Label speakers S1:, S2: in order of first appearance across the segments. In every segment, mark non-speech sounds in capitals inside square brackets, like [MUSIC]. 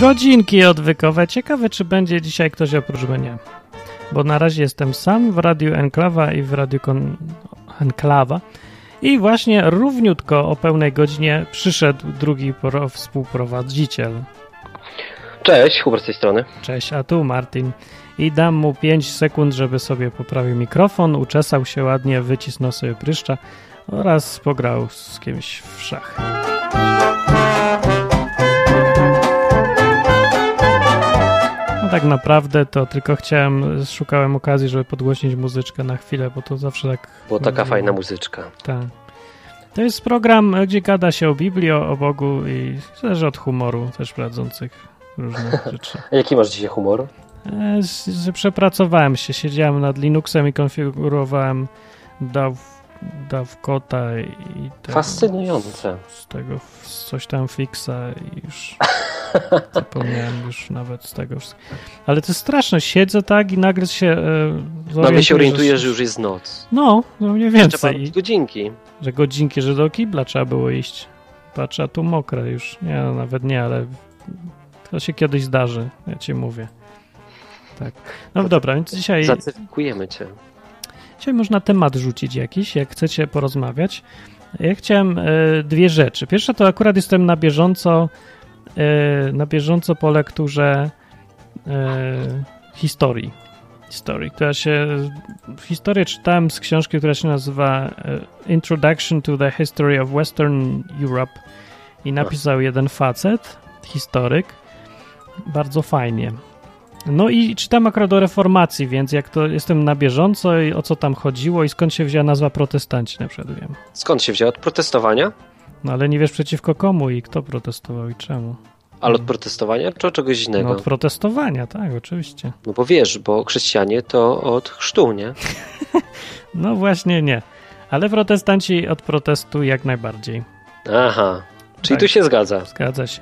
S1: Godzinki odwykowe. Ciekawe, czy będzie dzisiaj ktoś oprócz mnie. Bo na razie jestem sam w Radiu Enklawa i w Radiu Kon... Enklawa. I właśnie równiutko o pełnej godzinie przyszedł drugi pro- współprowadziciel.
S2: Cześć, Hubert z tej strony.
S1: Cześć, a tu Martin. I dam mu 5 sekund, żeby sobie poprawił mikrofon, uczesał się ładnie, wycisnął sobie pryszcza oraz pograł z kimś w szachy. No tak naprawdę to tylko chciałem, szukałem okazji, żeby podgłośnić muzyczkę na chwilę, bo to zawsze tak...
S2: Bo taka fajna muzyczka.
S1: Tak. To jest program, gdzie gada się o Biblii, o, o Bogu i też od humoru, też prowadzących różne rzeczy.
S2: A jaki masz dzisiaj humor?
S1: E, z- z- Przepracowałem się, siedziałem nad Linuxem i konfigurowałem daw, dawkota i... i ten-
S2: Fascynujące.
S1: Z tego, z coś tam fixa i
S2: [LAUGHS]
S1: już zapomniałem już nawet z tego. wszystkiego. Ale to jest straszne, siedzę tak i nagle się... e,
S2: Nagle
S1: zorientuję,
S2: No, się orientuje, że
S1: że
S2: już jest noc.
S1: No, no mniej
S2: Jeszcze
S1: więcej.
S2: pan
S1: I,
S2: godzinki.
S1: że godzinki, że do kibla trzeba było iść. Patrz, a tu mokre już. Nie, no, nawet nie, ale to się kiedyś zdarzy, ja ci mówię. Tak. No dobra, więc dzisiaj,
S2: Zacyfikujemy cię.
S1: dzisiaj można temat rzucić jakiś, jak chcecie porozmawiać. Ja chciałem e, dwie rzeczy. Pierwsza to akurat jestem na bieżąco e, na bieżąco po lekturze e, historii. Historii, która się. Historię czytałem z książki, która się nazywa e, Introduction to the History of Western Europe i napisał jeden facet, historyk. Bardzo fajnie. No i czytam akurat o reformacji, więc jak to jestem na bieżąco i o co tam chodziło i skąd się wzięła nazwa protestanci na przykład wiem.
S2: Skąd się wzięła? Od protestowania?
S1: No ale nie wiesz przeciwko komu i kto protestował i czemu.
S2: Ale od protestowania czy od czegoś
S1: Mm. No
S2: innego?
S1: od protestowania, tak, oczywiście.
S2: No bo wiesz, bo chrześcijanie to od chrztu, nie?
S1: No właśnie nie. Ale protestanci od protestu jak najbardziej.
S2: Aha. Czyli
S1: Tak.
S2: tu się zgadza.
S1: Zgadza się.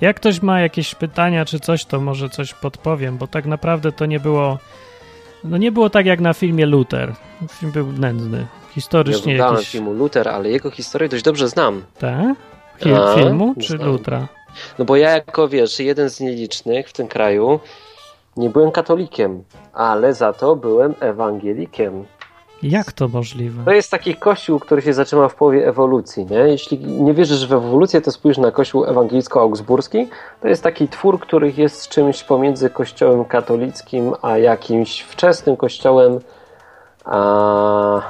S1: Jak ktoś ma jakieś pytania czy coś, to może coś podpowiem, bo tak naprawdę to nie było. No nie było tak jak na filmie Luther. Film był nędzny.
S2: Nie
S1: Historycznie
S2: oglądałem
S1: jakiś.
S2: filmu Luther, ale jego historię dość dobrze znam.
S1: Tak? Film,
S2: A,
S1: filmu
S2: nie
S1: czy
S2: znam.
S1: Lutra?
S2: No bo ja jako, wiesz, jeden z nielicznych w tym kraju nie byłem katolikiem, ale za to byłem ewangelikiem.
S1: Jak to
S2: To
S1: możliwe?
S2: jest taki kościół, który się zaczyna w połowie ewolucji. Nie? Jeśli nie wierzysz w ewolucję, to spójrz na kościół ewangelicko-augsburski. To jest taki twór, który jest czymś pomiędzy kościołem katolickim a jakimś wczesnym kościołem, a,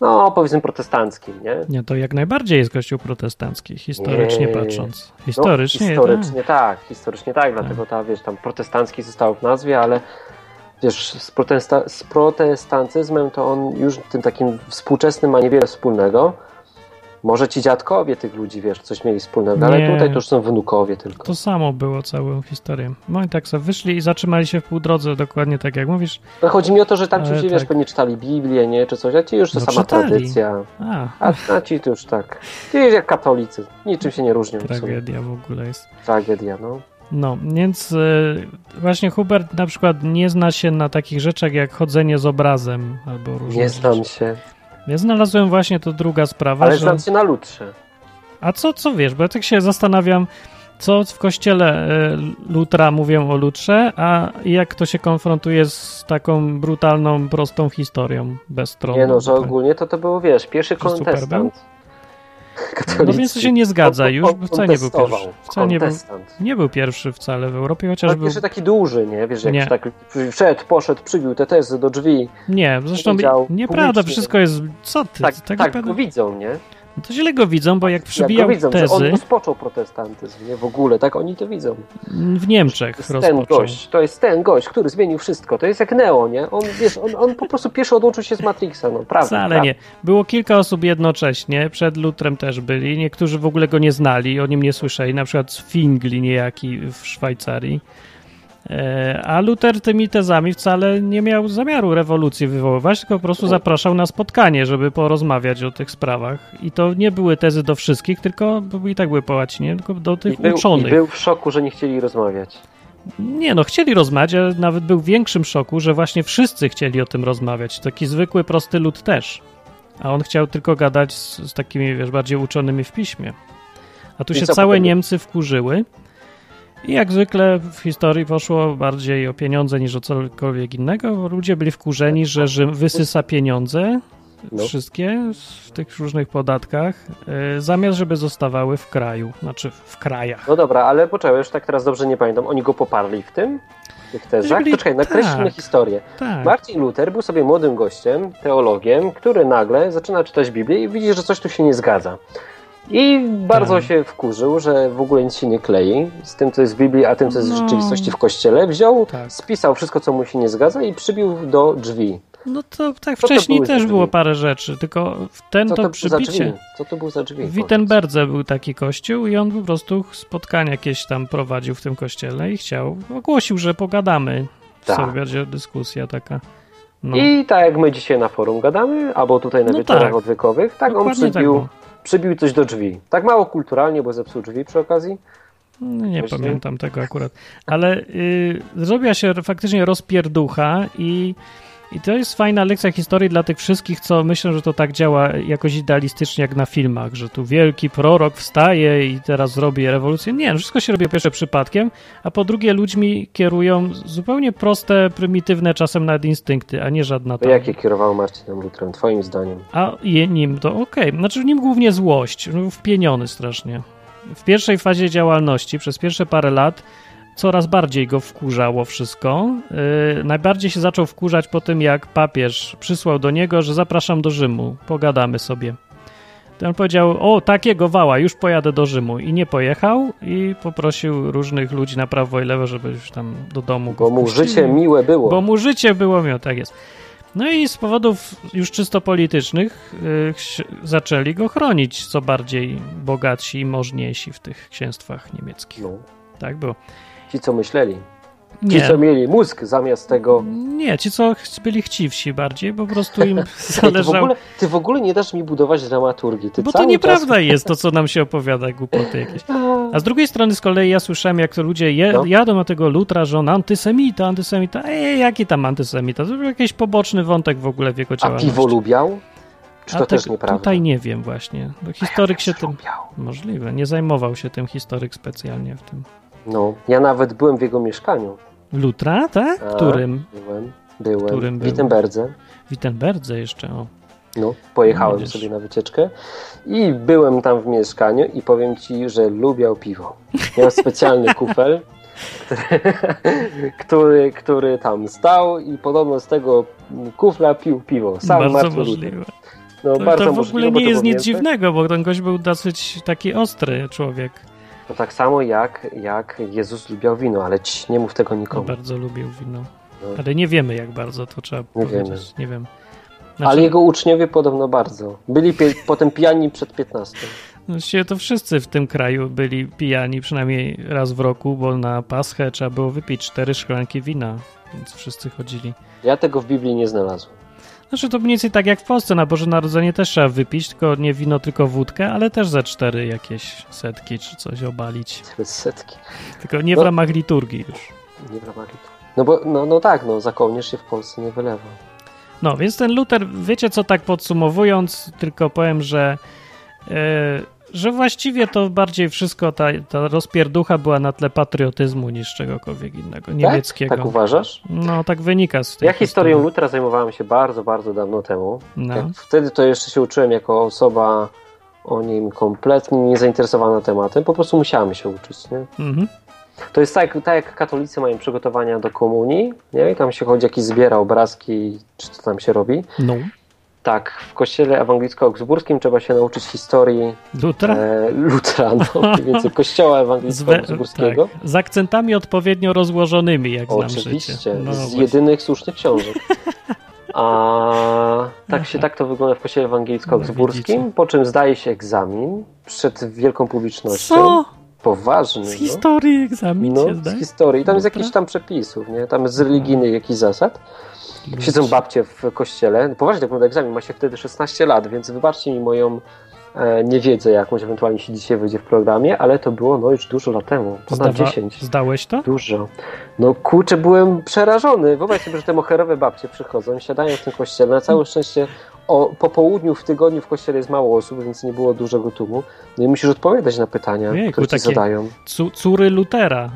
S2: no powiedzmy protestanckim. Nie?
S1: Nie, to jak najbardziej jest kościół protestancki, historycznie
S2: Nie.
S1: patrząc. Historycznie, tak.
S2: no, historycznie tak. historycznie tak, dlatego ta, wiesz, tam protestancki został w nazwie, ale wiesz, z, protesta- z protestancyzmem to on już tym takim współczesnym ma niewiele wspólnego. Może ci dziadkowie tych ludzi, wiesz, coś mieli wspólnego,
S1: Nie.
S2: ale tutaj to już są wnukowie tylko.
S1: To samo było całą historię. No i tak sobie wyszli i zatrzymali się w pół drodze, dokładnie tak jak mówisz.
S2: No, chodzi mi o to, że tam ci
S1: Ale
S2: ludzie, wiesz,
S1: tak.
S2: pewnie czytali Biblię, nie, czy coś, a ci już to
S1: No,
S2: sama
S1: czytali.
S2: tradycja.
S1: A,
S2: A, a ci to już tak. Ci jak katolicy, niczym się nie różnią. w sumie.
S1: tragedia w ogóle jest.
S2: Tragedia, no.
S1: No, więc y, właśnie Hubert na przykład nie zna się na takich rzeczach jak chodzenie z obrazem albo różne
S2: Nie znam
S1: rzeczy.
S2: się,
S1: Ja znalazłem właśnie to druga sprawa,
S2: ale
S1: że...
S2: znam się na lutrze.
S1: A co, co wiesz, bo ja tak się zastanawiam, co w kościele y, Lutra mówią o Lutrze, a jak to się konfrontuje z taką brutalną, prostą historią, bez tak. strony.
S2: Nie no, że ogólnie to to było, wiesz, pierwszy
S1: Że super był?
S2: kontestant. [LAUGHS]
S1: No więc to się nie zgadza już, bo wcale nie był pierwszy. Wcale nie był,
S2: Kontestant.
S1: nie był pierwszy wcale w Europie, chociaż
S2: Ale
S1: był...
S2: pierwszy taki duży, nie? Wiesz, jak
S1: Nie.
S2: już tak wszedł, poszedł, przybił te tezy do drzwi.
S1: Nie, zresztą
S2: powiedział
S1: nieprawda,
S2: publicznie.
S1: wszystko jest... Co ty?
S2: Tak,
S1: tak
S2: tak,
S1: naprawdę-
S2: go widzą, nie?
S1: No to źle go widzą, bo jak
S2: jak
S1: przybijał
S2: go widzą, że on
S1: tezy
S2: rozpoczął protestantyzm, nie? W ogóle, tak oni to widzą.
S1: w Niemczech
S2: To jest ten
S1: rozpoczął.
S2: gość, to jest ten gość, który zmienił wszystko. To jest jak Neo, nie? On, wiesz, on, on po prostu pierwszy odłączył się z Matrixa, no prawda.
S1: Wcale
S2: prawda.
S1: nie. Było kilka osób jednocześnie, przed Lutrem też byli, niektórzy w ogóle go nie znali, o nim nie słyszeli, na przykład Fingli niejaki w Szwajcarii. E, A Luther tymi tezami wcale nie miał zamiaru rewolucji wywoływać, tylko po prostu zapraszał na spotkanie, żeby porozmawiać o tych sprawach. I to nie były tezy do wszystkich, tylko bo i tak były po łacinie, tylko do tych
S2: I był,
S1: uczonych.
S2: I był w szoku, że nie chcieli rozmawiać.
S1: Nie no, chcieli rozmawiać, ale nawet był w większym szoku, że właśnie wszyscy chcieli o tym rozmawiać. Taki zwykły, prosty lud też. A on chciał tylko gadać z, z takimi, wiesz, bardziej uczonymi w piśmie. A tu
S2: I
S1: się
S2: co
S1: całe
S2: potem?
S1: Niemcy wkurzyły I jak zwykle w historii poszło bardziej o pieniądze niż o cokolwiek innego, bo ludzie byli wkurzeni, że Rzym wysysa pieniądze
S2: No.
S1: wszystkie w tych różnych podatkach, y, zamiast żeby zostawały w kraju, znaczy w krajach.
S2: No dobra, ale poczekaj, już tak teraz dobrze nie pamiętam. Oni go poparli w tym? W tych tezach?
S1: Byli-
S2: Poczekaj, nakreślmy
S1: tak.
S2: historię.
S1: Tak,
S2: Marcin Luther był sobie młodym gościem, teologiem, który nagle zaczyna czytać Biblię i widzi, że coś tu się nie zgadza. I bardzo
S1: Tak.
S2: się wkurzył, że w ogóle nic się nie klei z tym, co jest w Biblii, a tym, co jest w
S1: No.
S2: rzeczywistości w kościele. Wziął,
S1: Tak.
S2: spisał wszystko, co mu się nie zgadza i przybił do drzwi.
S1: no to tak
S2: Co to
S1: wcześniej
S2: były za
S1: też
S2: drzwi?
S1: było parę rzeczy, tylko w ten
S2: Co
S1: to,
S2: to, był za drzwi?
S1: przybicie.
S2: Co to był za drzwi?
S1: W Wittenberdze był taki kościół i on po prostu spotkania jakieś tam prowadził w tym kościele i chciał, ogłosił, że pogadamy. W
S2: Tak.
S1: sobie będzie dyskusja taka. No.
S2: I tak jak my dzisiaj na forum gadamy, albo tutaj na
S1: No
S2: wieczorach
S1: tak.
S2: odwykowych, tak
S1: Dokładnie
S2: on
S1: tak
S2: przybił,
S1: było.
S2: przybił coś do drzwi. Tak mało kulturalnie, bo zepsuł drzwi przy okazji.
S1: No, nie
S2: Właśnie.
S1: pamiętam tego akurat. Ale y, zrobiła się faktycznie rozpierducha i, i to jest fajna lekcja historii dla tych wszystkich, co myślę, że to tak działa jakoś idealistycznie jak na filmach, że tu wielki prorok wstaje i teraz zrobi rewolucję. Nie, no wszystko się robi po pierwsze przypadkiem, a po drugie ludźmi kierują zupełnie proste, prymitywne czasem nawet instynkty, a nie żadna
S2: To
S1: tam
S2: jakie kierował Marcinem Lutrem, twoim zdaniem?
S1: a je nim to okej. Znaczy nim głównie złość, no, wpieniony strasznie. W pierwszej fazie działalności, przez pierwsze parę lat, coraz bardziej go wkurzało wszystko. Yy, najbardziej się zaczął wkurzać po tym, jak papież przysłał do niego, że zapraszam do Rzymu, pogadamy sobie. Ten powiedział, o takiego wała, już pojadę do Rzymu. I nie pojechał i poprosił różnych ludzi na prawo i lewo, żeby już tam do domu go
S2: Bo mu
S1: wpuścili.
S2: życie miłe było.
S1: Bo mu życie było miło, tak jest. No i z powodów już czysto politycznych y, ksi- zaczęli go chronić, co bardziej bogatsi i możniejsi w tych księstwach niemieckich.
S2: No.
S1: Tak było.
S2: Ci, co myśleli. Ci,
S1: Nie,
S2: co mieli mózg zamiast tego.
S1: nie, ci co ch- byli chciwsi bardziej, po prostu
S2: [LAUGHS]
S1: im [LAUGHS]
S2: Ej, Ty w,
S1: zależało.
S2: ogóle, ty w ogóle nie dasz mi budować dramaturgii. Ty
S1: Bo to
S2: cały
S1: nieprawda jest to, co nam się opowiada, głupoty jakieś.
S2: Czas... [LAUGHS] A,
S1: A z drugiej strony z kolei ja słyszałem, jak to ludzie je,
S2: No.
S1: jadą na tego Lutra, że on antysemita, antysemita. Ej, jaki tam antysemita? To był jakiś poboczny wątek w ogóle w jego
S2: a
S1: działalności.
S2: piwo lubiał? Czy
S1: A
S2: to
S1: tak
S2: też nieprawda?
S1: Tutaj nie wiem właśnie. Bo historyk się tym...
S2: Lubiał.
S1: Możliwe, nie zajmował się tym historyk specjalnie w tym.
S2: No, ja nawet byłem w jego mieszkaniu.
S1: Lutra, tak?
S2: A.
S1: Którym?
S2: Byłem, byłem.
S1: Którym
S2: w
S1: był?
S2: Wittenberdze.
S1: W Wittenberdze jeszcze, o.
S2: No, pojechałem
S1: Widzisz.
S2: sobie na wycieczkę i byłem tam w mieszkaniu i powiem ci, że lubiał piwo.
S1: [LAUGHS]
S2: Miał specjalny kufel, który, [LAUGHS] który, który tam stał i podobno z tego kufla pił piwo. Sam
S1: bardzo
S2: Martin Luther.
S1: możliwe.
S2: No,
S1: To,
S2: bardzo
S1: to w
S2: możliwe,
S1: ogóle
S2: bo
S1: nie
S2: to
S1: jest
S2: był
S1: nic
S2: Niemcy.
S1: dziwnego, bo ten gość był dosyć taki ostry człowiek.
S2: No, tak samo jak, jak Jezus lubiał wino, ale ci, nie mów tego
S1: On
S2: nikomu.
S1: bardzo lubił wino.
S2: No.
S1: Ale nie wiemy jak bardzo, to trzeba
S2: Nie wiemy.
S1: powiedzieć. Nie wiem. Znaczy-
S2: Ale jego uczniowie podobno bardzo. Byli pie- potem pijani przed 15.
S1: Właściwie no to wszyscy w tym kraju byli pijani przynajmniej raz w roku, bo na Paschę trzeba było wypić cztery szklanki wina, więc wszyscy chodzili.
S2: Ja tego w Biblii nie znalazłem.
S1: Znaczy to mniej więcej tak jak w Polsce na Boże Narodzenie też trzeba wypić, tylko nie wino, tylko wódkę, ale też za cztery jakieś setki czy coś obalić.
S2: Tyle setki.
S1: Tylko nie w
S2: No.
S1: ramach liturgii już.
S2: Nie w ramach litu. No bo, no, no tak, no, za kołnierz się w Polsce nie wylewa.
S1: No, więc ten Luter, wiecie co, tak podsumowując, tylko powiem, że, e, że właściwie to bardziej wszystko, ta, ta rozpierducha była na tle patriotyzmu niż czegokolwiek innego, niemieckiego.
S2: Tak? tak uważasz?
S1: no, tak wynika z tej
S2: Ja historią Lutra zajmowałem się bardzo, bardzo dawno temu.
S1: No.
S2: Jak wtedy to jeszcze się uczyłem jako osoba o nim kompletnie niezainteresowana tematem. Po prostu musiałem się uczyć, nie?
S1: Mhm.
S2: To jest tak, tak jak katolicy mają przygotowania do komunii, nie? I tam się chodzi, jakiś zbiera obrazki, czy co tam się robi.
S1: No.
S2: Tak, w kościele ewangelicko-augsburskim trzeba się nauczyć historii
S1: Lutra?
S2: e, Lutra, no, mniej
S1: [LAUGHS]
S2: więcej kościoła ewangelicko-augsburskiego.
S1: tak, z akcentami odpowiednio rozłożonymi, jak znam
S2: Oczywiście,
S1: życie. No,
S2: z
S1: właśnie.
S2: jedynych słusznych książek.
S1: [LAUGHS]
S2: A tak się tak to wygląda w kościele
S1: No,
S2: ewangelicko-augsburskim,
S1: widzicie.
S2: po czym zdaje się egzamin przed wielką publicznością.
S1: Co?
S2: Poważny.
S1: Z
S2: no.
S1: historii egzamin
S2: No,
S1: się
S2: z
S1: zdaje?
S2: historii. Tam jest
S1: Dobra. Mhm.
S2: jakiś tam przepisów, nie? Tam z religijnych jakichś zasad. Siedzą babcie w kościele. No, poważnie tak wygląda egzamin. Ma się wtedy 16 lat, więc wybaczcie mi moją e, niewiedzę jakąś, ewentualnie się dzisiaj wyjdzie w programie, ale to było no już dużo lat temu. Ponad
S1: Zdawa-
S2: 10.
S1: Zdałeś to?
S2: Dużo. No kurczę, byłem przerażony. Wyobraź sobie, że te moherowe babcie przychodzą, siadają w tym kościele. Na całe szczęście o, po południu w tygodniu w kościele jest mało osób, więc nie było dużego tłumu. No i musisz odpowiadać na pytania,
S1: Ojejku,
S2: które ci
S1: takie-
S2: zadają.
S1: Cu- córy Lutera.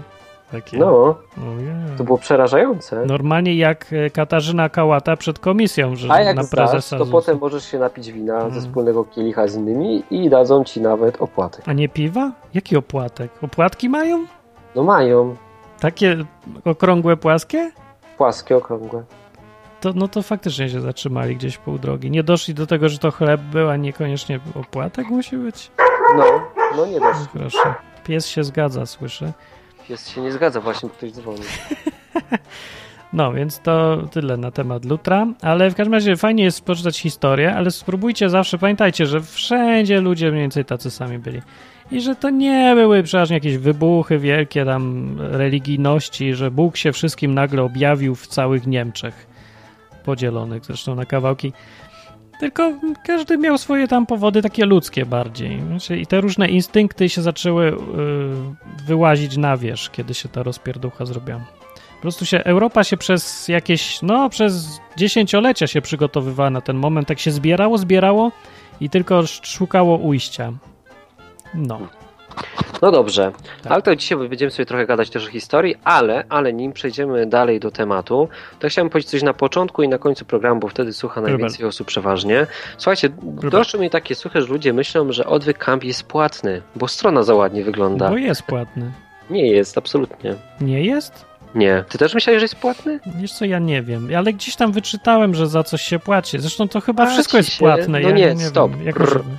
S1: Takie.
S2: No,
S1: Ojej.
S2: to było przerażające.
S1: Normalnie jak e, Katarzyna Kałata przed komisją, No, że
S2: A jak
S1: na
S2: zdasz,
S1: prezesa
S2: to
S1: ZUS.
S2: potem możesz się napić wina
S1: Mhm.
S2: ze wspólnego kielicha z innymi i dadzą ci nawet opłaty.
S1: A nie piwa? Jaki opłatek? Opłatki mają?
S2: No mają
S1: Takie okrągłe, płaskie?
S2: płaskie, okrągłe.
S1: To, no to faktycznie się zatrzymali gdzieś pół drogi. Nie doszli do tego, że to chleb był, a niekoniecznie opłatek musi być?
S2: No, no nie wiesz,
S1: Proszę. Pies się zgadza, słyszę.
S2: pies się nie zgadza, właśnie ktoś dzwoni.
S1: No, więc to tyle na temat Lutra, ale w każdym razie fajnie jest poczytać historię, ale spróbujcie zawsze, pamiętajcie, że wszędzie ludzie mniej więcej tacy sami byli. I że to nie były przeważnie jakieś wybuchy wielkie tam religijności, że Bóg się wszystkim nagle objawił w całych Niemczech, podzielonych zresztą na kawałki. Tylko każdy miał swoje tam powody takie ludzkie bardziej. Znaczy, I te różne instynkty się zaczęły y, wyłazić na wierzch, kiedy się ta rozpierducha zrobiła. Po prostu się Europa się przez jakieś, no przez dziesięciolecia się przygotowywała na ten moment. Tak się zbierało, zbierało i tylko sz- szukało ujścia. No,
S2: No dobrze,
S1: Tak.
S2: ale to dzisiaj będziemy sobie trochę gadać też o historii, ale, ale nim przejdziemy dalej do tematu, to chciałem powiedzieć coś na początku i na końcu programu, bo wtedy słucha
S1: Rubel.
S2: najwięcej osób przeważnie. Słuchajcie, doszły mi takie suche, że ludzie myślą, że odwyk kamp jest płatny, bo strona za ładnie wygląda.
S1: bo jest płatny.
S2: Nie jest, absolutnie.
S1: Nie jest?
S2: Nie. Ty też myślałeś, że jest płatny?
S1: Wiesz co, ja nie wiem, ale gdzieś tam wyczytałem, że za coś się płaci. Zresztą to chyba
S2: Płaci
S1: wszystko jest
S2: się.
S1: płatne.
S2: No
S1: ja
S2: nie,
S1: nie
S2: stop.
S1: Wiem, jak
S2: Brr.
S1: możemy?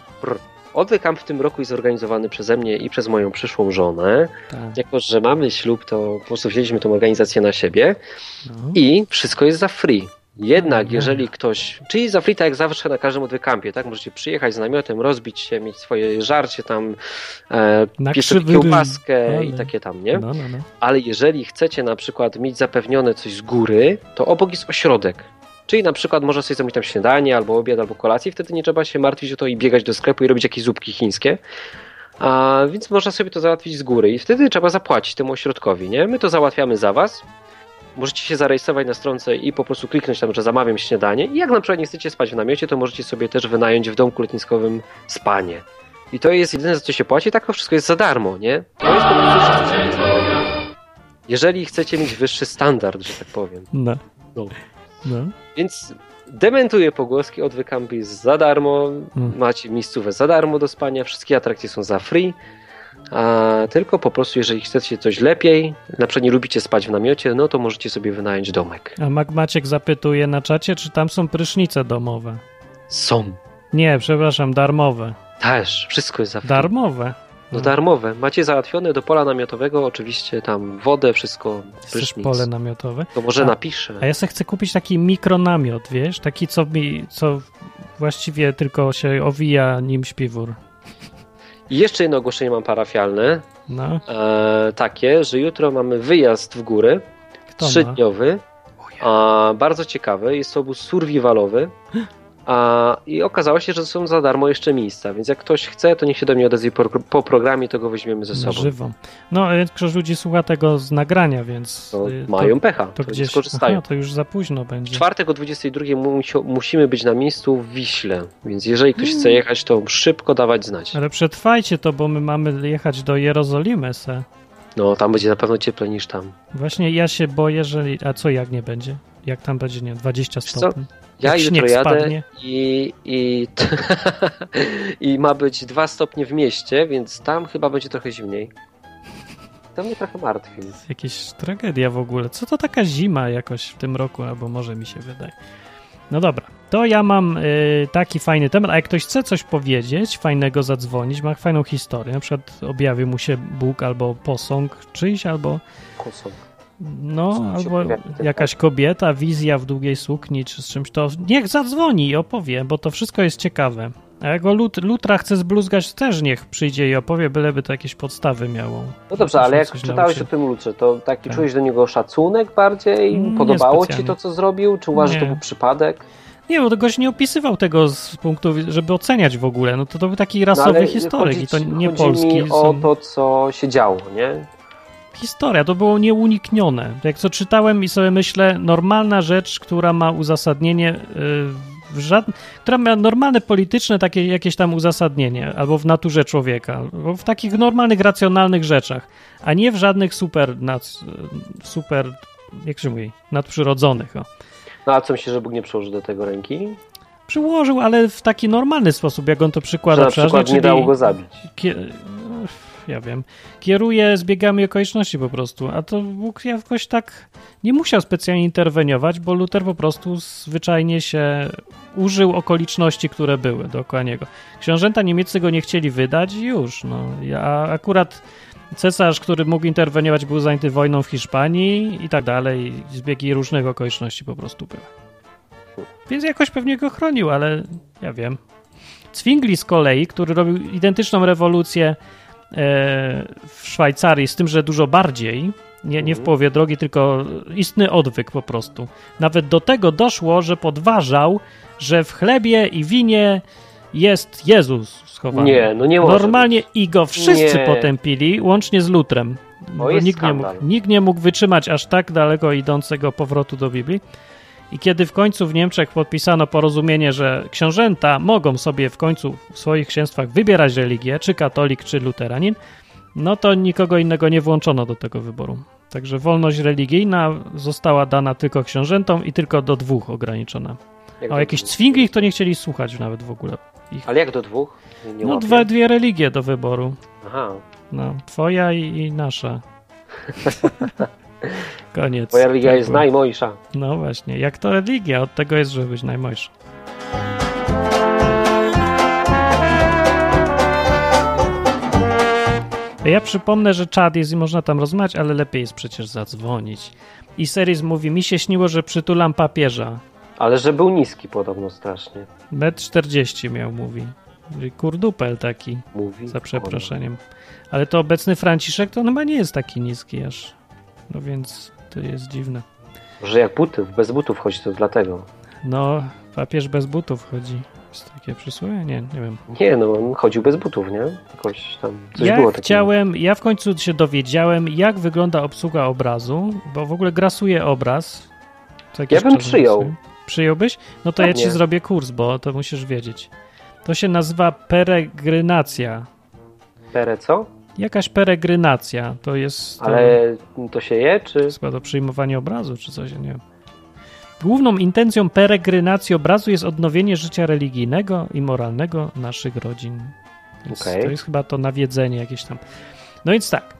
S2: Odwyk kamp w tym roku jest zorganizowany przeze mnie i przez moją przyszłą żonę.
S1: Tak,
S2: Jako, że mamy ślub, to po prostu wzięliśmy tą organizację na siebie.
S1: no.
S2: I wszystko jest za free. Jednak
S1: Mhm.
S2: jeżeli ktoś, czyli za free tak jak zawsze na każdym odwykampie, tak? Możecie przyjechać z namiotem, rozbić się, mieć swoje żarcie tam, e,
S1: Na
S2: pieczę
S1: krzywy ryj.
S2: kiełbaskę
S1: Ale-
S2: i takie tam, nie?
S1: No, no, no.
S2: Ale jeżeli chcecie na przykład mieć zapewnione coś z góry, to obok jest ośrodek. Czyli na przykład można sobie zamówić tam śniadanie, albo obiad, albo kolację, wtedy nie trzeba się martwić o to i biegać do sklepu i robić jakieś zupki chińskie. A, więc można sobie to załatwić z góry i wtedy trzeba zapłacić temu ośrodkowi, nie? My to załatwiamy za was. Możecie się zarejestrować na stronce i po prostu kliknąć tam, że zamawiam śniadanie. I jak na przykład nie chcecie spać w namiocie, to możecie sobie też wynająć w domku letniskowym spanie. I to jest jedyne, za co się płaci, tak to wszystko jest za darmo, nie? To jest po prostu, że chcecie mieć- jeżeli chcecie mieć wyższy standard, że tak powiem.
S1: No.
S2: No.
S1: No.
S2: Więc dementuję pogłoski, odwykamp jest za darmo,
S1: Mm.
S2: macie miejscówę za darmo do spania, wszystkie atrakcje są za free. A tylko po prostu, jeżeli chcecie coś lepiej, na przykład nie lubicie spać w namiocie, no to możecie sobie wynająć domek.
S1: A Mac Maciek zapytuje na czacie, czy tam są prysznice domowe.
S2: Są.
S1: Nie, przepraszam, darmowe.
S2: Też, wszystko jest za free.
S1: Darmowe.
S2: No darmowe. Macie załatwione do pola namiotowego, oczywiście tam wodę, wszystko,
S1: Chcesz
S2: prysznic.
S1: pole namiotowe.
S2: To może
S1: A-
S2: napiszę.
S1: A ja se chcę kupić taki mikronamiot, wiesz? Taki, co mi, co właściwie tylko się owija nim śpiwór.
S2: I jeszcze jedno ogłoszenie mam parafialne,
S1: No,
S2: e, takie, że jutro mamy wyjazd w góry.
S1: kto ma?
S2: trzydniowy, a, bardzo ciekawy, jest to obóz survivalowy a, i okazało się, że są za darmo jeszcze miejsca, więc jak ktoś chce, to niech się do mnie odezwie po, po programie, to go weźmiemy ze
S1: Na
S2: sobą.
S1: żywo. No, więc ktoś ludzi słucha tego z nagrania, więc
S2: To
S1: y,
S2: mają pecha,
S1: to, to
S2: to, nie
S1: gdzieś...
S2: skorzystają.
S1: Aha, to już za późno będzie.
S2: Czwartek o 22 musio- musimy być na miejscu w Wiśle, więc jeżeli ktoś chce jechać, to szybko dawać znać.
S1: Ale przetrwajcie to, bo my mamy jechać do Jerozolimy se.
S2: No, tam będzie na pewno cieplej niż tam.
S1: Właśnie ja się boję, że... A co jak nie będzie? Jak tam będzie, nie 20
S2: Wiesz co?
S1: stopni.
S2: Ja
S1: Jak
S2: jutro
S1: śnieg
S2: jadę
S1: spadnie.
S2: i, i, [LAUGHS] i ma być dwa stopnie w mieście, więc tam chyba będzie trochę zimniej. To mnie trochę martwi.
S1: Jakieś tragedia w ogóle. Co to taka zima jakoś w tym roku, albo może mi się wydaje. No dobra, to ja mam y, taki fajny temat, a jak ktoś chce coś powiedzieć, fajnego zadzwonić, ma fajną historię, na przykład objawił mu się Bóg albo posąg czyjś, albo
S2: Kusą.
S1: no,
S2: Czy
S1: albo
S2: objawia się ten
S1: jakaś kobieta, wizja w długiej sukni, czy z czymś, to niech zadzwoni i opowie, bo to wszystko jest ciekawe. A jak go Lut, Lutra chce zbluzgać, też niech przyjdzie i opowie, byleby to jakieś podstawy miało.
S2: No dobrze, ale
S1: Myśmy
S2: jak
S1: coś
S2: czytałeś
S1: nauczyli.
S2: o tym Lutrze, to taki
S1: Tak.
S2: czułeś do niego szacunek bardziej?
S1: Mm,
S2: Podobało ci
S1: niespecjalnie.
S2: to, co zrobił? Czy uważasz, że to
S1: Nie.
S2: był przypadek?
S1: Nie, bo to gość nie opisywał tego z punktu, wi- żeby oceniać w ogóle. No to, to był taki
S2: No,
S1: rasowy
S2: ale
S1: historyk
S2: chodzi
S1: i to
S2: ci-
S1: nie
S2: chodzi
S1: polski.
S2: Mi o
S1: Są...
S2: to, co się działo, nie?
S1: Historia, to było nieuniknione. Jak co czytałem i sobie myślę, normalna rzecz, która ma uzasadnienie y, w żadne, która miała normalne polityczne takie jakieś tam uzasadnienie, albo w naturze człowieka, albo w takich normalnych, racjonalnych rzeczach, a nie w żadnych super, nad, super jak się mówi, nadprzyrodzonych. O.
S2: No a co myślisz, że Bóg nie przyłoży do tego ręki?
S1: Przyłożył, ale w taki normalny sposób, jak on to przykłada.
S2: Że na przykład nie dało go zabić.
S1: Kie- ja wiem. Kieruje zbiegami okoliczności po prostu, a to Bóg jakoś tak nie musiał specjalnie interweniować, bo Luther po prostu zwyczajnie się użył okoliczności, które były dookoła niego. Książęta niemieccy go nie chcieli wydać i już. No. Ja akurat cesarz, który mógł interweniować, był zajęty wojną w Hiszpanii i tak dalej. Zbiegi różnych okoliczności po prostu były. Więc jakoś pewnie go chronił, ale ja wiem. Zwingli z kolei, który robił identyczną rewolucję e, w Szwajcarii, z tym, że dużo bardziej, nie,
S2: Mhm.
S1: nie w połowie drogi, tylko istny odwyk po prostu. Nawet do tego doszło, że podważał, że w chlebie i winie jest Jezus schowany.
S2: Nie, no nie może
S1: Normalnie i go wszyscy
S2: Nie.
S1: potępili, łącznie z Lutrem. Bo
S2: jest
S1: nikt, nie mógł,
S2: skandal.
S1: nikt nie mógł wytrzymać aż tak daleko idącego powrotu do Biblii. I kiedy w końcu w Niemczech podpisano porozumienie, że książęta mogą sobie w końcu w swoich księstwach wybierać religię, czy katolik, czy luteranin, no to nikogo innego nie włączono do tego wyboru. Także wolność religijna została dana tylko książętom i tylko do dwóch ograniczona.
S2: Jak
S1: A
S2: do
S1: jakichś
S2: dwóch?
S1: Zwingli ich to nie chcieli słuchać nawet w ogóle.
S2: Ale jak do dwóch? Nie, nie
S1: No
S2: łapię.
S1: dwa, dwie religie do wyboru.
S2: Aha,
S1: No, twoja i, i
S2: [LAUGHS]
S1: nasza. Koniec.
S2: twoja religia
S1: Tak
S2: jest
S1: było.
S2: najmojsza.
S1: No właśnie, jak to religia, od tego jest, żeby być najmojszy. Ja przypomnę, że czat jest i można tam rozmawiać, ale lepiej jest przecież zadzwonić. I Seris mówi, mi się śniło, że przytulam papieża.
S2: Ale że był niski podobno strasznie.
S1: Met 40 miał, mówi. Mówi, Kurdupel taki,
S2: Mówi.
S1: za przeproszeniem. Ale to obecny Franciszek to on chyba nie jest taki niski aż. No więc to jest dziwne.
S2: Ona. Że jak buty, bez butów chodzi, to dlatego.
S1: No, papież bez butów chodzi. Jest takie przysłowie? Nie, nie wiem.
S2: Nie, no on chodził bez butów, nie? Jakoś tam coś
S1: ja
S2: było takiego.
S1: chciałem, ja w końcu się dowiedziałem, jak wygląda obsługa obrazu, bo w ogóle grasuje obraz. Tak Co jakiś
S2: Ja bym
S1: czas
S2: przyjął.
S1: grasuje. Przyjąłbyś? No to ja ci
S2: Pewnie.
S1: zrobię kurs, bo to musisz wiedzieć. To się nazywa peregrynacja.
S2: Pere co?
S1: Jakaś peregrynacja to jest. to-
S2: Ale to się je, czy...
S1: Chyba do przyjmowania obrazu, czy coś, ja nie wiem. Główną intencją peregrynacji obrazu jest odnowienie życia religijnego i moralnego naszych rodzin. Więc
S2: Okej.
S1: To jest chyba to nawiedzenie jakieś tam. No więc tak,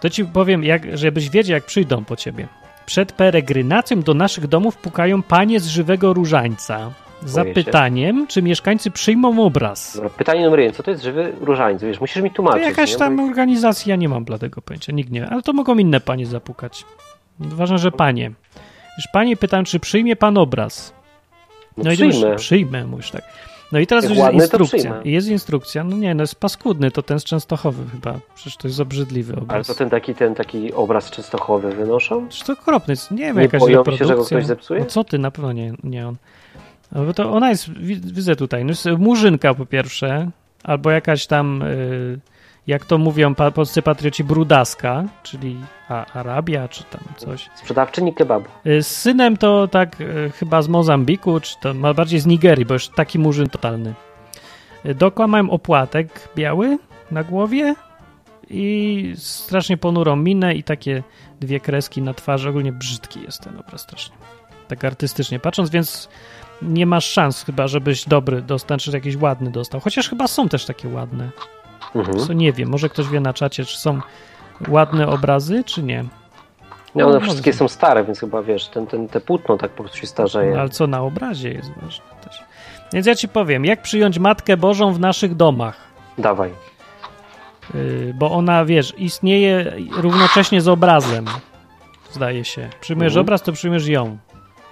S1: to ci powiem, jak, żebyś wiedział, jak przyjdą po ciebie. Przed peregrynacją do naszych domów pukają panie z żywego różańca. Za
S2: Boję się.
S1: pytaniem, czy mieszkańcy przyjmą obraz.
S2: Dobra, pytanie numer jeden. Co to jest żywy różaniec? Wiesz, musisz mi
S1: To
S2: tłumaczyć.
S1: jakaś
S2: nie?
S1: tam
S2: Bo-
S1: organizacja, ja nie mam bladego pojęcia, nikt nie, ale to mogą inne panie zapukać. Ważne, że panie. Już panie pytam, czy przyjmie pan obraz?
S2: No,
S1: i to już
S2: przyjmę.
S1: przyjmę, mówisz tak. No i teraz
S2: Jak
S1: już jest
S2: ładny, to
S1: instrukcja.
S2: przyjmę.
S1: I Jest instrukcja, no nie, no jest paskudny, to ten z Częstochowy chyba, przecież to jest obrzydliwy
S2: Ale
S1: obraz.
S2: to ten taki, ten taki obraz czystochowy wynoszą?
S1: Czy to okropny, jest, nie wiem,
S2: Nie
S1: jakaś
S2: boją się, że go
S1: reprodukcja.
S2: ktoś zepsuje?
S1: No co ty, na pewno nie, nie on. No bo to ona jest, wi- widzę tutaj, no jest murzynka po pierwsze, albo jakaś tam, y, jak to mówią pa, polscy patrioci, brudaska, czyli a, Arabia czy tam coś.
S2: Sprzedawczyni kebabu.
S1: Y, z synem to tak y, chyba z Mozambiku, czy to ma bardziej z Nigerii, bo już taki murzyn totalny. Y, Dookoła mają opłatek biały na głowie i strasznie ponurą minę i takie dwie kreski na twarzy. Ogólnie brzydki jest ten obraz strasznie. Tak artystycznie patrząc, więc nie masz szans chyba, żebyś dobry dostał, czy jakiś ładny dostał. Chociaż chyba są też takie ładne.
S2: Mhm.
S1: Co nie wiem, może ktoś wie na czacie, czy są ładne obrazy, czy nie.
S2: No,
S1: No,
S2: one wszystkie
S1: może.
S2: są stare, więc chyba wiesz, ten, ten, te płótno tak po prostu się starzeje.
S1: No, ale co na obrazie jest ważne też. Więc ja ci powiem, jak przyjąć Matkę Bożą w naszych domach.
S2: Dawaj.
S1: Yy, bo ona, wiesz, istnieje równocześnie z obrazem, zdaje się. Przyjmujesz
S2: Mhm.
S1: obraz, to przyjmiesz ją.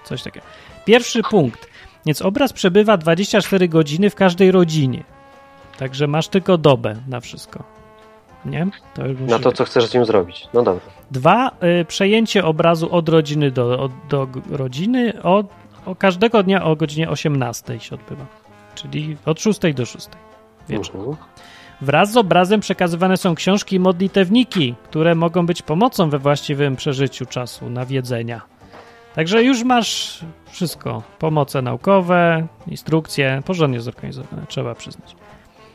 S1: Coś takiego. Pierwszy punkt. Więc obraz przebywa 24 godziny w każdej rodzinie. Także masz tylko dobę na wszystko. Nie? To już
S2: Na
S1: musisz
S2: No to, co chcesz z nim zrobić. No dobra.
S1: Dwa, y, przejęcie obrazu od rodziny do, od, do g- rodziny od, o każdego dnia o godzinie 18 się odbywa, czyli od 6 do 6 wieczór.
S2: Mhm.
S1: Wraz z obrazem przekazywane są książki i modlitewniki, które mogą być pomocą we właściwym przeżyciu czasu nawiedzenia. Także już masz wszystko. Pomoce naukowe, instrukcje, porządnie zorganizowane, trzeba przyznać.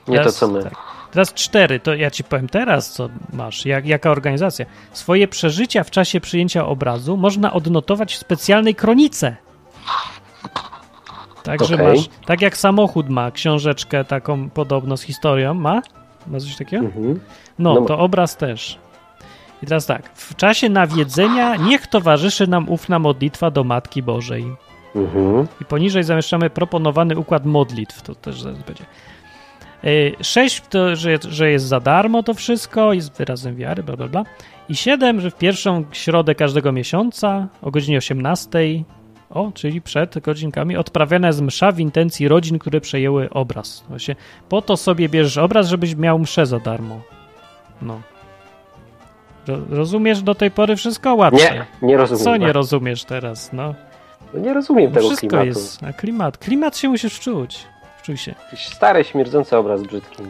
S2: Nie teraz, to, co my. Tak,
S1: teraz cztery, to ja ci powiem teraz, co masz, jak, jaka organizacja. Swoje przeżycia w czasie przyjęcia obrazu można odnotować w specjalnej kronice. Także okay. masz, tak jak samochód ma książeczkę taką podobno z historią, ma? Ma coś takiego?
S2: Hmm.
S1: Mhm. No, no, to obraz też. I teraz tak, w czasie nawiedzenia niech towarzyszy nam ufna modlitwa do Matki Bożej. Mhm. I poniżej zamieszczamy proponowany układ modlitw, to też zaraz będzie. 6, to, że, że jest za darmo to wszystko, jest wyrazem wiary, bla, bla, bla. I 7, że w pierwszą środę każdego miesiąca o godzinie 18, o, czyli przed godzinkami, odprawiana jest msza w intencji rodzin, które przejęły obraz. Właśnie po to sobie bierzesz obraz, żebyś miał mszę za darmo. No. Rozumiesz do tej pory wszystko łatwiej?
S2: Nie, nie rozumiem. tak.
S1: Co nie rozumiesz teraz, no?
S2: no nie rozumiem tego
S1: wszystko
S2: klimatu.
S1: jest, a klimat, klimat się musisz wczuć. Wczuj się.
S2: Jakiś stary, śmierdzący obraz brzydki.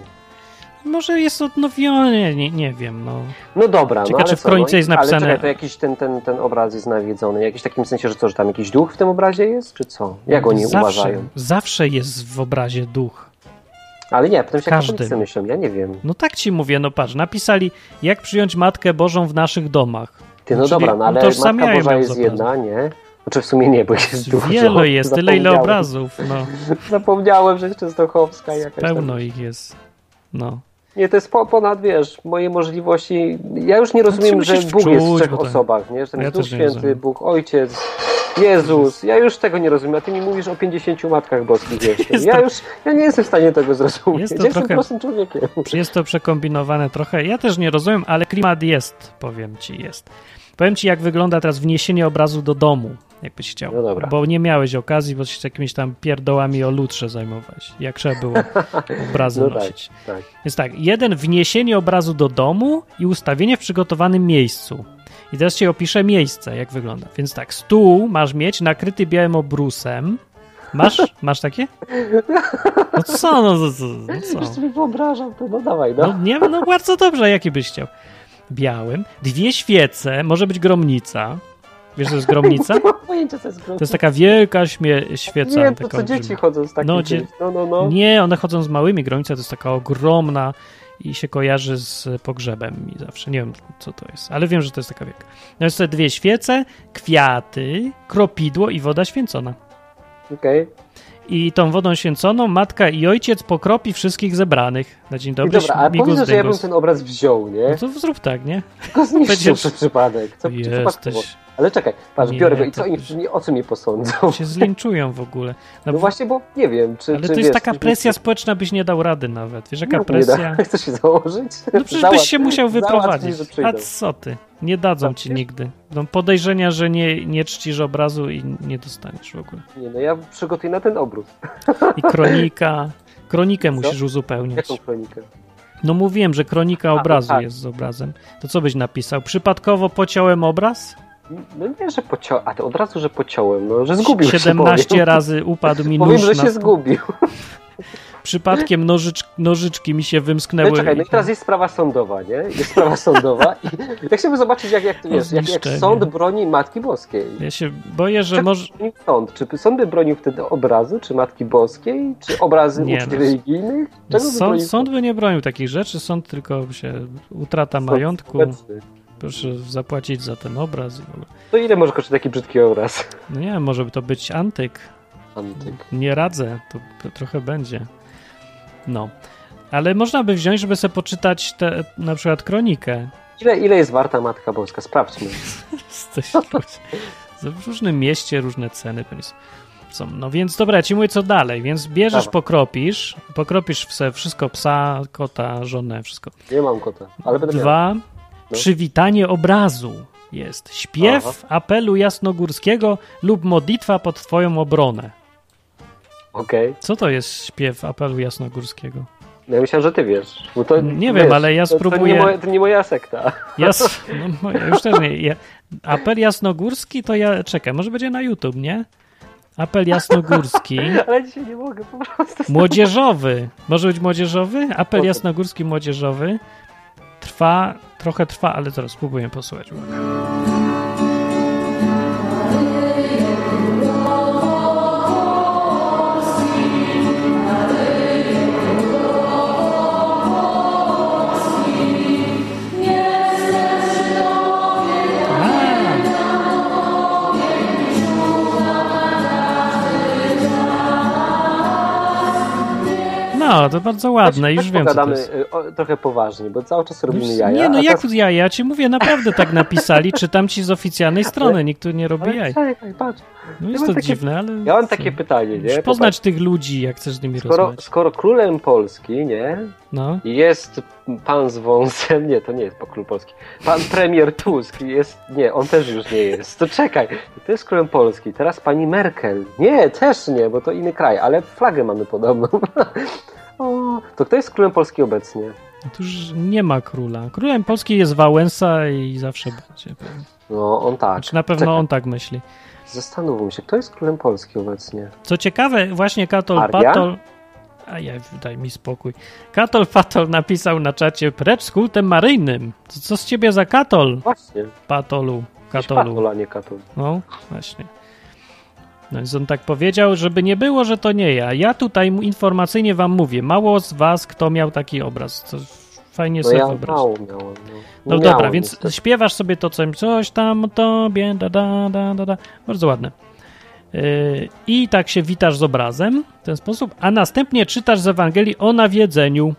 S1: Może jest odnowiony, nie, nie wiem, no.
S2: No dobra,
S1: Ciekawe,
S2: no
S1: czy w kronice
S2: no,
S1: jest napisane...
S2: Ale czekaj, to jakiś ten, ten, ten obraz jest nawiedzony, jakiś w takim sensie, że co, że tam jakiś duch w tym obrazie jest, czy co? Jak oni
S1: zawsze,
S2: uważają?
S1: Zawsze jest w obrazie duch.
S2: Ale nie, potem się katolicy myślą, ja nie wiem.
S1: No tak ci mówię, no patrz, napisali, jak przyjąć Matkę Bożą w naszych domach.
S2: Ty, no, no
S1: Znaczy,
S2: dobra, no ale Matka Boża jest zapewne. jedna, nie? Znaczy w sumie nie, bo jest dużo.
S1: Wiele jest, tyle ile obrazów. No.
S2: Zapomniałem, że jest Częstochowska jakaś
S1: Pełno
S2: tam.
S1: ich jest. No.
S2: Nie, to jest po, ponad, wiesz, moje możliwości. Ja już nie rozumiem, no, że Bóg wczuć, jest w trzech osobach, nie? Że ten ja Duch Święty, Bóg, Ojciec, Jezus. Ja już tego nie rozumiem, a ty mi mówisz o 50 Matkach Boskich [LAUGHS] jeszcze. Ja to... już ja nie jestem w stanie tego zrozumieć. Jest to ja trochę... jestem człowiekiem.
S1: Jest to przekombinowane trochę. Ja też nie rozumiem, ale klimat jest, powiem ci, jest. Powiem ci, jak wygląda teraz wniesienie obrazu do domu, jakbyś chciał.
S2: No dobra.
S1: Bo nie miałeś okazji, bo się jakimiś tam pierdołami o lutrze zajmować, jak trzeba było obrazy
S2: [LAUGHS] no
S1: nosić.
S2: Tak, tak.
S1: Więc tak, jeden, wniesienie obrazu do domu i ustawienie w przygotowanym miejscu. I teraz ci opiszę miejsce, jak wygląda. Więc tak, stół masz mieć nakryty białym obrusem. Masz? Masz takie? No co, no, no, no co?
S2: Już sobie wyobrażam to, no dawaj, no.
S1: no. Nie, no bardzo dobrze, jaki byś chciał białym, dwie świece, może być gromnica. Wiesz, co jest gromnica?
S2: [LAUGHS] Nie mam pojęcia, co jest gromnica.
S1: To jest taka wielka śmie- świeca.
S2: Nie, to co dzieci chodzą z takim no, dzie- no, no, no.
S1: Nie, one chodzą z małymi. Gromnica to jest taka ogromna i się kojarzy z pogrzebem i zawsze. Nie wiem, co to jest, ale wiem, że to jest taka wielka. No jest te dwie świece, kwiaty, kropidło i woda święcona.
S2: Okej. Okay
S1: i tą wodą święconą matka i ojciec pokropi wszystkich zebranych. Na dzień dobry.
S2: I dobra, a powiedz, że ja bym ten obraz wziął, nie?
S1: No to zrób tak, nie?
S2: Tylko zniszczył No, Będziesz... przez przypadek. Co,
S1: Jesteś...
S2: Ale czekaj, patrz, nie, biorę go i co im, to... o co mnie [LAUGHS] posądzą?
S1: Się zlinczują w ogóle.
S2: No, no właśnie, bo nie wiem, czy
S1: Ale
S2: czy
S1: to
S2: wiesz,
S1: jest taka
S2: czy...
S1: presja społeczna, byś nie dał rady nawet. Wiesz, jaka no, presja?
S2: [LAUGHS] Nie Chcesz się założyć?
S1: No przecież Załatw... byś się musiał wyprowadzić. Załatw, a co ty? Nie dadzą ci nigdy. No podejrzenia, że nie, nie czcisz obrazu i nie dostaniesz w ogóle.
S2: Nie, no ja przygotuję na ten obrót.
S1: I kronika. Kronikę co? musisz uzupełnić.
S2: Jaką tak. kronikę?
S1: No mówiłem, że kronika obrazu a, jest z obrazem. To co byś napisał? Przypadkowo pociąłem obraz?
S2: No nie, że pociąłem, a to od razu, że pociąłem, no, że zgubił
S1: 17
S2: się, powiem.
S1: razy upadł mi
S2: Powiem, że
S1: na...
S2: się zgubił. No
S1: Przypadkiem nożycz, nożyczki mi się wymsknęły.
S2: No czekaj, no i teraz jest sprawa sądowa, nie? Jest sprawa sądowa i
S1: [LAUGHS]
S2: ja chciałbym zobaczyć, jak, jak to jest, jak, jak sąd broni Matki Boskiej.
S1: Ja się boję, że
S2: czy
S1: może...
S2: Sąd, czy sąd by bronił wtedy obrazu, czy Matki Boskiej, czy obrazy nie, uczniów no. religijnych? Czego
S1: sąd, by bronił? sąd by nie bronił takich rzeczy, sąd tylko się utrata sąd majątku. Społeczny proszę zapłacić za ten obraz.
S2: To ile może kosztować taki brzydki obraz?
S1: No nie, może by to być antyk.
S2: Antyk.
S1: Nie radzę, to, to trochę będzie. No. Ale można by wziąć, żeby sobie poczytać te, na przykład kronikę. [LAUGHS]
S2: Ile, ile jest warta Matka Boska? Sprawdźmy.
S1: Jesteś w różnym mieście różne ceny są. No więc dobra, ci mówię co dalej. Więc bierzesz, Dawa. pokropisz, pokropisz w wszystko psa, kota, żonę, wszystko.
S2: Nie mam kota, ale będę
S1: Dwa,
S2: miał.
S1: No. przywitanie obrazu jest śpiew Aha. apelu jasnogórskiego lub modlitwa pod twoją obronę.
S2: Okej. Okay.
S1: Co to jest śpiew apelu jasnogórskiego?
S2: No ja myślałem, że ty wiesz. To,
S1: nie
S2: wiesz,
S1: wiem, ale ja spróbuję... To,
S2: nie, moja, to nie moja sekta. [LAUGHS]
S1: Ja, no, ja już też nie. Ja, apel jasnogórski to ja... Czekaj, może będzie na YouTube, nie? Apel
S2: [LAUGHS]
S1: jasnogórski.
S2: Ale dzisiaj nie mogę, po prostu.
S1: Młodzieżowy. Może być młodzieżowy? Apel jasnogórski młodzieżowy trwa, trochę trwa, ale zaraz spróbuję posłuchać. No, to bardzo ładne, już wiem co to
S2: pogadamy
S1: jest.
S2: y, o- trochę poważnie, bo cały czas robimy
S1: Już-
S2: jaja.
S1: nie, no
S2: a
S1: jak
S2: teraz-
S1: jaja? Ja ci mówię, naprawdę tak napisali, czytam ci z oficjalnej strony, nikt tu nie robi
S2: Ale
S1: jaj.
S2: czekaj, patrz.
S1: No jest
S2: mam
S1: to
S2: takie-
S1: dziwne, ale...
S2: Ja mam takie pytanie, nie?
S1: Musisz poznać tych ludzi, jak chcesz z nimi
S2: Popatrz, skoro,
S1: rozmawiać.
S2: skoro królem Polski, nie?
S1: No.
S2: Jest pan z wąsem, nie, to nie jest po król Polski. Pan premier Tusk jest, nie, on też już nie jest. To czekaj, to jest królem Polski, teraz pani Merkel. Nie, też nie, bo to inny kraj, ale flagę mamy podobną. [LAUGHS] O, to kto jest królem Polski obecnie?
S1: Otóż nie ma króla. Królem Polski jest Wałęsa i zawsze będzie.
S2: No, on tak.
S1: Znaczy na pewno
S2: Czekaj,
S1: on tak myśli.
S2: Zastanówmy się, kto jest królem Polski obecnie?
S1: Co ciekawe, właśnie Katol
S2: Argia?
S1: Patol. A ja, daj mi spokój. Katol Patol napisał na czacie precz z kultem maryjnym. Co, co z ciebie za Katol,
S2: Właśnie,
S1: Patolu? Katolu.
S2: Katolu. a nie Katol.
S1: No, właśnie. No więc on tak powiedział, żeby nie było, że to nie ja. Ja tutaj mu- informacyjnie wam mówię. Mało z was, kto miał taki obraz. Co fajnie
S2: No
S1: sobie
S2: ja
S1: wyobrazić.
S2: mało miałem. No,
S1: No
S2: Nie
S1: dobra,
S2: miałem
S1: więc
S2: niestety.
S1: śpiewasz sobie to coś, coś tam o tobie, da, da, da, da, da. Bardzo ładne. Yy, I tak się witasz z obrazem w ten sposób, a następnie czytasz z Ewangelii o nawiedzeniu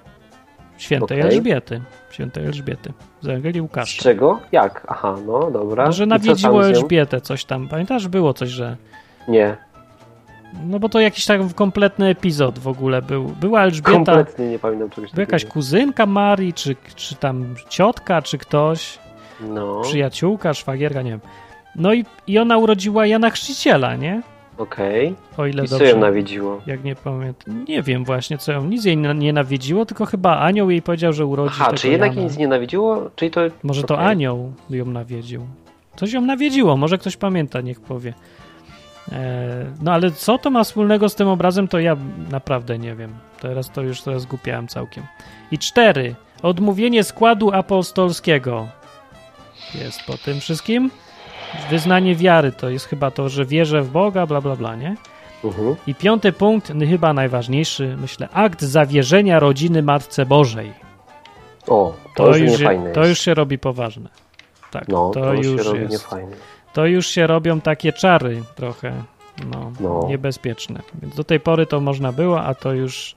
S1: świętej
S2: Okej.
S1: Elżbiety. Świętej Elżbiety. Z Ewangelii
S2: Z
S1: Łukasza.
S2: czego? Jak? Aha, no dobra.
S1: No, że
S2: I co tam
S1: nawiedziło
S2: z nią?
S1: Elżbietę, coś tam. Pamiętasz, było coś, że.
S2: Nie,
S1: No bo to jakiś tak kompletny epizod w ogóle był. Była Elżbieta.
S2: kompletnie nie pamiętam czegoś
S1: Była jakaś kuzynka Marii, czy, czy tam ciotka, czy ktoś.
S2: No,
S1: przyjaciółka, szwagierka, nie wiem. No i, i ona urodziła Jana Chrzciciela, nie?
S2: okej.
S1: O ile
S2: I co
S1: dobrze.
S2: ją nawiedziło?
S1: Jak nie pamiętam. Nie wiem właśnie, co ją. Nic jej na- nie nawiedziło, tylko chyba anioł jej powiedział, że urodzi
S2: Aha,
S1: tego
S2: czy jednak jej
S1: Jana.
S2: nic nie nawiedziło? Czyli to...
S1: Może to
S2: okej.
S1: anioł ją nawiedził. Coś ją nawiedziło, może ktoś pamięta, niech powie. E, no ale co to ma wspólnego z tym obrazem, to ja naprawdę nie wiem. Teraz to już teraz głupiałem całkiem. I cztery. Odmówienie składu apostolskiego. Jest po tym wszystkim. Wyznanie wiary to jest chyba to, że wierzę w Boga, bla, bla, bla, nie?
S2: Mhm.
S1: I piąty punkt, no, chyba najważniejszy, myślę, akt zawierzenia rodziny Matce Bożej.
S2: O, to,
S1: To,
S2: już
S1: już, je-
S2: niefajne
S1: to
S2: jest.
S1: już się robi poważne. Tak,
S2: No,
S1: to, już
S2: się robi
S1: jest.
S2: niefajne.
S1: To już się robią takie czary trochę no,
S2: No.
S1: niebezpieczne. Więc do tej pory to można było, a to już.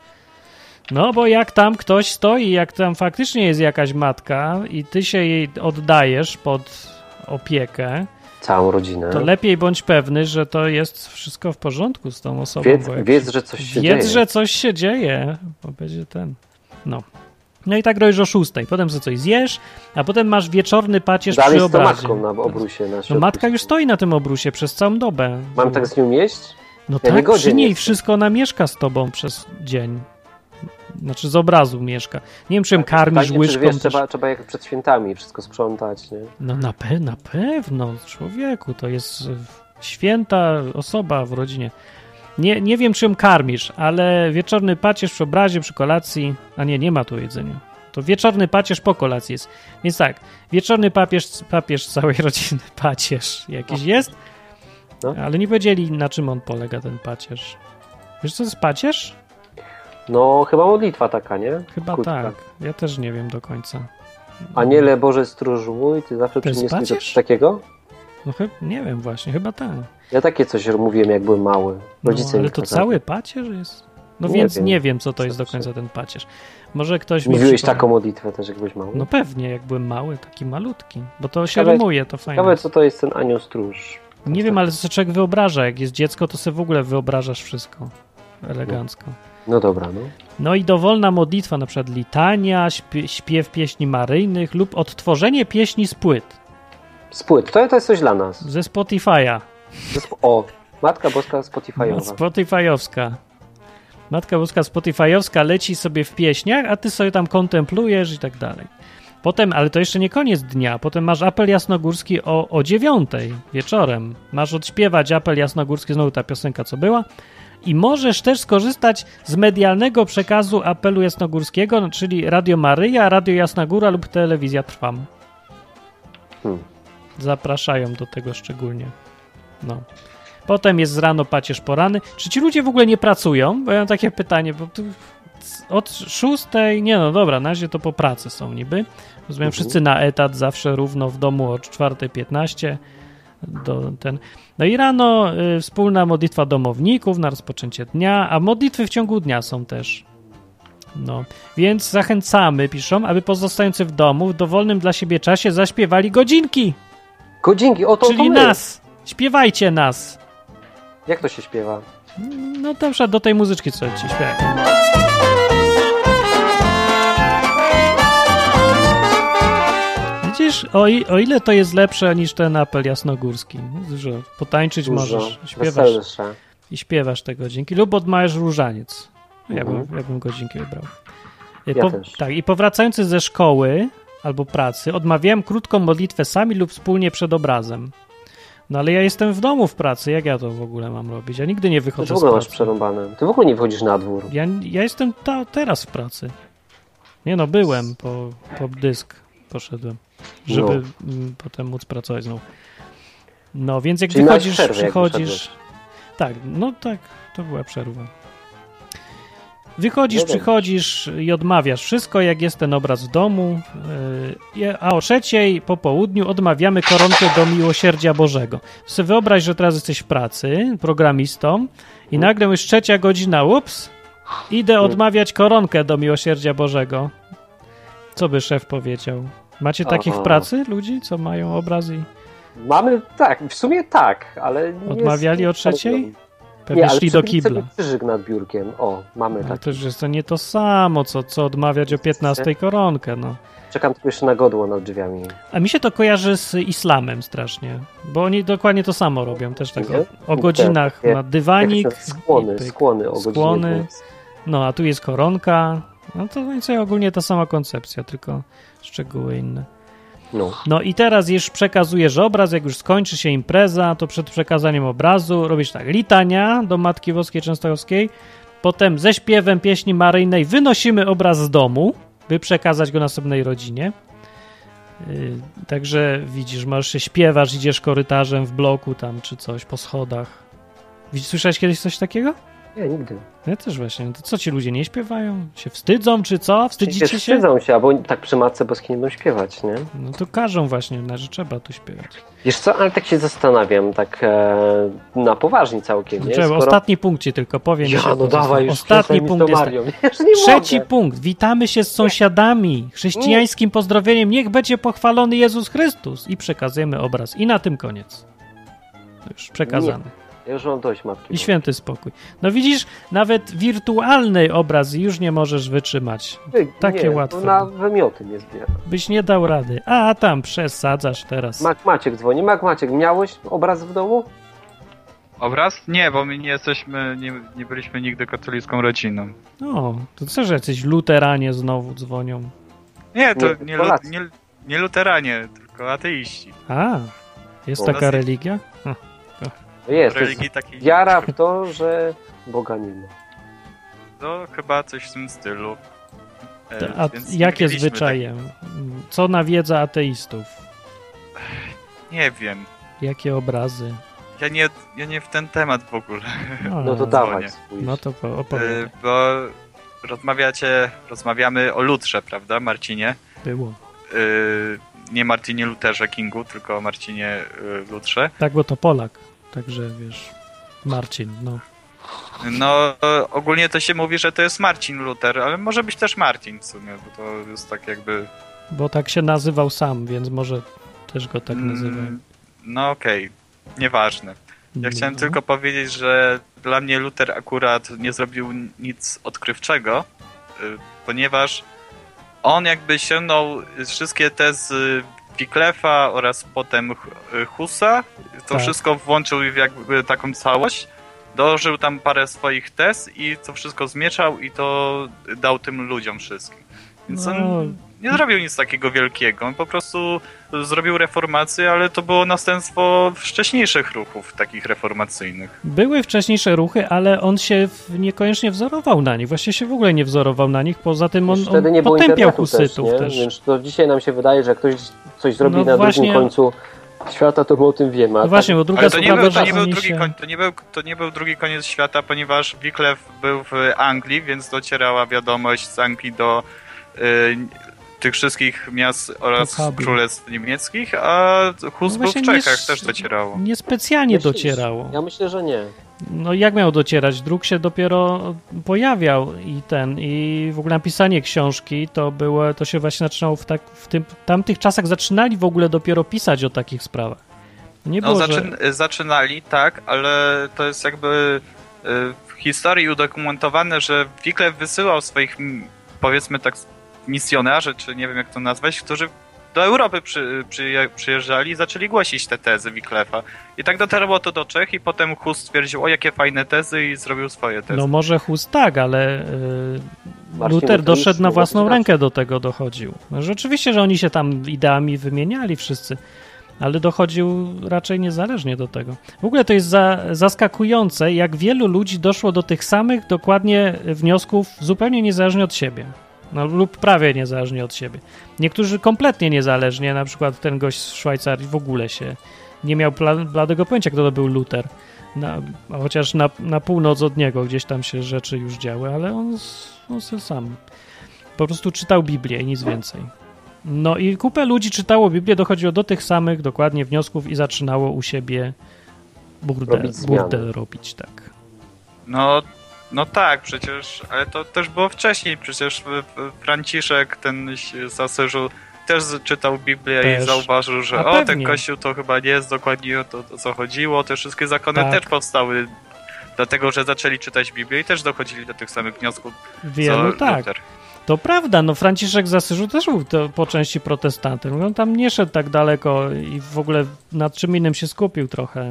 S1: No bo jak tam ktoś stoi, jak tam faktycznie jest jakaś matka i ty się jej oddajesz pod opiekę,
S2: Całą rodzinę.
S1: to lepiej bądź pewny, że to jest wszystko w porządku z tą osobą.
S2: Wiedz,
S1: bo jak
S2: wiedz, że coś się
S1: Wiedz,
S2: dzieje.
S1: że coś się dzieje, bo będzie ten. No. No i tak robisz o szóstej, potem sobie coś zjesz, a potem masz wieczorny pacierz
S2: Dalej
S1: przy
S2: z tą
S1: obrazie.
S2: matką na obrusie. Na
S1: No
S2: środku.
S1: matka już stoi na tym obrusie przez całą dobę.
S2: Mam tak z nią jeść?
S1: No
S2: ja
S1: tak,
S2: niegodzien
S1: przy niej
S2: jestem.
S1: wszystko ona mieszka z tobą przez dzień. Znaczy z obrazu mieszka. Nie wiem, czy ją karmisz
S2: Tak, Pytanie, czy
S1: łyżką
S2: wiesz,
S1: też.
S2: trzeba, trzeba jak przed świętami wszystko sprzątać, nie?
S1: No na, pe- na pewno, człowieku, to jest y, święta osoba w rodzinie. Nie, nie wiem, czym karmisz, ale wieczorny pacierz przy obrazie, przy kolacji. A nie, nie ma tu jedzenia. To wieczorny pacierz po kolacji jest. Więc tak, wieczorny papież, papież całej [LAUGHS] rodziny, pacierz jakiś jest,
S2: No.
S1: ale nie powiedzieli, na czym on polega, ten pacierz. Wiesz, co jest pacierz?
S2: No, chyba modlitwa taka, nie?
S1: Chyba
S2: Krótka.
S1: tak. Ja też nie wiem do końca.
S2: Aniele Boże stróż mój, ty zawsze
S1: To jest
S2: przyniosłeś coś
S1: pacierz?
S2: takiego?
S1: No chyba, nie wiem właśnie, chyba tak.
S2: Ja takie coś mówiłem, jak byłem mały.
S1: No,
S2: Rodzice mi
S1: ale to
S2: kazali.
S1: cały pacierz jest? No
S2: Nie
S1: więc
S2: wiem.
S1: nie wiem, co to
S2: Co
S1: jest do
S2: to
S1: końca ten pacierz. Może ktoś mi
S2: Mówiłeś
S1: przypomni.
S2: taką modlitwę też, jak byłeś mały?
S1: No pewnie, jak byłem mały, taki malutki. Bo to się
S2: Ciekawe-
S1: rymuje, to fajne.
S2: Ciekawe, co to jest ten anioł stróż.
S1: Nie wiem, ale co człowiek wyobraża. Jak jest dziecko, to sobie w ogóle wyobrażasz wszystko. Elegancko.
S2: No dobra, no.
S1: No i dowolna modlitwa, na przykład litania, śpie- śpiew pieśni maryjnych lub odtworzenie pieśni z płyt,
S2: Spłyt, to, to jest coś dla nas.
S1: ze Spotify'a.
S2: To jest- O, Matka Boska
S1: No,
S2: Spotify'owa.
S1: Spotifyowska. Matka Boska Spotifyowska leci sobie w pieśniach, a ty sobie tam kontemplujesz i tak dalej. Potem, ale to jeszcze nie koniec dnia, potem masz apel jasnogórski o, o dziewiątej wieczorem. Masz odśpiewać apel jasnogórski, znowu ta piosenka co była. I możesz też skorzystać z medialnego przekazu apelu jasnogórskiego, no, czyli Radio Maryja, Radio Jasna Góra lub Telewizja Trwam.
S2: Hmm.
S1: Zapraszają do tego szczególnie. No. Potem jest z rano pacierz porany. Czy ci ludzie w ogóle nie pracują? Bo ja mam takie pytanie, bo tu od szóstej, nie no dobra, na razie to po pracy są niby. Rozumiem,
S2: Mhm.
S1: wszyscy na etat, zawsze równo w domu od 4.15 do ten. No i rano y, wspólna modlitwa domowników na rozpoczęcie dnia, a modlitwy w ciągu dnia są też. No, więc zachęcamy, piszą, aby pozostający w domu w dowolnym dla siebie czasie zaśpiewali godzinki,
S2: Godzinki, o to to
S1: czyli
S2: my.
S1: nas. Śpiewajcie nas.
S2: Jak to się śpiewa?
S1: No dobrze, do tej muzyczki co ci śpiewa. Widzisz, o, i, o ile to jest lepsze niż ten apel jasnogórski, że potańczyć możesz, śpiewasz
S2: weselsze.
S1: i śpiewasz te godzinki, lub odmawiasz różaniec. Ja bym,
S2: Mhm.
S1: ja bym godzinki wybrał.
S2: Ja
S1: Po-
S2: też.
S1: Tak, i powracający ze szkoły albo pracy, odmawiałem krótką modlitwę sami lub wspólnie przed obrazem. No ale ja jestem w domu w pracy, jak ja to w ogóle mam robić? Ja nigdy nie
S2: Ty
S1: wychodzę
S2: Znaczy, w ogóle
S1: z
S2: masz
S1: pracy.
S2: przerąbane. Ty w ogóle nie wychodzisz na dwór.
S1: Ja, ja jestem ta, teraz w pracy. Nie no, byłem, po, po dysk poszedłem,
S2: No.
S1: żeby mm, potem móc pracować znowu. No, więc jak
S2: Czyli miałeś
S1: wychodzisz,
S2: przerwę, jak
S1: przychodzisz... tak, no tak, to była przerwa. Wychodzisz,
S2: No dobrze.
S1: przychodzisz i odmawiasz wszystko, jak jest ten obraz w domu, yy, je- a o trzeciej po południu odmawiamy koronkę do miłosierdzia Bożego. Sobie wyobraź, że teraz jesteś w pracy, programistą, i
S2: Mhm.
S1: nagle już trzecia godzina, ups, idę odmawiać koronkę do miłosierdzia Bożego. Co by szef powiedział? Macie takich
S2: Aha.
S1: w pracy ludzi, co mają obrazy?
S2: Mamy, tak, w sumie tak, ale... nie
S1: Odmawiali
S2: jest- tak
S1: o trzeciej? Pewnie
S2: Nie, ale
S1: szli do
S2: przybili sobie
S1: kibla.
S2: krzyżyk nad biurkiem. O, mamy
S1: Ale
S2: tak.
S1: to już jest to nie to samo, co, co odmawiać o 15 koronkę, no.
S2: tak. Czekam tylko jeszcze na godło nad drzwiami.
S1: A mi się to kojarzy z islamem strasznie, bo oni dokładnie to samo robią, też tak
S2: Nie?
S1: o, o godzinach na
S2: Tak, Jak
S1: dywanik.
S2: to są skłony,
S1: i pyk.
S2: skłony o godzinie
S1: Skłony.
S2: 12.
S1: No, a tu jest koronka. No to mniej więcej ogólnie ta sama koncepcja, tylko szczegóły inne.
S2: No.
S1: No i teraz już przekazujesz obraz, jak już skończy się impreza, to przed przekazaniem obrazu robisz tak, litania do Matki Boskiej Częstochowskiej, potem ze śpiewem pieśni maryjnej wynosimy obraz z domu, by przekazać go następnej rodzinie. Yy, Także widzisz, masz się śpiewasz, idziesz korytarzem w bloku tam czy coś, po schodach. Widzisz, słyszałeś kiedyś coś takiego?
S2: Nie, nigdy.
S1: Ja też właśnie. No To co ci ludzie nie śpiewają? Się wstydzą czy co? Wstydzicie
S2: Wiesz,
S1: się?
S2: Wstydzą się, albo tak przy Matce Boskiej nie będą śpiewać, nie?
S1: No to każą właśnie, na że trzeba tu śpiewać.
S2: Wiesz co, ale tak się zastanawiam, tak e, na poważnie całkiem, nie?
S1: Czekaj, Ostatni punkt ci tylko powiem.
S2: Ja,
S1: jeszcze
S2: no
S1: po
S2: dawaj
S1: prostu.
S2: już,
S1: Ostatni
S2: przestań mi z
S1: punkt
S2: tą
S1: jest
S2: Marią. Wiesz, nie
S1: tak. Trzeci
S2: mogę.
S1: punkt. Witamy się z sąsiadami. Chrześcijańskim pozdrowieniem niech będzie pochwalony Jezus Chrystus. I przekazujemy obraz. I na tym koniec. To Już przekazany.
S2: Ja już mam dość Matki
S1: I święty spokój. No widzisz, nawet wirtualny obraz już nie możesz wytrzymać.
S2: Boskiej. Ty,
S1: takie
S2: nie,
S1: łatwe.
S2: to Na wymioty nie zbiera.
S1: Byś nie dał rady. A tam przesadzasz teraz.
S2: Mak Maciek dzwoni. Mak Maciek, miałeś obraz w domu?
S3: Obraz? Nie, bo my nie jesteśmy, nie, nie byliśmy nigdy katolicką rodziną.
S1: No, to co, że jacyś luteranie znowu dzwonią?
S3: Nie, to
S2: Nie,
S3: nie, lu,
S2: Polacy.
S3: nie, nie luteranie, tylko ateiści.
S1: A, jest
S2: O.
S1: taka religia?
S2: No Jest, to jest
S3: Religii takiej
S2: wiara w to, że Boga nie ma.
S3: No, chyba coś w tym stylu. E,
S1: To, a
S3: więc nie
S1: jakie
S3: mieliśmy
S1: zwyczaje? Co nawiedza ateistów?
S3: Tak, nie wiem.
S1: Jakie
S3: [LAUGHS]
S1: obrazy?
S3: Ja nie, ja nie w ten temat w ogóle.
S2: No to
S1: A,
S2: dawaj
S3: dzwonię.
S2: swój.
S1: Eee, No to po-
S3: E,
S1: opowiadaj.
S3: bo rozmawiacie, rozmawiamy o lutrze, prawda, Marcinie?
S1: Było.
S3: E, nie Marcinie Luterze Kingu, tylko o Marcinie e, Lutrze.
S1: Tak, bo to Polak. Także wiesz, Marcin, no.
S3: No, e, ogólnie to się mówi, że to jest Marcin Luther, ale może być też Marcin w sumie, bo to jest tak jakby.
S1: Bo tak się nazywał sam, więc może też go tak nazywają.
S3: Mm, No okej, nieważne. Ja chciałem
S1: No.
S3: tylko powiedzieć, że dla mnie Luther akurat nie zrobił nic odkrywczego, y, ponieważ on jakby sięgnął wszystkie te z Wiklefa oraz potem Hu- y, Husa, to
S1: Tak.
S3: wszystko włączył w jakby taką całość, dołożył tam parę swoich tez i to wszystko zmieszał i to dał tym ludziom wszystkim. Więc
S1: No.
S3: on nie zrobił nic takiego wielkiego, on po prostu zrobił reformację, ale to było następstwo wcześniejszych ruchów takich reformacyjnych.
S1: Były wcześniejsze ruchy, ale on się w- niekoniecznie wzorował na nich. Właściwie się w ogóle nie wzorował na nich, poza tym on,
S2: Wiesz, Wtedy nie
S1: on
S2: było
S1: potępiał
S2: internetu
S1: husytów
S2: nie?
S1: też.
S2: Więc to dzisiaj nam się wydaje, że jak ktoś coś zrobi
S1: No
S2: na
S1: właśnie-
S2: drugim końcu świata, to my o tym wiemy. a tak-
S1: No właśnie, bo druga
S3: Ale to nie,
S1: sprawa,
S3: był, to,
S1: że
S3: nie był
S1: oni
S3: drugi
S1: się...
S3: koń, to, nie był, to nie był drugi koniec świata, ponieważ Wyclef był w Anglii, więc docierała wiadomość z Anglii do y, tych wszystkich miast oraz
S1: Puchabi.
S3: królestw niemieckich, a Hus
S1: No
S3: był w
S1: właśnie nie
S3: Czechach,
S1: s-
S3: też docierało.
S1: Niespecjalnie
S2: Myślisz?
S1: docierało.
S2: Ja myślę, że nie.
S1: No jak miał docierać? Druk się dopiero pojawiał i ten, i w ogóle napisanie książki to było, to się właśnie zaczynało w, tak, w tym, tamtych czasach zaczynali w ogóle dopiero pisać o takich sprawach. Nie
S3: No,
S1: było, że-
S3: zaczyn, zaczynali, tak, ale to jest jakby y, w historii udokumentowane, że Wiklew wysyłał swoich, mm, powiedzmy tak, misjonarzy, czy nie wiem jak to nazwać, którzy do Europy przy, przyje- przyjeżdżali i zaczęli głosić te tezy Wiklefa. I tak dotarło to do Czech i potem Hus stwierdził, o jakie fajne tezy i zrobił swoje tezy.
S1: No może Hus tak, ale y,
S2: Marcin
S1: Luther
S2: Luther
S1: doszedł
S2: już
S1: na
S2: miał
S1: własną
S2: rację.
S1: rękę do tego dochodził. No, Rzeczywiście, że oni się tam ideami wymieniali wszyscy, ale dochodził raczej niezależnie do tego. W ogóle to jest za, zaskakujące, jak wielu ludzi doszło do tych samych dokładnie wniosków zupełnie niezależnie od siebie. No, lub prawie niezależnie od siebie. Niektórzy kompletnie niezależnie, na przykład ten gość z Szwajcarii w ogóle się nie miał pla- bladego pojęcia, kto to był Luther. Na, a chociaż na, na północ od niego gdzieś tam się rzeczy już działy, ale on, s- on se sam po prostu czytał Biblię i nic więcej. No i kupę ludzi czytało Biblię, dochodziło do tych samych dokładnie wniosków i zaczynało u siebie burdel
S2: Robić zmiany.
S1: burdel robić tak.
S3: No, no tak, przecież, ale to też było wcześniej, przecież w- w- Franciszek, ten si- z Asyżu, też z- czytał Biblię
S1: Też.
S3: i zauważył, że
S1: A
S3: o, ten
S1: pewnie.
S3: kościół to chyba nie jest dokładnie o to, o co chodziło, te wszystkie zakony
S1: Tak.
S3: też powstały dlatego, że zaczęli czytać Biblię i też dochodzili do tych samych wniosków, co
S1: Wielu tak.
S3: Luther.
S1: To prawda, no Franciszek z Asyżu też był to, po części protestantem. On tam nie szedł tak daleko i w ogóle nad czym innym się skupił trochę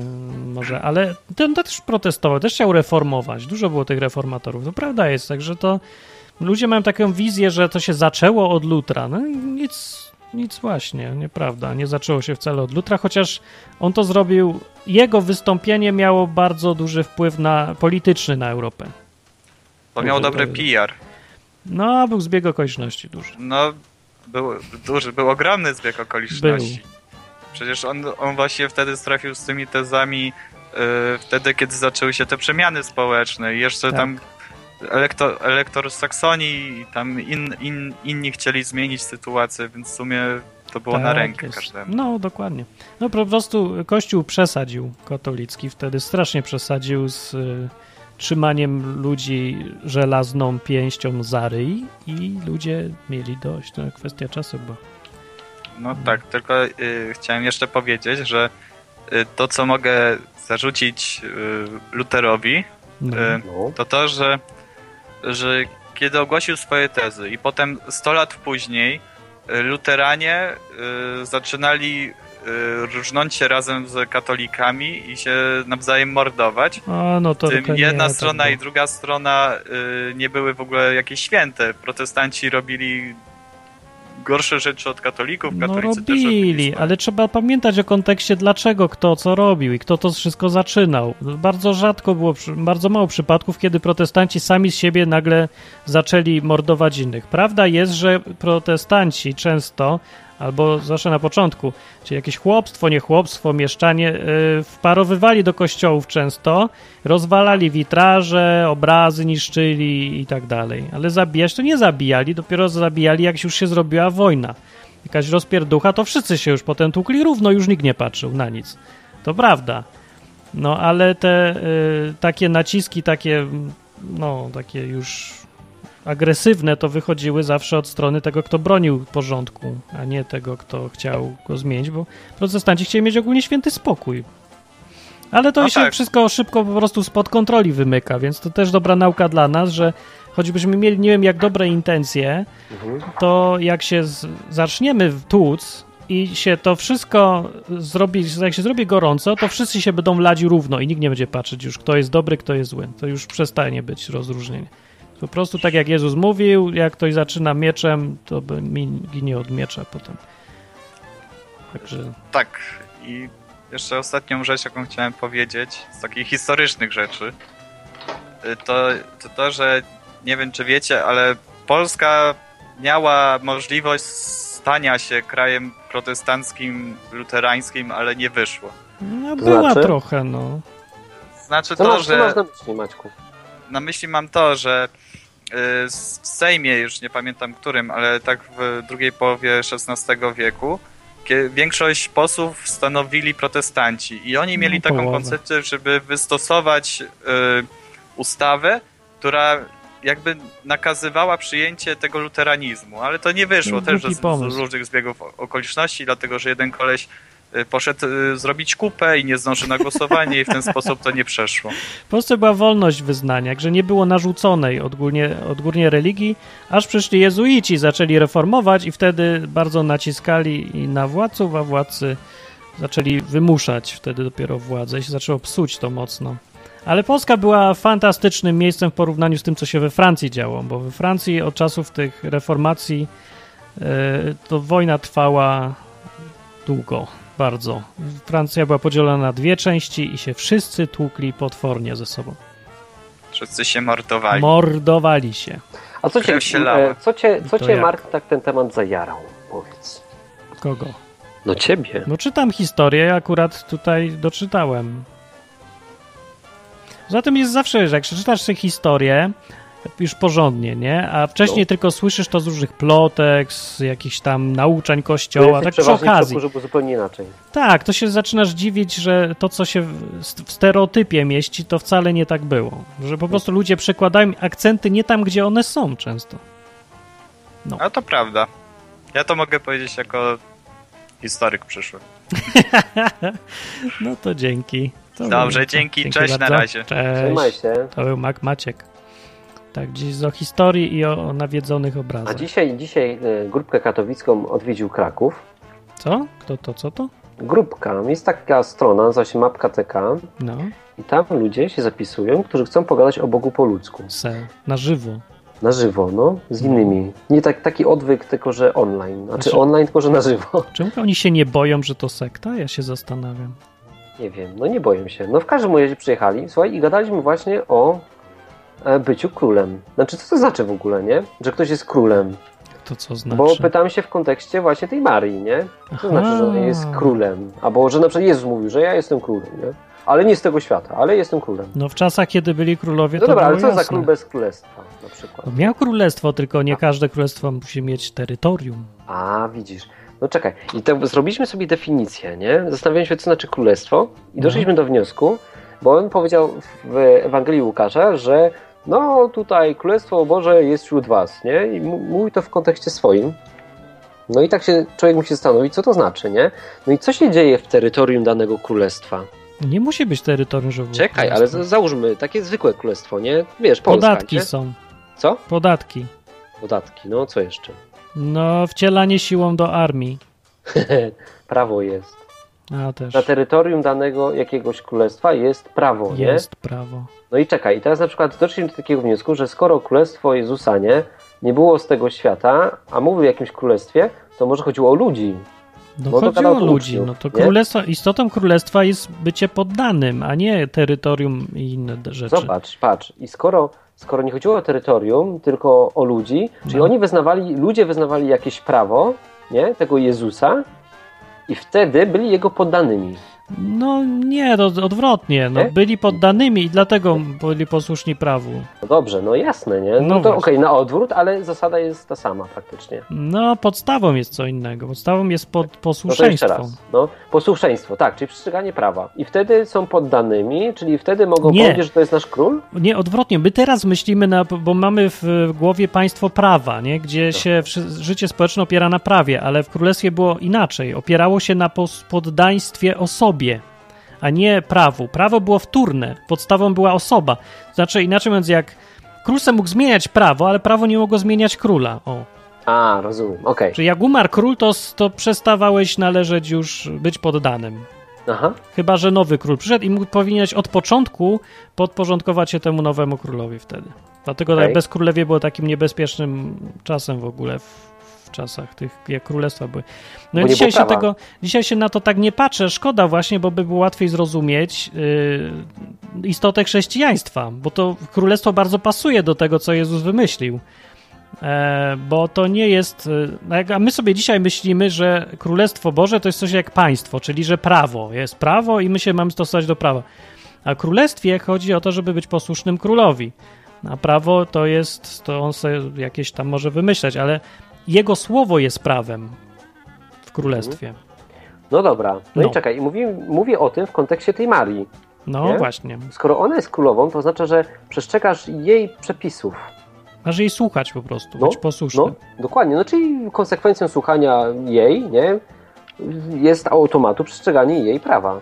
S1: może, ale ten też protestował, też chciał reformować. Dużo było tych reformatorów. To prawda jest, także to ludzie mają taką wizję, że to się zaczęło od Lutra. No i nic, nic właśnie, nieprawda. Nie zaczęło się wcale od Lutra, chociaż on to zrobił, jego wystąpienie miało bardzo duży wpływ na polityczny na Europę.
S3: To miał
S1: Może
S3: dobry
S1: tak.
S3: PR.
S1: No, a był zbieg okoliczności duży.
S3: No, był duży, był ogromny zbieg okoliczności. Przecież on, on właśnie wtedy strafił z tymi tezami, e, wtedy kiedy zaczęły się te przemiany społeczne. i Jeszcze
S1: Tak.
S3: tam elektor, elektor z Saksonii i tam in, in, inni chcieli zmienić sytuację, więc w sumie to było na
S1: Tak
S3: rękę
S1: jest.
S3: każdemu.
S1: No, dokładnie. No po prostu Kościół przesadził katolicki, wtedy strasznie przesadził z y, trzymaniem ludzi żelazną pięścią za ryj i ludzie mieli dość. To kwestia czasu była.
S3: No tak, tylko y, chciałem jeszcze powiedzieć, że y, to, co mogę zarzucić y, Luterowi,
S1: No.
S3: y,
S2: No.
S3: to to, że, że kiedy ogłosił swoje tezy i potem 100 lat później y, luteranie y, zaczynali y, różnąć się razem z katolikami i się nawzajem mordować.
S1: A, no to
S3: Tym
S1: to nie,
S3: jedna
S1: tak
S3: strona i
S1: było.
S3: druga strona y, nie były w ogóle jakieś święte. Protestanci robili gorsze rzeczy od katolików,
S1: No
S3: katolicy też
S1: robili,
S3: swoje.
S1: ale trzeba pamiętać o kontekście, dlaczego kto co robił i kto to wszystko zaczynał. Bardzo rzadko było, przy- bardzo mało przypadków, kiedy protestanci sami z siebie nagle zaczęli mordować innych. Prawda jest, że protestanci często, albo zawsze na początku, czyli jakieś chłopstwo, niechłopstwo, mieszczanie, y, wparowywali do kościołów często, rozwalali witraże, obrazy niszczyli i tak dalej. Ale zabijać to nie zabijali, dopiero zabijali, jak już się zrobiła wojna jakaś rozpierducha, to wszyscy się już potem tłukli równo, już nikt nie patrzył na nic. To prawda. No ale te y, takie naciski, takie mm, no, takie już agresywne, to wychodziły zawsze od strony tego, kto bronił porządku, a nie tego, kto chciał go zmienić, bo protestanci chcieli mieć ogólnie święty spokój. Ale to
S3: No
S1: się
S3: tak.
S1: wszystko szybko po prostu spod kontroli wymyka, więc to też dobra nauka dla nas, że choćbyśmy mieli, nie wiem, jak dobre intencje,
S2: Mhm.
S1: to jak się z, zaczniemy tłuc i się to wszystko zrobi, jak się zrobi gorąco, to wszyscy się będą lać równo i nikt nie będzie patrzeć już, kto jest dobry, kto jest zły. To już przestanie być rozróżnienie. Po prostu tak jak Jezus mówił, jak ktoś zaczyna mieczem, to by mi ginie od miecza potem. Także
S3: Tak. I jeszcze ostatnią rzecz, jaką chciałem powiedzieć, z takich historycznych rzeczy, y, to to, to że nie wiem, czy wiecie, ale Polska miała możliwość stania się krajem protestanckim, luterańskim, ale nie wyszło.
S1: no,
S2: To
S1: była
S2: znaczy?
S1: trochę, no.
S3: Znaczy
S2: Co,
S3: to,
S2: masz, co
S3: że
S2: masz na myśli, Maćku?
S3: na myśli mam to, że y, w Sejmie, już nie pamiętam którym, ale tak w drugiej połowie XVI wieku, kie- większość posłów stanowili protestanci i oni mieli
S1: No,
S3: taką
S1: połowę.
S3: koncepcję, żeby wystosować y, ustawę, która jakby nakazywała przyjęcie tego luteranizmu, ale to nie wyszło
S1: No,
S3: też
S1: głupi
S3: z, z
S1: pomysł.
S3: różnych zbiegów o- okoliczności, dlatego że jeden koleś y, poszedł y, zrobić kupę i nie zdążył na głosowanie i w ten [LAUGHS] sposób to nie przeszło.
S1: W Polsce była wolność wyznania, że nie było narzuconej odgórnie, odgórnie religii, aż przyszli jezuici, zaczęli reformować i wtedy bardzo naciskali i na władców, a władcy zaczęli wymuszać wtedy dopiero władzę i się zaczęło psuć to mocno. Ale Polska była fantastycznym miejscem w porównaniu z tym, co się we Francji działo, bo we Francji od czasów tych reformacji e, to wojna trwała długo, bardzo. Francja była podzielona na dwie części i się wszyscy tłukli potwornie ze sobą.
S3: Wszyscy się martowali.
S1: Mordowali się.
S2: A co cię,
S3: Krew się lała.
S2: e, co cię, co
S1: To
S2: cię
S1: jak?
S2: Mark tak ten temat zajarał? Powiedz.
S1: Kogo?
S2: No ciebie.
S1: No czytam historię, akurat tutaj doczytałem. Zatem jest zawsze, że jak przeczytasz tę historię już porządnie, nie? A wcześniej
S2: No.
S1: tylko słyszysz to z różnych plotek, z jakichś tam nauczań
S2: Ty
S1: kościoła,
S2: jesteś
S1: tak przy
S2: przeważnie w
S1: okazji.
S2: toku, żeby zupełnie inaczej.
S1: Tak, to się zaczynasz dziwić, że to, co się w st- w stereotypie mieści, to wcale nie tak było. Że po prostu ludzie przekładają akcenty nie tam, gdzie one są często.
S3: A to prawda. Ja to mogę powiedzieć jako historyk przyszły.
S1: No to dzięki. To
S3: Dobrze,
S1: było to.
S3: dzięki, cześć, na razie.
S2: Trzymaj
S1: Cześć.
S2: się.
S1: To był Mac Maciek. Tak, dziś o historii i o, o nawiedzonych
S2: A
S1: obrazach.
S2: dzisiaj, dzisiaj e, grupkę katowicką odwiedził Kraków.
S1: Co? Kto to, co to?
S2: Grupka, jest taka strona, nazywa się Mapka TK
S1: No,
S2: i tam ludzie się zapisują, którzy chcą pogadać o Bogu po ludzku.
S1: se, na żywo.
S2: Na żywo, no, z innymi. Nie tak, taki odwyk, tylko że online. Znaczy,
S1: Znaczy-
S2: online, tylko że na żywo. [LAUGHS]
S1: Czemu oni się nie boją, że to sekta? Ja się zastanawiam.
S2: Nie wiem, no nie boję się. No w każdym razie przyjechali, słuchaj, i gadaliśmy właśnie o e, byciu królem. Znaczy, co to znaczy w ogóle, nie? Że ktoś jest królem.
S1: To co znaczy?
S2: Bo pytałem się w kontekście właśnie tej Marii, nie? Co znaczy, że
S1: Aha.
S2: jest królem? Albo że na przykład Jezus mówił, że ja jestem królem, nie? Ale nie z tego świata, ale jestem królem.
S1: No w czasach, kiedy byli królowie,
S2: No
S1: to
S2: dobra, ale
S1: było
S2: co
S1: jasne.
S2: za król bez królestwa na przykład?
S1: No Miał królestwo, tylko nie każde królestwo musi mieć terytorium.
S2: A, widzisz. No czekaj, i to zrobiliśmy sobie definicję, nie? Zastanawialiśmy się, co znaczy królestwo i
S1: No.
S2: doszliśmy do wniosku, bo on powiedział w Ewangelii Łukasza, że no tutaj Królestwo Boże jest wśród was, nie? I mu- mówi to w kontekście swoim. No i tak się człowiek musi zastanowić, co to znaczy, nie? No i co się dzieje w terytorium danego królestwa?
S1: Nie musi być terytorium, żeby było
S2: Czekaj, ale
S1: królestwo.
S2: za- załóżmy, takie zwykłe królestwo, nie? Wiesz, Polska,
S1: Podatki
S2: nie?
S1: są.
S2: Co?
S1: Podatki.
S2: Podatki, no co jeszcze? [LAUGHS]
S1: No, wcielanie siłą do armii.
S2: Prawo jest.
S1: A też.
S2: Na terytorium danego jakiegoś królestwa jest prawo, nie?
S1: Jest prawo.
S2: No i czekaj, i teraz na przykład doszliśmy do takiego wniosku, że skoro królestwo Jezusa nie, nie było z tego świata, a mówił o jakimś królestwie, to może chodziło o ludzi.
S1: No,
S2: No to
S1: chodzi
S2: gadał
S1: o
S2: tu
S1: ludzi.
S2: uczniów,
S1: No to
S2: nie?
S1: królestwo, istotą królestwa jest bycie poddanym, a nie terytorium i inne d- rzeczy.
S2: Zobacz, patrz. I skoro, skoro nie chodziło o terytorium, tylko o ludzi, czyli
S1: No.
S2: oni wyznawali, ludzie wyznawali jakieś prawo, nie, tego Jezusa i wtedy byli jego poddanymi.
S1: No nie, to odwrotnie. No,
S2: Nie?
S1: byli poddanymi i dlatego byli posłuszni prawu.
S2: No dobrze, no jasne, nie? No,
S1: No
S2: to okej,
S1: właśnie.
S2: na odwrót, ale zasada jest ta sama praktycznie.
S1: No, podstawą jest co innego. Podstawą jest pod,
S2: No to jeszcze
S1: posłuszeństwo.
S2: raz. No, posłuszeństwo, tak, czyli przestrzeganie prawa. I wtedy są poddanymi, czyli wtedy mogą
S1: Nie.
S2: powiedzieć, że to jest nasz król?
S1: Nie, odwrotnie. My teraz myślimy, na, bo mamy w głowie państwo prawa, nie? gdzie
S2: Tak.
S1: się wszy- życie społeczne opiera na prawie, ale w królestwie było inaczej. Opierało się na pos- poddaństwie osobie, a nie prawu. Prawo było wtórne, podstawą była osoba. Znaczy, inaczej mówiąc, jak król se mógł zmieniać prawo, ale prawo nie mogło zmieniać króla. O.
S2: A, rozumiem, okej.
S1: Czyli jak umarł król, to, s- to przestawałeś należeć już być poddanym.
S2: Aha,
S1: Chyba, że nowy król przyszedł i mógł powinieneś od początku podporządkować się temu nowemu królowi wtedy. Dlatego
S2: Okej.
S1: tak bezkrólewie było takim niebezpiecznym czasem w ogóle w, w czasach tych, jak królestwa były. No
S2: Bo
S1: i
S2: nie
S1: dzisiaj
S2: było
S1: się,
S2: prawa.
S1: tego, dzisiaj się na to tak nie patrzę. Szkoda właśnie, bo by było łatwiej zrozumieć yy, istotę chrześcijaństwa, bo to królestwo bardzo pasuje do tego, co Jezus wymyślił. E, bo to nie jest. e, no jak- A my sobie dzisiaj myślimy, że Królestwo Boże to jest coś jak państwo, czyli że prawo jest prawo i my się mamy stosować do prawa. A królestwie chodzi o to, żeby być posłusznym królowi. A prawo to jest, to on sobie jakieś tam może wymyślać, ale jego słowo jest prawem w królestwie.
S2: No dobra, no,
S1: No.
S2: i czekaj, i mówi, mówię o tym w kontekście tej Marii.
S1: No
S2: Nie?
S1: właśnie.
S2: Skoro ona jest królową, to oznacza, że przestrzekasz jej przepisów.
S1: Masz jej słuchać po prostu,
S2: No,
S1: być posłuszny.
S2: No, dokładnie, no czyli konsekwencją słuchania jej, nie, jest automatu przestrzeganie jej prawa.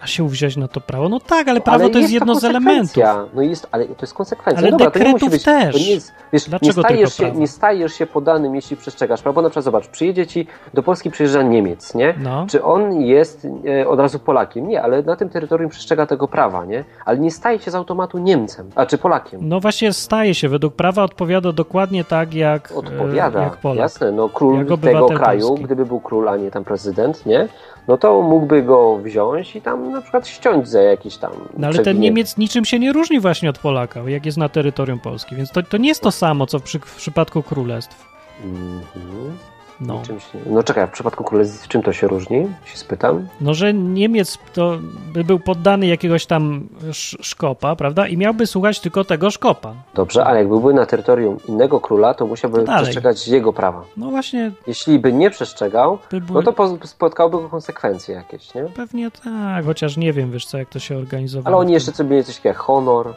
S1: A się uwziąć na to prawo? No tak, ale prawo to jest
S2: to
S1: jedno z elementów.
S2: konsekwencja. No jest, ale to jest konsekwencja.
S1: Ale
S2: no dobra, to nie musi
S1: dekretów
S2: być,
S1: też.
S2: To nie, jest, wiesz, nie,
S1: Dlaczego tylko
S2: stajesz się,
S1: prawo?
S2: nie stajesz się podanym, jeśli przestrzegasz prawo. Na przykład zobacz, przyjedzie ci, do Polski przyjeżdża Niemiec, nie?
S1: No,
S2: Czy on jest e, od razu Polakiem? Nie, ale na tym terytorium przestrzega tego prawa, nie? Ale nie staje się z automatu Niemcem, a czy Polakiem.
S1: no właśnie staje się. Według prawa odpowiada dokładnie tak, jak, e,
S2: Odpowiada,
S1: jak Polak.
S2: jasne, no król
S1: Jak
S2: tego
S1: obywatel
S2: kraju,
S1: Polski.
S2: gdyby był król, a nie tam prezydent, nie? No to mógłby go wziąć i tam na przykład ściąć za jakiś tam
S1: No ale ten
S2: przewinienie.
S1: Niemiec niczym się nie różni właśnie od Polaka, jak jest na terytorium Polski, więc to, to nie jest to samo, co w, przy, w przypadku królestw.
S2: Mhm.
S1: No.
S2: Czymś nie... No czekaj, a w przypadku królestw czym to się różni? Się spytam.
S1: no, że Niemiec to by był poddany jakiegoś tam sz, szkopa, prawda? I miałby słuchać tylko tego szkopa.
S2: Dobrze, ale jak byłby na terytorium innego króla, to musiałby
S1: To No dalej.
S2: przestrzegać jego prawa.
S1: No właśnie,
S2: Jeśli by nie przestrzegał,
S1: by był...
S2: no to po- spotkałby go konsekwencje jakieś, nie?
S1: Pewnie tak, chociaż nie wiem, wiesz co, jak to się organizowało.
S2: Ale oni jeszcze sobie mieli coś takiego jak honor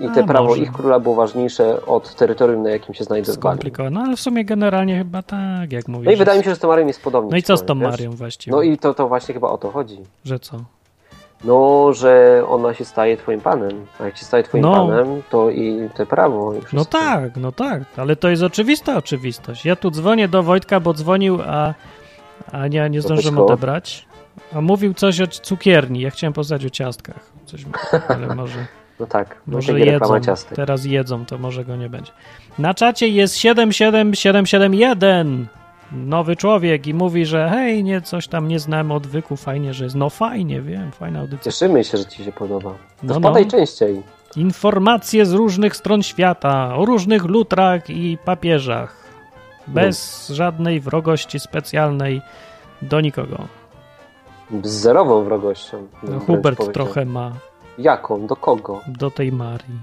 S2: i
S1: A,
S2: te prawo
S1: może.
S2: ich króla było ważniejsze od terytorium, na jakim się znajdowali.
S1: Skomplikowane, no ale w sumie generalnie chyba tak, jak mówisz.
S2: No i wydaje mi
S1: jest-
S2: się, że z tą Marią jest podobnie.
S1: No i co z tą
S2: przynajmniej,
S1: Marią
S2: wiesz?
S1: właściwie?
S2: No i to, to właśnie chyba o to chodzi.
S1: Że co?
S2: No, że ona się staje twoim panem. A jak się staje twoim
S1: No.
S2: panem, to i te prawo. I
S1: No
S2: wszystko.
S1: tak, no tak, ale to jest oczywista oczywistość. Ja tu dzwonię do Wojtka, bo dzwonił, a, a nie,
S2: No
S1: nie zdążyłem
S2: Wojtko?
S1: odebrać. A mówił coś o cukierni. Ja chciałem poznać o ciastkach. Coś,
S2: [LAUGHS]
S1: mi- ale może,
S2: No tak.
S1: może
S2: Takie reklama
S1: jedzą.
S2: ciastek.
S1: Teraz jedzą, to może go nie będzie. Na czacie jest 77771. Nowy człowiek i mówi, że hej, nie, coś tam nie znam odwyku, fajnie, że jest. No fajnie, wiem, fajna audycja.
S2: Cieszymy się, że ci się podoba.
S1: No,
S2: No,
S1: no.
S2: Wpadaj częściej.
S1: Informacje z różnych stron świata, o różnych lutrach i papieżach.
S2: No.
S1: Bez żadnej wrogości specjalnej do nikogo.
S2: Z zerową wrogością.
S1: No,
S2: wręcz
S1: Hubert
S2: powiedział.
S1: trochę ma
S2: Jaką? Do kogo?
S1: do tej Marii.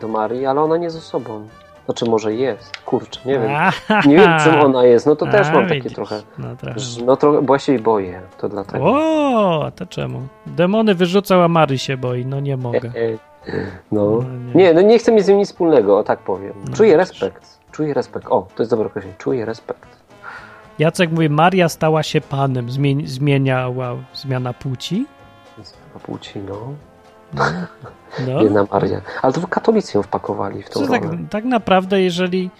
S2: Do Marii, ale ona nie ze sobą. Znaczy może jest. Kurczę, nie
S1: [LAUGHS]
S2: wiem.
S1: Aha!
S2: Nie wiem, czym ona jest. No to też
S1: A,
S2: mam takie
S1: widzisz.
S2: trochę...
S1: No trochę.
S2: że- No trochę, bo ja się jej boję. To dlatego.
S1: O, a to czemu? Demony wyrzucał, a Mary się boi. No nie
S2: [LAUGHS]
S1: mogę.
S2: E, e, No.
S1: No, nie.
S2: Nie, no nie chcę mieć z nim nic wspólnego, o tak powiem.
S1: No,
S2: Czuję
S1: widzisz.
S2: respekt. Czuję respekt. O, to jest dobre określenie. Czuję respekt.
S1: Jacek mówi, Maria stała się panem. Zmień, zmieniała zmiana płci.
S2: Więc na płci, no.
S1: No.
S2: Jedna Maria. Ale to w katolicy ją wpakowali w tą
S1: Co tak,
S2: rolę.
S1: tak naprawdę, jeżeli.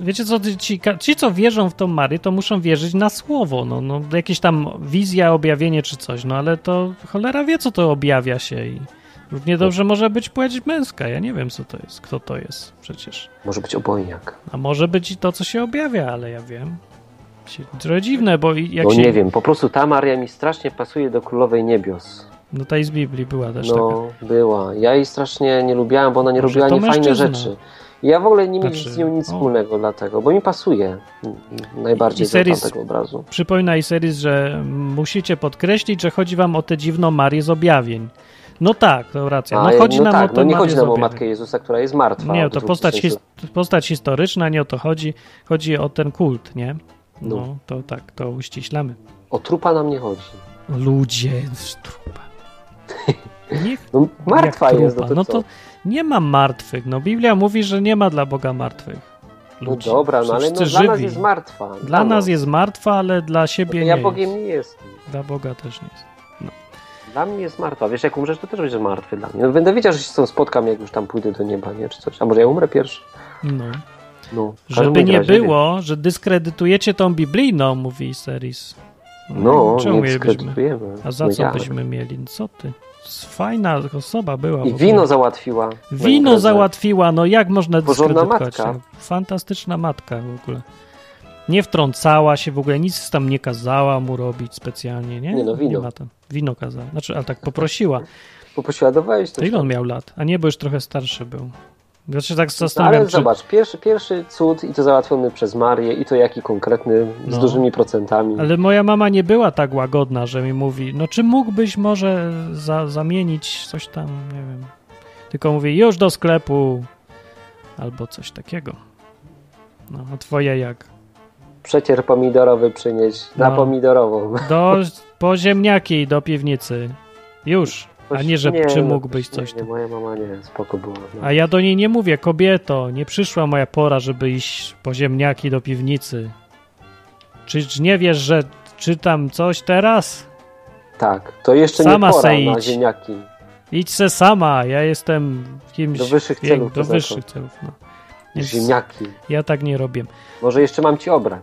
S1: Wiecie co, ty- ci, ka- ci co wierzą w tą Marię, to muszą wierzyć na słowo, no, no jakieś tam wizja, objawienie czy coś, no ale to cholera wie, co to objawia się i
S2: Tak.
S1: równie dobrze może być płeć męska, ja nie wiem, co to jest, kto to jest przecież.
S2: Może być obojniak.
S1: A może być i to, co się objawia, ale ja wiem. Się- Trochę dziwne, bo i- jak
S2: no
S1: się...
S2: nie wiem, po prostu ta Maria mi strasznie pasuje do Królowej Niebios.
S1: No ta i z Biblii była też taka.
S2: No, była. Ja jej strasznie nie lubiłam, bo ona nie
S1: Może
S2: robiła
S1: to
S2: niefajne
S1: mężczyzna.
S2: rzeczy. Ja w ogóle nie miałem
S1: Znaczy,
S2: z nią nic
S1: o.
S2: wspólnego dlatego, bo mi pasuje mm, najbardziej
S1: I series-
S2: do tego obrazu.
S1: Przypomina Iseris, że musicie podkreślić, że chodzi wam o tę dziwną Marię z objawień. No tak, to racja. No
S2: A,
S1: chodzi
S2: no
S1: nam
S2: tak,
S1: o tę
S2: no nie
S1: Marię
S2: chodzi
S1: z
S2: nam o
S1: objawień.
S2: Matkę Jezusa, która jest martwa.
S1: Nie,
S2: od
S1: to
S2: dwóch
S1: postać,
S2: tysięcy
S1: his, postać historyczna, nie o to chodzi. Chodzi o ten kult, nie? No,
S2: No.
S1: to tak, to uściślamy.
S2: O trupa nam nie chodzi.
S1: Ludzie z
S2: [LAUGHS]
S1: trupa. Niech
S2: No, martwa
S1: jak
S2: jest, no
S1: trupa.
S2: to,
S1: No
S2: co?
S1: to nie ma martwych. No Biblia mówi, że nie ma dla Boga martwych.
S2: No
S1: ludzi.
S2: dobra,
S1: Są
S2: no ale no,
S1: wszyscy
S2: dla nas
S1: żywi.
S2: jest martwa. No,
S1: Dla nas jest martwa, ale dla siebie
S2: Ja
S1: nie
S2: Bogiem
S1: jest.
S2: nie jestem.
S1: Dla Boga też nie jest.
S2: Dla mnie jest martwa. Wiesz, jak umrzesz, to też będziesz martwy dla mnie. No, będę wiedział, że się z tą spotkam, jak już tam pójdę do nieba, nie? Czy coś. A może ja umrę pierwszy?
S1: No.
S2: No, w każdym
S1: Żeby nie
S2: razie, wie-
S1: było, że dyskredytujecie tą biblijną, mówi Seris.
S2: No,
S1: czemu
S2: nie
S1: mielibyśmy?
S2: dyskredytujemy.
S1: A za
S2: No
S1: co
S2: ja.
S1: byśmy mieli? Co ty? S- Fajna osoba była. w
S2: I
S1: ogóle.
S2: wino załatwiła. na
S1: Wino
S2: imprezę.
S1: załatwiła, no jak można
S2: Porządna
S1: dyskredytować?
S2: matka.
S1: No, Fantastyczna matka w ogóle. Nie wtrącała się w ogóle, nic tam nie kazała mu robić specjalnie, nie?
S2: Nie, no,
S1: Nie
S2: wino.
S1: ma tam. Wino kazała, znaczy, ale tak
S2: [LAUGHS]
S1: poprosiła.
S2: Bo pośladowałeś
S1: To
S2: coś.
S1: ile on miał lat? A nie, bo już trochę starszy był. Znaczy tak
S2: No, ale
S1: zastanawiam, czy,
S2: zobacz, pierwszy, pierwszy cud i to załatwiony przez Marię i to jaki konkretny,
S1: No.
S2: z dużymi procentami.
S1: Ale moja mama nie była tak łagodna, że mi mówi, no czy mógłbyś może za, zamienić coś tam, nie wiem. Tylko mówi, już do sklepu albo coś takiego. No, a twoja jak?
S2: przecier pomidorowy przynieść na
S1: No.
S2: pomidorową.
S1: Do, po ziemniaki i do piwnicy. Już. A nie, że czy
S2: no,
S1: mógłbyś coś
S2: Nie,
S1: tu.
S2: nie, moja mama nie, spoko była. No.
S1: A ja do niej nie mówię, kobieto, nie przyszła moja pora, żeby iść po ziemniaki do piwnicy. Czyż nie wiesz, że czytam coś teraz?
S2: Tak, to jeszcze
S1: Sama
S2: nie pora
S1: se
S2: na
S1: idź.
S2: ziemniaki.
S1: Idź se sama, ja jestem kimś...
S2: Do wyższych
S1: wie-
S2: celów znaczy.
S1: Do
S2: przeznaczony.
S1: wyższych celów, no. Więc
S2: Ziemniaki.
S1: ja tak nie robię.
S2: Może jeszcze mam ci obrać.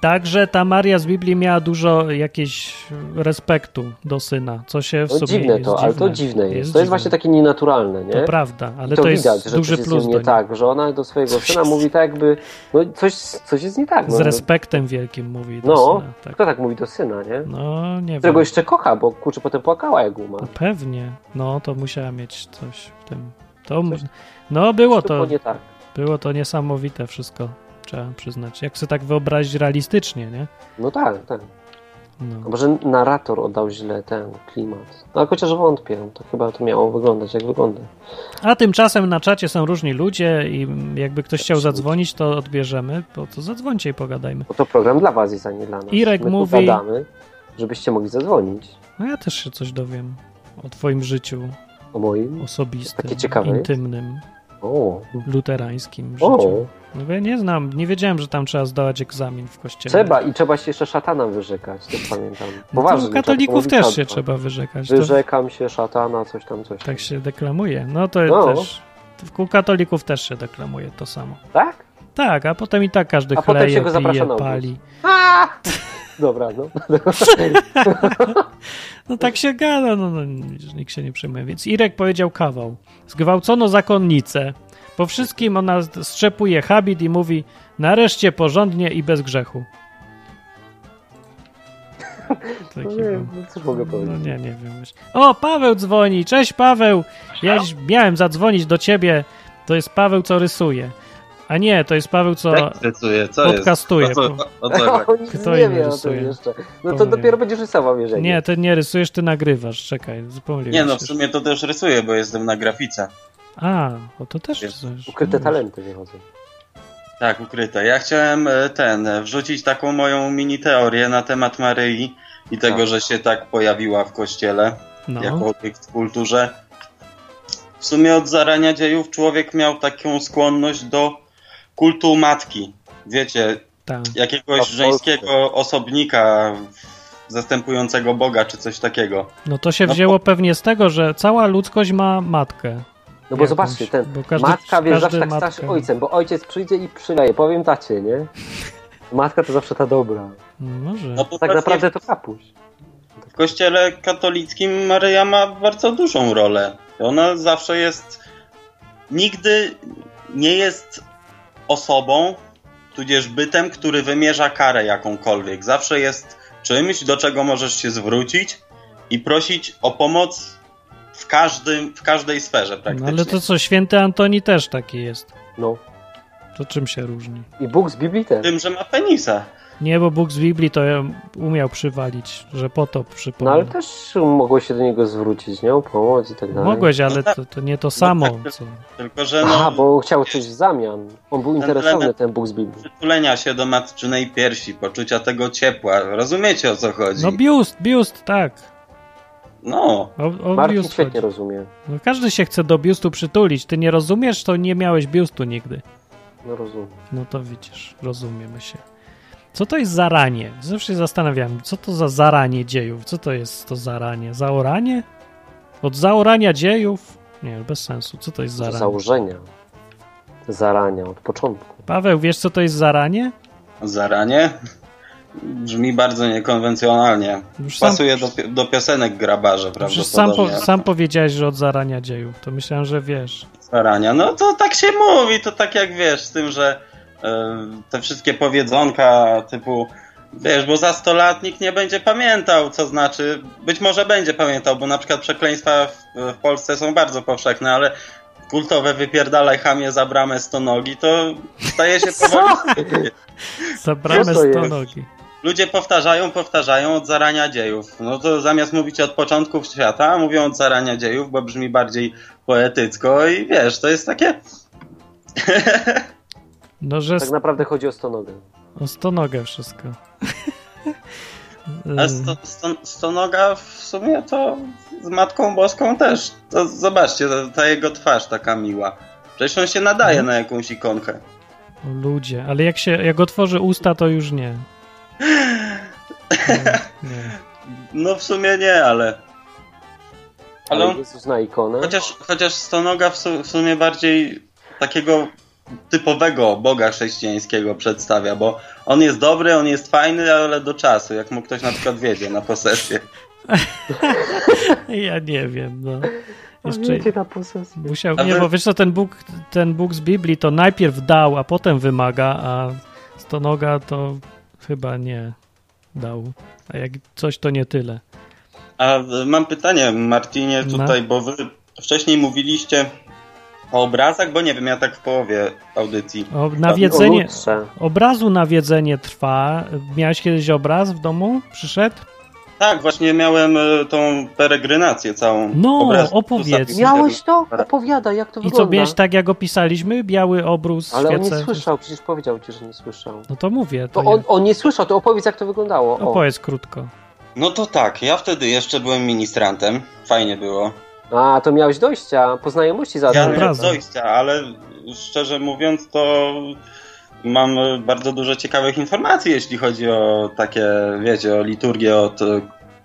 S1: Także ta Maria z Biblii miała dużo jakiegoś respektu do syna, co się w
S2: No
S1: sobie
S2: dziwne
S1: jest
S2: to, ale to dziwne jest. to jest
S1: dziwne.
S2: właśnie takie nienaturalne, nie?
S1: To prawda,
S2: I
S1: ale
S2: to,
S1: to,
S2: widać,
S1: jest
S2: że
S1: duży
S2: coś
S1: plus
S2: jest
S1: do
S2: nie
S1: niej.
S2: tak, że ona do swojego
S1: Coś
S2: syna
S1: jest-
S2: mówi tak jakby, no coś, coś jest nie tak.
S1: Z
S2: no.
S1: respektem wielkim mówi do
S2: No,
S1: syna. Tak.
S2: kto tak mówi do syna, nie?
S1: No, nie
S2: Którego
S1: wiem.
S2: jeszcze kocha, bo kurczę potem płakała jak umarł.
S1: No Pewnie. No, to musiała mieć coś w tym. To... No, było
S2: Coś tu było
S1: to,
S2: nie tak.
S1: było to niesamowite wszystko, trzeba przyznać. Jak sobie tak wyobrazić realistycznie, nie?
S2: No tak, tak. A
S1: No.
S2: Może narrator oddał źle ten klimat. No ale chociaż wątpię, to chyba to miało wyglądać jak wygląda.
S1: A tymczasem na czacie są różni ludzie i jakby ktoś chciał zadzwonić, to odbierzemy, bo to zadzwońcie i pogadajmy.
S2: Bo to program dla was jest, a nie dla nas.
S1: Irek
S2: My tu
S1: mówi-
S2: gadamy, żebyście mogli zadzwonić
S1: No ja też się coś dowiem o twoim życiu
S2: o moim.
S1: osobistym,
S2: Takie ciekawe jest.
S1: intymnym,
S2: O,
S1: luterańskim życiu.
S2: o,
S1: No bo ja nie znam, nie wiedziałem, że tam trzeba zdawać egzamin w kościele.
S2: trzeba i trzeba się jeszcze szatana wyrzekać, też pamiętam.
S1: No to
S2: Poważnie.
S1: u
S2: tak
S1: katolików
S2: mówi
S1: też
S2: szatan.
S1: się trzeba wyrzekać. To,
S2: Wyrzekam się szatana, coś tam, coś tam.
S1: tak się deklamuje. No to
S2: No.
S1: też... U katolików też się deklamuje to samo.
S2: Tak?
S1: Tak, a potem i tak każdy
S2: A potem
S1: chleje,
S2: się go zaprasza
S1: pije,
S2: na obóz.
S1: pali.
S2: A! Dobra, no.
S1: Tak No tak się gada, no, no nikt się nie przejmuje. Więc Irek powiedział kawał. Zgwałcono zakonnicę. Po wszystkim ona strzepuje habit i mówi nareszcie porządnie i bez
S2: [LAUGHS]
S1: grzechu.
S2: No,
S1: Taki
S2: nie,
S1: był.
S2: no cóż mogę
S1: No
S2: powiedzieć. [LAUGHS]
S1: nie, nie wiem. właśnie. O, Paweł dzwoni. Cześć Paweł. Ja dziś miałem zadzwonić do ciebie. To jest Paweł, co rysuje. A nie, to jest Paweł, co...
S2: Tak?
S4: Jak rysuje? Co
S1: Podcastuje.
S4: jest? O co, o
S3: Tak,
S4: co chodzi?
S2: O, nic
S1: Kto
S2: nie
S1: inny
S2: wie o
S1: rysuje?
S2: tym jeszcze. No
S1: To
S2: to
S1: nie.
S2: dopiero będziesz rysował, jeżeli.
S1: Nie, ty nie rysujesz, ty nagrywasz. Czekaj, zapomniałem.
S4: Nie no, w
S1: się.
S4: sumie to też rysuję, bo jestem na grafice.
S1: A, o to też...
S4: Jest
S1: coś- no,
S2: Ukryte talenty wychodzą.
S4: Tak, ukryte. Ja chciałem e, ten, e, wrzucić taką moją mini teorię na temat Maryi i tego,
S2: Tak.
S4: że się tak pojawiła w kościele,
S1: No.
S4: jako obiekt w kulturze. W sumie od zarania dziejów człowiek miał taką skłonność do kultu matki. Wiecie,
S1: Tak.
S4: jakiegoś
S2: A w Polsce?
S4: żeńskiego osobnika zastępującego Boga, czy coś takiego.
S1: No to się
S4: No
S1: wzięło pewnie z tego, że cała ludzkość ma matkę.
S2: No bo
S1: Jakąś,
S2: zobaczcie, ten
S1: bo każdy-
S2: matka wiesz,
S1: każdy
S2: zawsze tak
S1: matka-
S2: stasz ojcem, bo ojciec przyjdzie i przyleje, powiem tacie, nie? Matka to zawsze ta dobra.
S1: Może.
S4: No bo
S2: Tak naprawdę to kapuś.
S4: W kościele katolickim Maryja ma bardzo dużą rolę. Ona zawsze jest. Nigdy nie jest osobą, tudzież bytem, który wymierza karę jakąkolwiek. Zawsze jest czymś, do czego możesz się zwrócić i prosić o pomoc w, każdym, w każdej sferze
S1: No
S4: praktycznie.
S1: ale to co, święty Antoni też taki jest.
S2: No.
S1: To czym się różni?
S2: I Bóg z Biblii też.
S4: Tym, że ma penisa.
S1: Nie, bo Bóg z Biblii to ja umiał przywalić, że potop
S2: No
S1: przypomniał.
S2: ale też mogło się do niego zwrócić, nie? O pomoc i tak dalej.
S1: Mogłeś, ale to, to nie to samo.
S4: tak.
S1: Co...
S4: Tylko, że no,
S2: Aha, bo chciał coś w zamian. On był interesowany,
S4: element-
S2: ten Bóg z Biblii.
S4: przytulenia się do matczynej piersi, poczucia tego ciepła. Rozumiecie o co chodzi?
S1: No biust, biust, tak.
S4: no.
S1: O, o
S2: Marcin
S1: biust chodzi.
S2: świetnie rozumie.
S1: No, każdy się chce do biustu przytulić. Ty nie rozumiesz, to nie miałeś biustu nigdy.
S2: No rozumiem.
S1: No to widzisz, rozumiemy się. Co to jest zaranie? Zawsze się zastanawiam, co to za zaranie dziejów? Co to jest to zaranie? Zaoranie? Od zaorania dziejów? Nie, bez sensu. Co to jest
S2: Zarania.
S1: zaranie?
S2: Założenia. Zarania od początku.
S1: Paweł, wiesz co to jest zaranie?
S4: Zaranie? Brzmi bardzo niekonwencjonalnie.
S1: Już sam,
S4: Pasuje do, pi- do piosenek grabarze,
S1: już sam, po,
S4: prawdopodobnie.
S1: sam powiedziałeś, że od zarania dziejów. To myślałem, że wiesz.
S4: Zarania. No to tak się mówi, to tak jak wiesz, z tym, że e, te wszystkie powiedzonka typu wiesz, bo za 100 lat nikt nie będzie pamiętał, co znaczy, być może będzie pamiętał, bo na przykład przekleństwa w, w Polsce są bardzo powszechne, ale kultowe wypierdalaj chamie za bramę stonogi, to
S1: [LAUGHS]
S4: staje się powoli
S1: Zabrane
S2: Co to
S1: sto
S2: jest?
S1: nogi.
S4: Ludzie powtarzają, powtarzają od zarania dziejów. No to zamiast mówić od początków świata, mówią od zarania dziejów, bo brzmi bardziej poetycko i wiesz, to jest takie.
S1: No, że
S4: Tak
S2: Tak naprawdę chodzi o stonogę.
S1: No, O stonogę wszystko.
S4: [LAUGHS]
S1: Mm.
S4: A sto, sto, stonoga w sumie to z Matką Boską też. To zobaczcie, ta, ta jego twarz taka miła. Przecież on się nadaje na jakąś ikonkę.
S1: O Y, ludzie, ale jak się, jak otworzy usta, to już nie.
S4: [LAUGHS]
S1: Nie, nie.
S4: No w sumie nie, ale... Ale
S2: Ale
S4: on,
S2: Jezus na ikonę.
S4: chociaż, chociaż stonoga w, su, w sumie bardziej takiego typowego Boga chrześcijańskiego przedstawia, bo on jest dobry, on jest fajny, ale do czasu, jak mu ktoś na przykład wiedzie na posesję.
S1: Ja nie wiem, no. Jeszcze
S2: Jeszcze... na posesję.
S1: musiał,
S4: A
S1: nie,
S4: wy-
S1: bo wiesz co, ten Bóg, ten Bóg z Biblii to najpierw dał, a potem wymaga, a stonoga to chyba nie dał. A jak coś, to nie tyle.
S4: A y, mam pytanie, Martinie,
S1: No.
S4: tutaj, bo wy wcześniej mówiliście o obrazach, bo nie wiem, ja tak w połowie audycji.
S1: O,
S2: O
S1: nawiedzenie,
S2: lustrze.
S1: obrazu nawiedzenie trwa. Miałeś kiedyś obraz w domu? Przyszedł?
S4: Tak, właśnie miałem y, tą peregrynację całą.
S1: No,
S4: Obraz-
S1: opowiedz.
S4: tu
S2: Miałeś to? Opowiadaj, jak to
S1: I
S2: wygląda.
S1: co, miałeś tak jak opisaliśmy? Biały obrus,
S2: Ale on
S1: świece.
S2: nie słyszał, przecież powiedział ci, że nie słyszał.
S1: No to mówię.
S2: To
S1: To
S2: on,
S1: ja-
S2: on nie słyszał, to opowiedz jak to wyglądało. O.
S1: Opowiedz krótko.
S4: No to tak, ja wtedy jeszcze byłem ministrantem. Fajnie było.
S2: A, to miałeś dojścia, po znajomości za
S4: Ja
S1: od
S4: miałem
S1: razu.
S4: dojścia, ale szczerze mówiąc, to mam y, bardzo dużo ciekawych informacji, jeśli chodzi o takie, wiecie, o liturgię od y,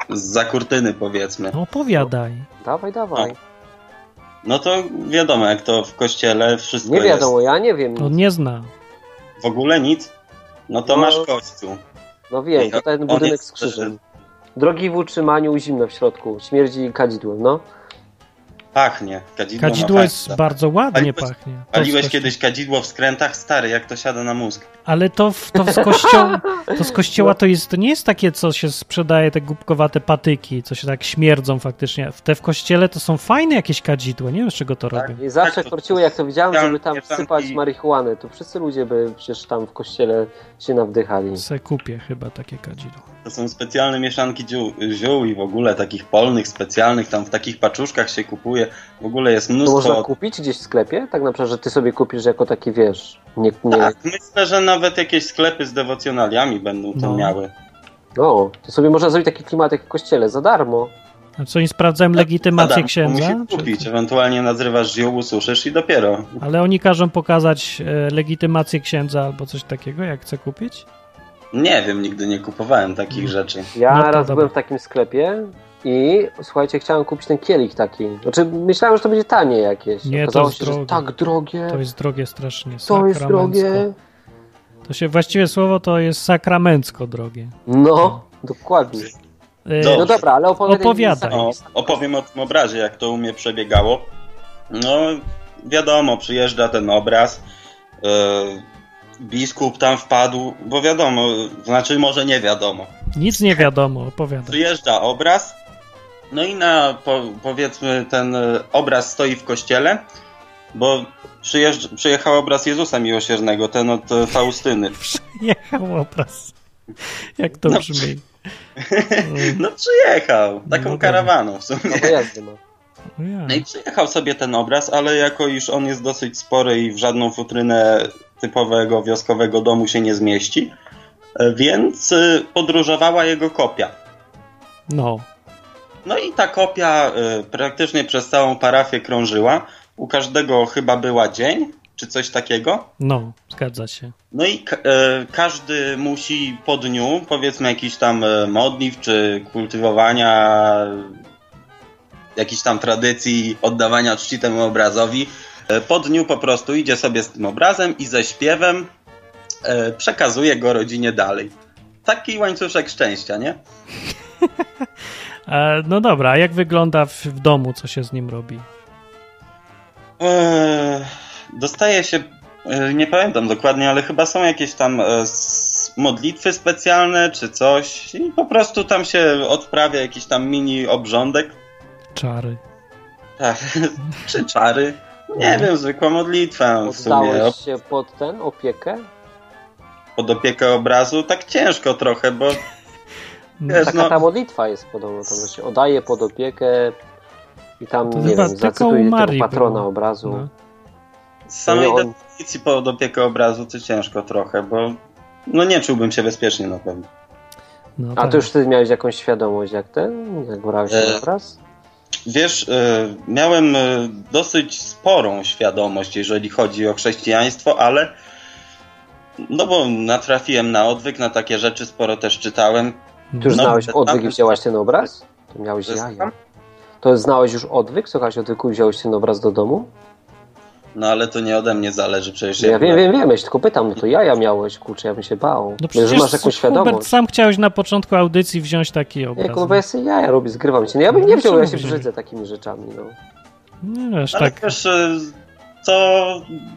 S4: za kurtyny, powiedzmy.
S1: No opowiadaj.
S2: Dawaj, dawaj.
S4: Tak, No to wiadomo, jak to w kościele wszystko
S2: nie
S4: jest.
S2: wiadomo, ja nie wiem.
S1: On
S2: nic.
S1: nie zna.
S4: W ogóle nic? No to
S2: No.
S4: masz kościół.
S2: No wiem, to
S4: On
S2: ten budynek
S4: jest-
S2: z krzyżem. Drogi w utrzymaniu, zimno w środku, śmierdzi kadzidłem, no.
S4: Pachnie. Kadzidło, ma
S1: Kadzidło
S4: pachnie.
S1: jest bardzo ładnie
S4: Paliłeś-
S1: pachnie. To
S4: Paliłeś
S1: z kości-
S4: kiedyś kadzidło w skrętach? Stary, jak to siada na mózg.
S1: Ale to, w, to, z kościoła, to z
S2: No.
S1: kościoła to jest to nie jest takie, co się sprzedaje, te głupkowate patyki, co się tak śmierdzą faktycznie. Te w kościele to są fajne jakieś kadzidło. Nie wiem, z czego to
S4: Tak.
S1: robią.
S2: I zawsze
S4: to-
S2: korciło, jak to widziałem, żeby tam
S4: Tam- tam
S2: wsypać
S4: i-
S2: marihuanę. To wszyscy ludzie by przecież tam w kościele się nawdychali.
S1: Se kupię chyba takie kadzidło.
S4: To są specjalne mieszanki ziół, ziół i w ogóle takich polnych, specjalnych, tam w takich paczuszkach się kupuje. W ogóle jest
S2: To można
S4: mnóstwo...
S2: kupić gdzieś w sklepie? Tak na przykład, że ty sobie kupisz jako taki, wiesz, nie... nie...
S4: Tak, myślę, że nawet jakieś sklepy z dewocjonaliami będą to
S1: No.
S4: miały.
S2: No, to sobie można zrobić taki klimat jak w kościele, za darmo.
S1: A co, nie sprawdzałem legitymację
S4: Adam, to
S1: księdza?
S4: Musisz kupić, ewentualnie nazrywasz ziół, ususzysz i dopiero.
S1: Ale oni każą pokazać e, legitymację księdza albo coś takiego, jak chce kupić?
S4: Nie wiem, nigdy nie kupowałem takich
S1: Mm.
S4: rzeczy.
S2: Ja
S1: No to
S2: raz
S1: dobra.
S2: byłem w takim sklepie i słuchajcie, chciałem kupić ten kielich taki. Znaczy, myślałem, że to będzie tanie jakieś.
S1: Nie, to
S2: Okazało
S1: jest
S2: się, że
S1: drogie.
S2: tak drogie.
S1: To jest drogie strasznie.
S2: To jest
S1: sakramencko.
S2: drogie.
S1: To się właściwie słowo to jest sakramencko drogie.
S2: No, dokładnie.
S1: E,
S4: Dobrze.
S2: No dobra, ale opowiadaj.
S1: Opowiadaj.
S4: O, opowiem o tym obrazie, jak to u mnie przebiegało. No, wiadomo, przyjeżdża ten obraz. e, biskup tam wpadł, bo wiadomo, znaczy może nie wiadomo.
S1: Nic nie wiadomo, opowiadaj. [LAUGHS]
S4: Przyjeżdża obraz, no i na po, powiedzmy ten e, obraz stoi w kościele, bo przyjeżdż, przyjechał obraz Jezusa Miłosiernego, ten od e, Faustyny.
S1: Jechał obraz. Jak to
S4: No, [LAUGHS]
S1: brzmi.
S4: No przyjechał,
S1: No
S4: taką
S1: dobra.
S4: karawaną w sumie.
S2: No bo jazdy ma.
S1: O ja.
S4: No i przyjechał sobie ten obraz, ale jako iż on jest dosyć spory i w żadną futrynę typowego wioskowego domu się nie zmieści, e, więc y, podróżowała jego kopia.
S1: No.
S4: No i ta kopia y, praktycznie przez całą parafię krążyła. U każdego chyba była dzień, czy coś takiego.
S1: No, zgadza się.
S4: No i ka- e, każdy musi po dniu, powiedzmy jakiś tam e, modliw, czy kultywowania e, jakichś tam tradycji oddawania czci temu obrazowi, e, po dniu po prostu idzie sobie z tym obrazem i ze śpiewem e, przekazuje go rodzinie dalej. Taki łańcuszek szczęścia, nie?
S1: E, no dobra, a jak wygląda w, w domu, co się z nim robi?
S4: Eee, Dostaje się, e, nie pamiętam dokładnie, ale chyba są jakieś tam e, s- modlitwy specjalne czy coś i po prostu tam się odprawia jakiś tam mini obrządek,
S1: Czary.
S4: tak, [LAUGHS] czy czary. Nie wiem, zwykła modlitwa w sumie
S2: Oddałeś
S4: o-
S2: się pod ten opiekę?
S4: pod opiekę obrazu. Tak ciężko trochę, bo
S1: No,
S4: Wiesz,
S2: Taka
S4: no.
S2: ta modlitwa jest podobno, tam że się oddaje pod opiekę i tam,
S1: To
S2: nie
S1: chyba
S2: wiem,
S1: tylko u
S2: zacytuję tego
S1: Marii
S2: patrona
S1: było.
S2: obrazu.
S1: No.
S4: z samej
S2: Nie, on-
S4: definicji pod opiekę obrazu to ciężko trochę, bo no nie czułbym się bezpiecznie na pewno.
S1: No,
S2: A
S1: tak.
S2: to już ty miałeś jakąś świadomość, jak ten? Jak brałeś ten
S4: E.
S2: obraz?
S4: Wiesz, e, miałem e, dosyć sporą świadomość, jeżeli chodzi o chrześcijaństwo, ale no bo natrafiłem na odwyk, na takie rzeczy sporo też czytałem.
S2: Ty już
S4: No,
S2: znałeś
S4: tak,
S2: odwyk i
S4: tak.
S2: wzięłaś ten obraz? To miałeś
S4: To jest
S2: jaja.
S4: tam.
S2: To znałeś już odwyk? Słuchałeś odwyku i wziąłeś ten obraz do domu?
S4: No ale to nie ode mnie zależy przecież.
S2: Ja
S4: jednak.
S2: wiem, wiem, wiem, ja się tylko pytam, no to jaja miałeś, kurczę, ja bym się bał.
S1: No
S2: No, że
S1: przecież
S2: masz jakąś
S1: Hubert,
S2: świadomość.
S1: sam chciałeś na początku audycji wziąć taki
S2: Nie,
S1: obraz.
S2: kurwa, ja sobie jaja robię, zgrywam się. No ja bym
S1: No,
S2: nie wziął, ja się
S1: czemu wziąłeś?
S2: brzydzę takimi rzeczami, no.
S1: Nie, wiesz,
S4: Ale
S1: tak.
S4: też e, to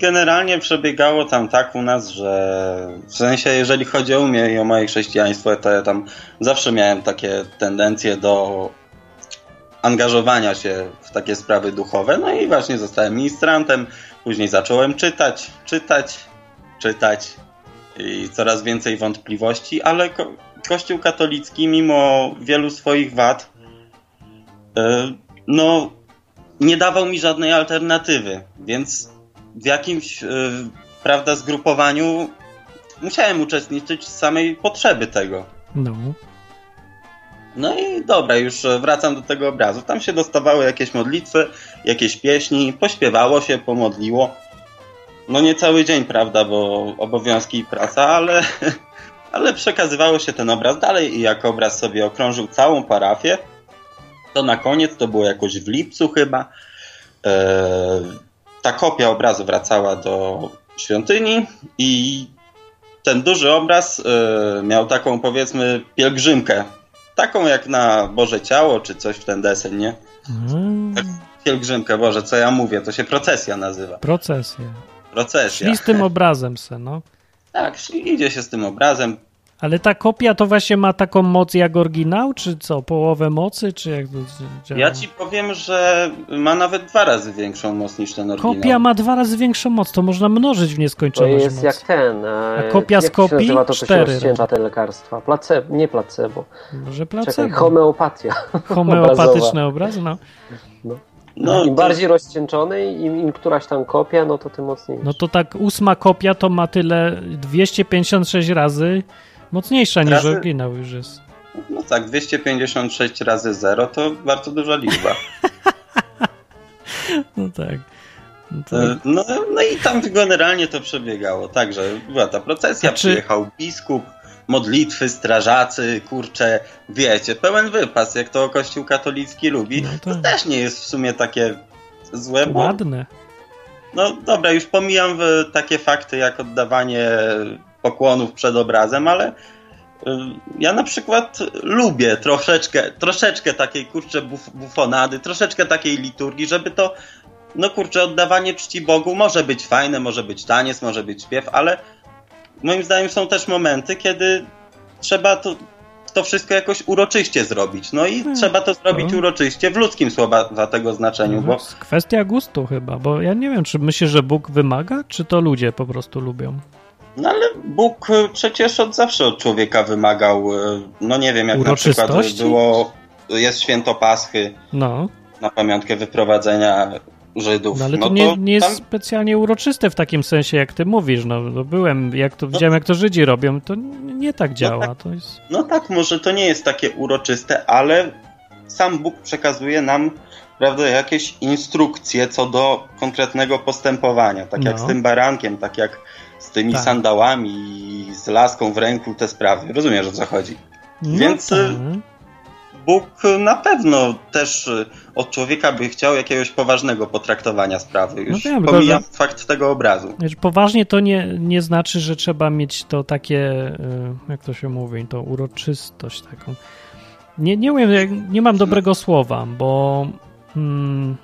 S4: generalnie przebiegało tam tak u nas, że w sensie jeżeli chodzi o mnie i o moje chrześcijaństwo, to ja tam zawsze miałem takie tendencje do angażowania się w takie sprawy duchowe. No i właśnie zostałem ministrantem, później zacząłem czytać, czytać, czytać i coraz więcej wątpliwości, ale ko- Kościół katolicki mimo wielu swoich wad e, no nie dawał mi żadnej alternatywy, więc w jakimś, e, prawda, zgrupowaniu musiałem uczestniczyć z samej potrzeby tego.
S1: No.
S4: No i dobra, już e, wracam do tego obrazu. Tam się dostawały jakieś modlitwy, jakieś pieśni, pośpiewało się, pomodliło. No nie cały dzień, prawda, bo obowiązki i praca, ale, [LAUGHS] ale przekazywało się ten obraz dalej i jak obraz sobie okrążył całą parafię, to na koniec, to było jakoś w lipcu chyba, e, ta kopia obrazu wracała do świątyni i ten duży obraz e, miał taką powiedzmy pielgrzymkę Taką jak na Boże Ciało, czy coś w ten deseń, nie?
S1: Mm,
S4: Pielgrzymkę, Boże, co ja mówię, to się procesja nazywa.
S1: Procesja.
S4: Procesja.
S1: Szli z tym obrazem se, no.
S4: Tak, szli- idzie się z tym obrazem.
S1: Ale ta kopia to właśnie ma taką moc jak oryginał, czy co? Połowę mocy, czy jak to działa?
S4: Ja ci powiem, że ma nawet dwa razy większą moc niż ten oryginał.
S1: Kopia ma dwa razy większą moc, to można mnożyć w
S2: To
S1: nieskończoność
S2: jest
S1: moc.
S2: jak ten. e,
S1: A kopia z
S2: jak
S1: kopii?
S2: Się nazywa to, co się
S1: Cztery
S2: rozcięta te lekarstwa. Placebo, nie placebo.
S1: Może
S2: Czekaj,
S1: placebo.
S2: homeopatia.
S1: [LAUGHS] Homeopatyczny obraz, no.
S4: No,
S2: Im bardziej rozcieńczony, im, im któraś tam kopia, no to tym mocniej.
S1: No to tak ósma kopia to ma tyle 256 razy mocniejsza niż
S4: Razy?
S1: oryginał już jest.
S4: to- no tak, 256 razy 0 to bardzo duża liczba.
S1: No tak. No to...
S4: E, No, no i tam generalnie to przebiegało. Także była ta procesja,
S1: A czy-
S4: przyjechał biskup, modlitwy, strażacy, kurcze, wiecie, pełen wypas, jak to Kościół katolicki lubi.
S1: No
S4: To
S1: tak.
S4: też nie jest w sumie takie złe, bo
S1: Ładne.
S4: no dobra, już pomijam e, takie fakty jak oddawanie pokłonów przed obrazem, ale e, ja na przykład lubię troszeczkę, troszeczkę takiej kurczę buf, bufonady, troszeczkę takiej liturgii, żeby to no kurczę, oddawanie czci Bogu może być fajne, może być taniec, może być śpiew, ale moim zdaniem są też momenty, kiedy trzeba to, to wszystko jakoś uroczyście zrobić. No i
S1: Hmm.
S4: trzeba to zrobić
S1: No.
S4: uroczyście w ludzkim słowa tego znaczeniu,
S1: To
S4: bo
S1: jest Mhm. kwestia gustu chyba, bo ja nie wiem, czy myślisz, że Bóg wymaga, czy to ludzie po prostu lubią.
S4: No ale Bóg e, przecież od zawsze od człowieka wymagał, e, no nie wiem, jak na przykład e,
S1: Uroczystości?
S4: było, jest święto Paschy
S1: No,
S4: na pamiątkę wyprowadzenia Żydów.
S1: no ale to,
S4: to
S1: nie, nie jest
S4: tam-
S1: specjalnie uroczyste w takim sensie, jak ty mówisz. No, no byłem, jak to widziałem, jak to Żydzi robią, to n- nie tak działa. To jest...
S4: No tak, może to nie jest takie uroczyste, ale sam Bóg przekazuje nam prawda, jakieś instrukcje co do konkretnego postępowania. Tak jak
S1: No.
S4: z tym barankiem, tak jak z tymi
S1: Tak.
S4: sandałami i z laską w ręku te sprawy. Rozumiesz o co chodzi?
S1: No
S4: Więc, y,
S1: tak.
S4: Bóg na pewno też y, od człowieka by chciał jakiegoś poważnego potraktowania sprawy. Już
S1: No wiem,
S4: pomijam fakt tego obrazu.
S1: Znaczy, poważnie to nie, nie znaczy, że trzeba mieć to takie, y, jak to się mówi, to uroczystość taką. Nie, nie wiem, jak- nie mam dobrego słowa, bo mm,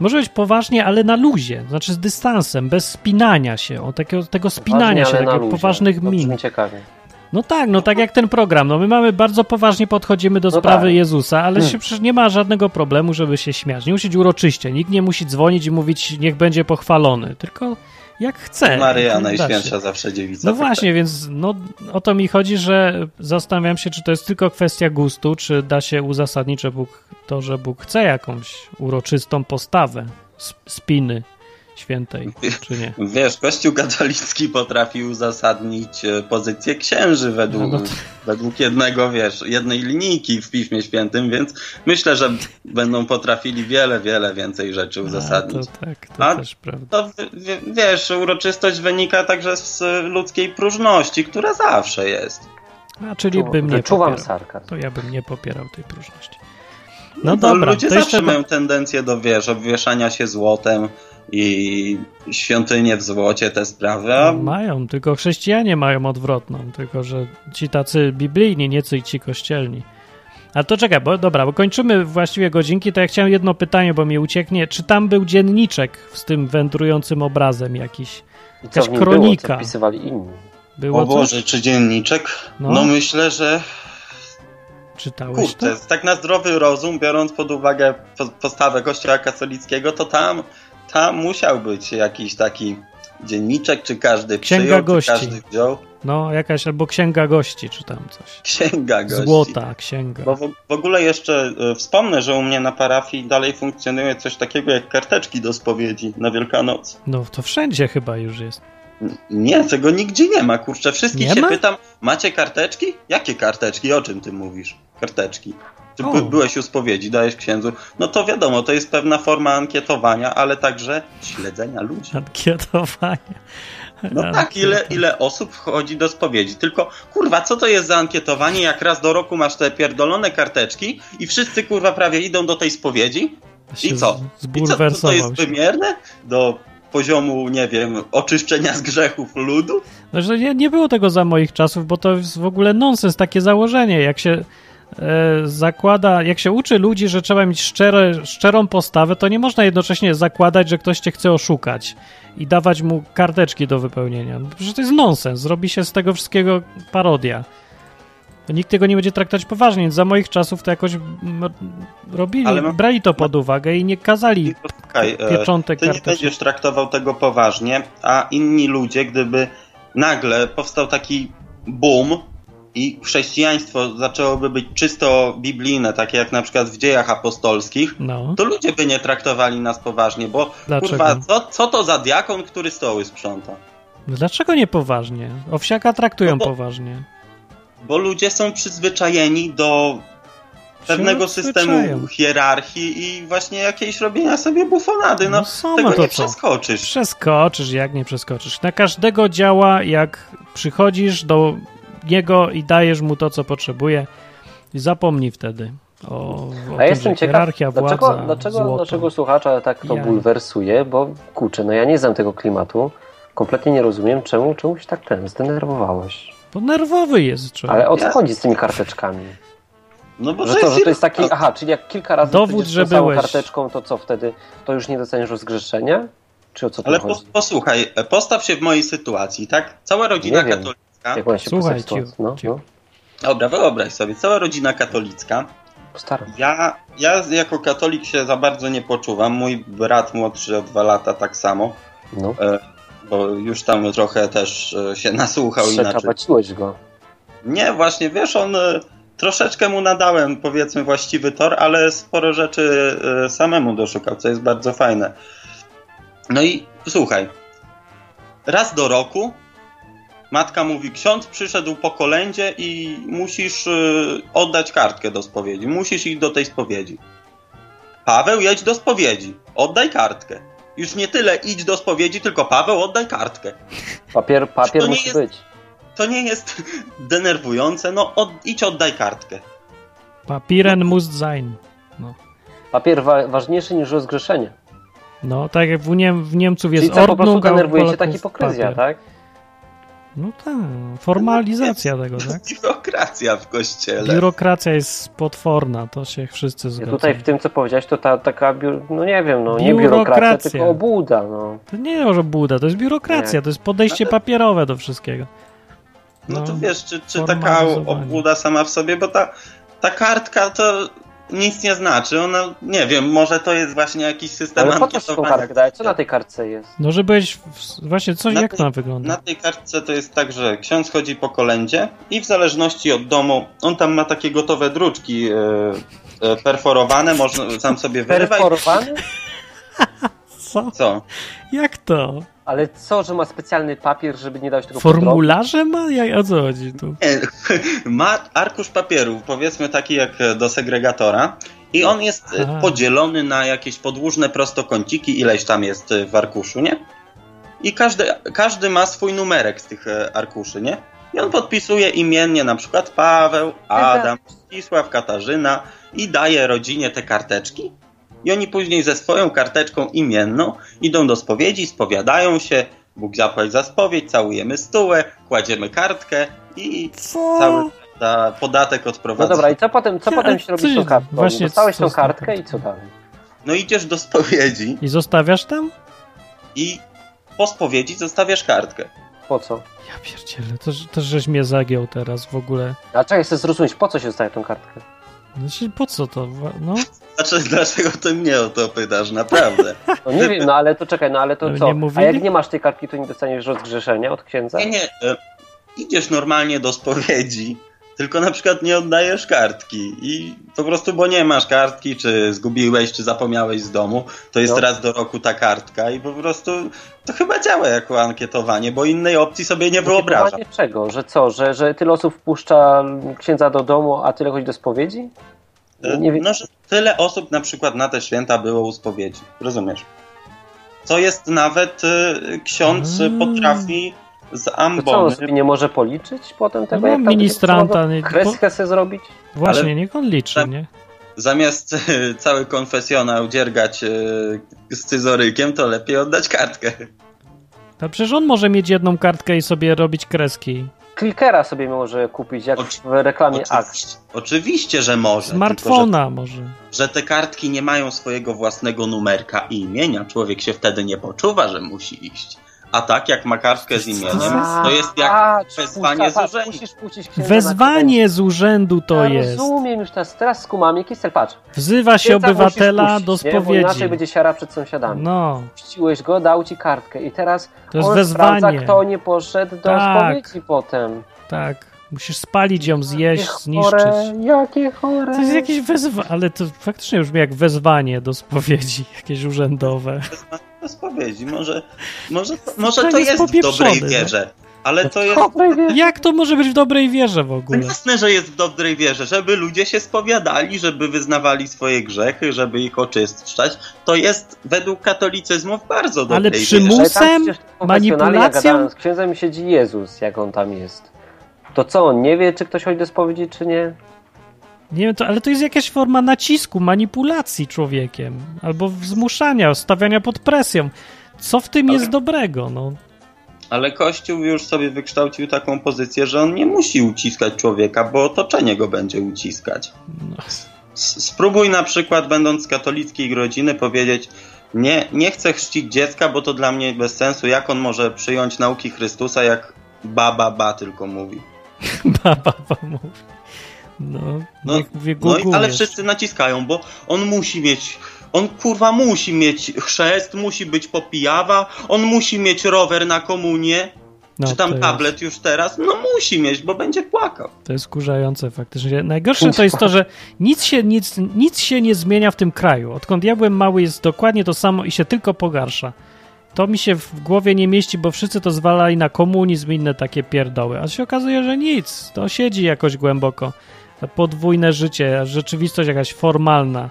S1: może być poważnie, ale na luzie, znaczy z dystansem, bez spinania się, o takiego, tego spinania
S2: Poważnie, ale
S1: się,
S2: na
S1: takich
S2: luzie.
S1: poważnych
S2: To brzmi
S1: min.
S2: ciekawie.
S1: No tak, no tak jak ten program. No my mamy bardzo poważnie podchodzimy do
S2: No
S1: sprawy
S2: tak.
S1: Jezusa, ale
S4: Hmm.
S2: Mm.
S1: się przecież nie ma żadnego problemu, żeby się śmiać. Nie musi być uroczyście. Nikt nie musi dzwonić i mówić, niech będzie pochwalony. Tylko jak chce.
S4: Maryja
S1: jak da
S4: Najświętsza
S1: się.
S4: zawsze dziewica.
S1: No
S4: Tak, tak.
S1: właśnie, więc no, o to mi chodzi, że zastanawiam się, czy to jest tylko kwestia gustu, czy da się uzasadnić, że Bóg, to, że Bóg chce jakąś uroczystą postawę, sp- spiny, Świętej, czy nie?
S4: Wiesz, Kościół katolicki potrafi uzasadnić e, pozycję księży według,
S1: No to-
S4: według jednego, wiesz, jednej linijki w Piśmie Świętym, więc myślę, że będą potrafili wiele, wiele więcej rzeczy
S1: A,
S4: [LAUGHS] uzasadnić.
S1: to tak, to
S4: A-
S1: też prawda.
S4: To w- w- wiesz, uroczystość wynika także z e, ludzkiej próżności, która zawsze jest.
S1: A czyli
S2: Czu-
S1: bym nie
S2: Wyczuwam
S1: popierał.
S2: sarkazm.
S1: To ja bym nie popierał tej próżności. No,
S4: to
S1: dobra,
S4: ludzie
S1: to
S4: zawsze
S1: jeszcze...
S4: mają tendencję do, wiesz, obwieszania się złotem i świątynie w złocie, te sprawy, a
S1: Mają, tylko chrześcijanie mają odwrotną, tylko że ci tacy biblijni, nieco i ci kościelni. A to czekaj, bo dobra, bo kończymy właściwie godzinki, to ja chciałem jedno pytanie, bo mi ucieknie. Czy tam był dzienniczek z tym wędrującym obrazem jakiś?
S2: I co
S1: Jakaś
S2: w nim
S1: kronika.
S2: było, co wpisywali inni.
S1: Było
S4: O
S1: coś?
S4: Boże, czy dzienniczek?
S1: No.
S4: No, myślę, że
S1: Czytałeś
S4: kurczę,
S1: to?
S4: tak na zdrowy rozum, biorąc pod uwagę po- postawę kościoła katolickiego, to tam, tam musiał być jakiś taki dzienniczek, czy każdy
S1: Księga
S4: przyjął,
S1: gości.
S4: czy każdy wziął. [LAUGHS]
S1: No, jakaś albo księga gości, czy tam coś.
S4: Księga gości.
S1: Złota księga.
S4: Bo w, w ogóle jeszcze e, wspomnę, że u mnie na parafii dalej funkcjonuje coś takiego jak karteczki do spowiedzi na Wielkanoc.
S1: No to wszędzie chyba już jest.
S4: N- Nie, tego nigdzie nie ma, kurczę. Wszystkich
S1: Nie
S4: się
S1: ma?
S4: pytam, macie karteczki? Jakie karteczki? O czym ty mówisz? Karteczki. Czy
S1: O.
S4: by, byłeś u spowiedzi, dajesz księdzu? No to wiadomo, to jest pewna forma ankietowania, ale także śledzenia ludzi.
S1: Ankietowanie. [LAUGHS]
S4: No tak, ile, ile osób wchodzi do spowiedzi. Tylko, kurwa, co to jest za ankietowanie, jak raz do roku masz te pierdolone karteczki i wszyscy, kurwa, prawie idą do tej spowiedzi?
S1: Się z-
S4: I co? I co, to, to
S1: Zbulwersował
S4: jest
S1: się.
S4: wymierne do poziomu, nie wiem, oczyszczenia z grzechów ludu?
S1: Znaczy, nie, nie było tego za moich czasów, bo to jest w ogóle nonsens, takie założenie. Jak się e, zakłada, jak się uczy ludzi, że trzeba mieć szczere, szczerą postawę, to nie można jednocześnie zakładać, że ktoś cię chce oszukać i dawać mu karteczki do wypełnienia. No, przecież to jest nonsens, zrobi się z tego wszystkiego parodia. Nikt tego nie będzie traktować poważnie, więc za moich czasów to jakoś mm, robili,
S4: Ale mam-
S1: brali to pod uwagę i nie kazali
S4: Tylko Słuchaj, e,
S1: pieczątek
S4: Ty nie
S1: karteczki.
S4: będziesz traktował tego poważnie, a inni ludzie, gdyby nagle powstał taki boom i chrześcijaństwo zaczęłoby być czysto biblijne, takie jak na przykład w dziejach apostolskich,
S1: No,
S4: to ludzie by nie traktowali nas poważnie, bo
S1: dlaczego?
S4: kurwa, co, co to za diakon, który stoły sprząta?
S1: No Dlaczego nie poważnie? Owsiaka traktują
S4: No bo-
S1: poważnie.
S4: Bo ludzie są przyzwyczajeni do
S1: Się
S4: pewnego
S1: odzwyczają.
S4: systemu hierarchii i właśnie jakiejś robienia sobie bufonady. No,
S1: No są,
S4: tego
S1: no to
S4: nie
S1: co?
S4: przeskoczysz.
S1: Przeskoczysz, jak nie przeskoczysz. Na każdego działa, jak przychodzisz do niego i dajesz mu to, co potrzebuje. I zapomnij wtedy o, o tym,
S2: A jestem
S1: że
S2: ciekaw,
S1: hierarchia,
S2: dlaczego,
S1: władza,
S2: dlaczego
S1: złoto.
S2: naszego słuchacza tak to
S1: Ja.
S2: bulwersuje, bo kurczę, no ja nie znam tego klimatu, kompletnie nie rozumiem, czemu czemuś tak ten, zdenerwowałeś.
S1: Bo nerwowy jest człowiek.
S2: Ale o co
S4: Ja-
S2: chodzi z tymi karteczkami?
S4: No bo
S2: Że to, że to jest taki,
S4: hierarchia.
S2: aha, czyli jak kilka razy
S1: Dowód,
S2: będziesz
S1: że
S2: trząsało
S1: byłeś.
S2: karteczką, to co wtedy, to już nie dostaniesz rozgrzeszenia? Czy o co tu
S4: Ale pos,
S2: chodzi?
S4: posłuchaj, postaw się w mojej sytuacji, tak? Cała rodzina
S2: Nie wiem.
S4: katolicka.
S2: Jak mam się
S1: Słuchaj,
S2: posłuchać?
S1: ciu-
S2: No,
S1: ciu.
S2: no,
S4: Dobra, wyobraź sobie, cała rodzina katolicka.
S2: no, postaram.
S4: Ja, ja jako katolik się za bardzo nie poczuwam. Mój brat młodszy o dwa lata tak samo,
S2: No,
S4: bo już tam trochę też e, się [LAUGHS] nasłuchał inaczej.
S2: przeczabaciłeś go.
S4: Nie, właśnie, wiesz, on e, troszeczkę mu nadałem, powiedzmy, właściwy tor, ale sporo rzeczy e, samemu doszukał, co jest bardzo fajne. No i słuchaj, raz do roku matka mówi, ksiądz przyszedł po kolędzie i musisz e, oddać kartkę do spowiedzi, musisz iść do tej spowiedzi. Paweł, jedź do spowiedzi, oddaj kartkę. Już nie tyle idź do spowiedzi, tylko Paweł, oddaj kartkę
S2: Papier, papier
S4: nie
S2: musi
S4: jest-
S2: być.
S4: to nie jest [LAUGHS] denerwujące, no od, idź oddaj kartkę.
S1: Papieren must sein.
S2: Papier wa- ważniejszy niż rozgrzeszenie.
S1: No, tak jak w, Niem- w Niemców
S2: Czyli
S1: jest
S2: co, po prostu
S1: ordnung, a u
S2: denerwuje się
S1: Polaków
S2: ta hipokryzja,
S1: papier.
S2: tak?
S1: No tak, formalizacja tego, tak?
S4: [LAUGHS] Biurokracja w kościele.
S1: Biurokracja jest potworna, to się wszyscy
S2: Ja
S1: zgadzają.
S2: tutaj w tym, co powiedziałeś, to ta taka, biur... no nie wiem, no nie
S1: Biurokracja.
S2: biurokracja, tylko obłuda, no.
S1: To nie że buda, to jest biurokracja,
S2: Nie.
S1: to jest podejście papierowe do wszystkiego.
S4: No to wiesz, czy, czy taka
S1: formalizowanie.
S4: obłuda sama w sobie, bo ta, ta kartka to nic nie znaczy. Ona, nie wiem, może to jest właśnie jakiś system
S2: Ale po co się tą
S4: ankietowania.
S2: kartkę daje? Co na tej kartce jest?
S1: No żebyś w- właśnie coś
S4: Na
S1: jak
S4: tej-
S1: to wygląda.
S4: Na tej kartce to jest tak, że ksiądz chodzi po kolędzie i w zależności od domu, on tam ma takie gotowe druczki e, e, perforowane, można sam sobie wyrywać.
S2: Perforowany?
S1: Co?
S4: Co?
S1: Jak to?
S2: Ale co, że ma specjalny papier, żeby nie dać tego
S1: Formularze ma? Jak, o co chodzi tu?
S4: Nie, [LAUGHS] Ma arkusz papieru, powiedzmy taki jak do segregatora, i on jest e,
S1: Aha.
S4: podzielony na jakieś podłużne prostokąciki, ileś tam jest e, w arkuszu, nie? I każdy, każdy ma swój numerek z tych e, arkuszy, nie? I on podpisuje imiennie na przykład Paweł, Adam, Zdzisław, Katarzyna i daje rodzinie te karteczki. I oni później ze swoją karteczką imienną idą do spowiedzi, spowiadają się, Bóg zapłać za spowiedź, całujemy stółę, kładziemy kartkę i
S1: Co?
S4: cały ta podatek
S2: No
S4: odprowadza.
S2: dobra, i co potem, co
S1: Ja,
S2: potem się
S1: co
S2: robi z tą
S1: się-
S2: kartką?
S1: właśnie,
S2: Dostałeś
S1: co
S2: tą
S1: z tą
S2: kartkę
S1: kartką?
S2: i co dalej?
S4: No idziesz do spowiedzi
S1: I zostawiasz tam?
S4: i po spowiedzi zostawiasz kartkę.
S2: Po co?
S1: Ja pierdzielę, to, to żeś mnie zagiął teraz w ogóle.
S2: A czekaj, chcę zrozumieć, po co się dostaje tą kartkę?
S1: Znaczy, po co to? Wa- No,
S4: Znaczy, [LAUGHS] dlaczego ty mnie o to pytasz,
S2: [LAUGHS]
S4: naprawdę?
S2: No nie wiem, no ale to czekaj, no ale to
S1: No,
S2: co?
S1: nie
S2: A
S1: mówili?
S2: jak nie masz tej kartki, to nie dostaniesz rozgrzeszenia od księdza?
S4: Nie, nie, e, idziesz normalnie do spowiedzi, tylko na przykład nie oddajesz kartki i po prostu, bo nie masz kartki, czy zgubiłeś, czy zapomniałeś z domu, to jest
S2: No.
S4: raz do roku ta kartka i po prostu to chyba działa jako ankietowanie, bo innej opcji sobie nie wyobrażam.
S2: Motywowanie czego? Że co? Że, że tyle osób wpuszcza księdza do domu, a tyle chodzi do spowiedzi?
S4: E,
S2: Nie wiem.
S4: No, że tyle osób na przykład na te święta było u spowiedzi. Rozumiesz? Co jest nawet e, ksiądz
S1: Mm.
S4: potrafi z
S2: To co, on
S4: ambony.
S2: sobie nie może policzyć potem tego?
S1: No,
S2: jak tam
S1: ministranta
S2: tego samego
S1: nie-
S2: Kreskę sobie zrobić?
S1: właśnie,
S4: Ale-
S1: niech on liczy,
S4: Tam-
S1: nie?
S4: Zamiast e, cały konfesjonał dziergać e, scyzorykiem, to lepiej oddać kartkę.
S1: No przecież on może mieć jedną kartkę i sobie robić kreski.
S2: Klikera sobie może kupić, jak
S4: Oczy-
S2: w reklamie Axe.
S4: Oczywiście, oczywiście, że może. Tylko,
S1: Smartfona może.
S4: że, że te kartki nie mają swojego własnego numerka i imienia. Człowiek się wtedy nie poczuwa, że musi iść. A tak jak ma kartkę z
S1: Co za
S4: imieniem,
S1: A,
S4: to jest jak wezwanie z urzędu.
S2: Musisz puścić księdza na
S1: Wezwanie z urzędu
S2: kolędę.
S1: to
S2: ja
S1: jest.
S2: rozumiem już teraz, teraz skumam, jaki cel, patrz.
S1: Wzywa się
S2: księdza
S1: obywatela
S2: musisz
S1: do
S2: puścić, nie? Bo inaczej
S1: spowiedzi.
S2: będzie siara przed sąsiadami.
S1: No,
S2: Puściłeś go, dał ci kartkę i teraz
S1: to jest
S2: on sprawdza,
S1: wezwanie.
S2: kto nie poszedł do
S1: Tak.
S2: spowiedzi potem.
S1: Tak. Musisz spalić ją, zjeść,
S2: Jakie Chore,
S1: zniszczyć.
S2: jakie chore.
S1: To jest jakieś wezwanie, ale to faktycznie już brzmi jak wezwanie do spowiedzi, [LAUGHS] jakieś urzędowe.
S4: do spowiedzi. Może, może, może to
S1: jest
S4: jest w dobrej
S1: popieprzony,
S4: wierze, ale No to jest.
S2: Dobry wieczór.
S1: Jak to może być w dobrej wierze w
S4: To
S1: ogóle?
S4: jasne, że jest w dobrej wierze, żeby ludzie się spowiadali, żeby wyznawali swoje grzechy, żeby ich oczyszczać. To jest według katolicyzmu w bardzo dobrej
S1: Ale przymus-
S4: wierze.
S2: Ale tam przecież w konfesjonale
S1: manipulacją?
S2: ja gadałem Z księdzem siedzi Jezus, jak on tam jest. To co, on nie wie, czy ktoś chodzi do spowiedzi, czy nie?
S1: Nie wiem, to, ale to jest jakaś forma nacisku, manipulacji człowiekiem. Albo zmuszania, stawiania pod presją. Co w tym
S4: Tak.
S1: jest dobrego? No, [LAUGHS]
S4: Ale Kościół już sobie wykształcił taką pozycję, że on nie musi uciskać człowieka, bo otoczenie go będzie uciskać.
S1: no.
S4: S- Spróbuj na przykład, będąc z katolickiej rodziny, powiedzieć: Nie, nie chcę chrzcić dziecka, bo to dla mnie bez sensu. Jak on może przyjąć nauki Chrystusa, jak baba ba tylko mówi?
S1: Baba wam mówi. No,
S4: No,
S1: niech mówię,
S4: No i,
S1: Google
S4: ale
S1: jest.
S4: wszyscy naciskają, bo on musi mieć. On kurwa musi mieć chrzest, musi być popijawa, on musi mieć rower na komunie,
S1: no,
S4: czy tam
S1: to
S4: tablet już teraz. No musi mieć, bo będzie płakał.
S1: Jest, to jest kurzające faktycznie. Najgorsze to jest to, że nic się, nic, nic się nie zmienia w tym kraju. Odkąd ja byłem mały jest dokładnie to samo i się tylko pogarsza. To mi się w głowie nie mieści, bo wszyscy to zwalali na komunizm i inne takie pierdoły. A się okazuje, że nic. To siedzi jakoś głęboko. Podwójne życie, rzeczywistość jakaś formalna.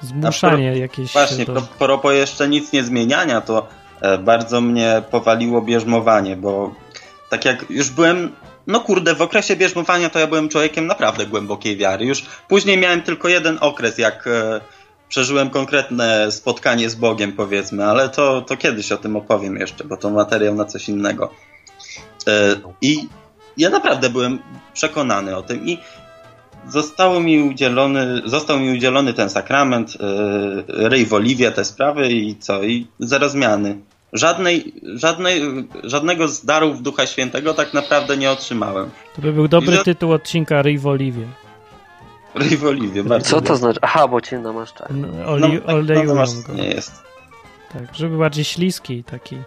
S1: Zmuszanie jakieś.
S4: Właśnie,
S1: do...
S4: pro- propos jeszcze nic nie zmieniania, to e, bardzo mnie powaliło bierzmowanie, bo tak jak już byłem, no kurde, w okresie bierzmowania to ja byłem człowiekiem naprawdę głębokiej wiary. Już później miałem tylko jeden okres, jak e, przeżyłem konkretne spotkanie z Bogiem, powiedzmy, ale to, to kiedyś o tym opowiem jeszcze, bo to materiał na coś innego. E, I ja naprawdę byłem przekonany o tym i Zostało mi udzielony, został mi udzielony ten sakrament, yy, ryj w oliwie, te sprawy i co, i zero zmiany. Żadnej, żadnej, żadnego z darów Ducha Świętego tak naprawdę nie otrzymałem.
S1: To by był dobry
S4: I że-
S1: tytuł odcinka Ryj w oliwie.
S4: Ryj w oliwie, bardzo
S2: Co to
S4: dobrze.
S2: znaczy? Aha, bo cię namaszcza.
S1: No, Oli,
S4: tak,
S1: olejują
S4: no,
S1: go.
S4: masz- nie jest.
S1: Tak, żeby bardziej śliski taki,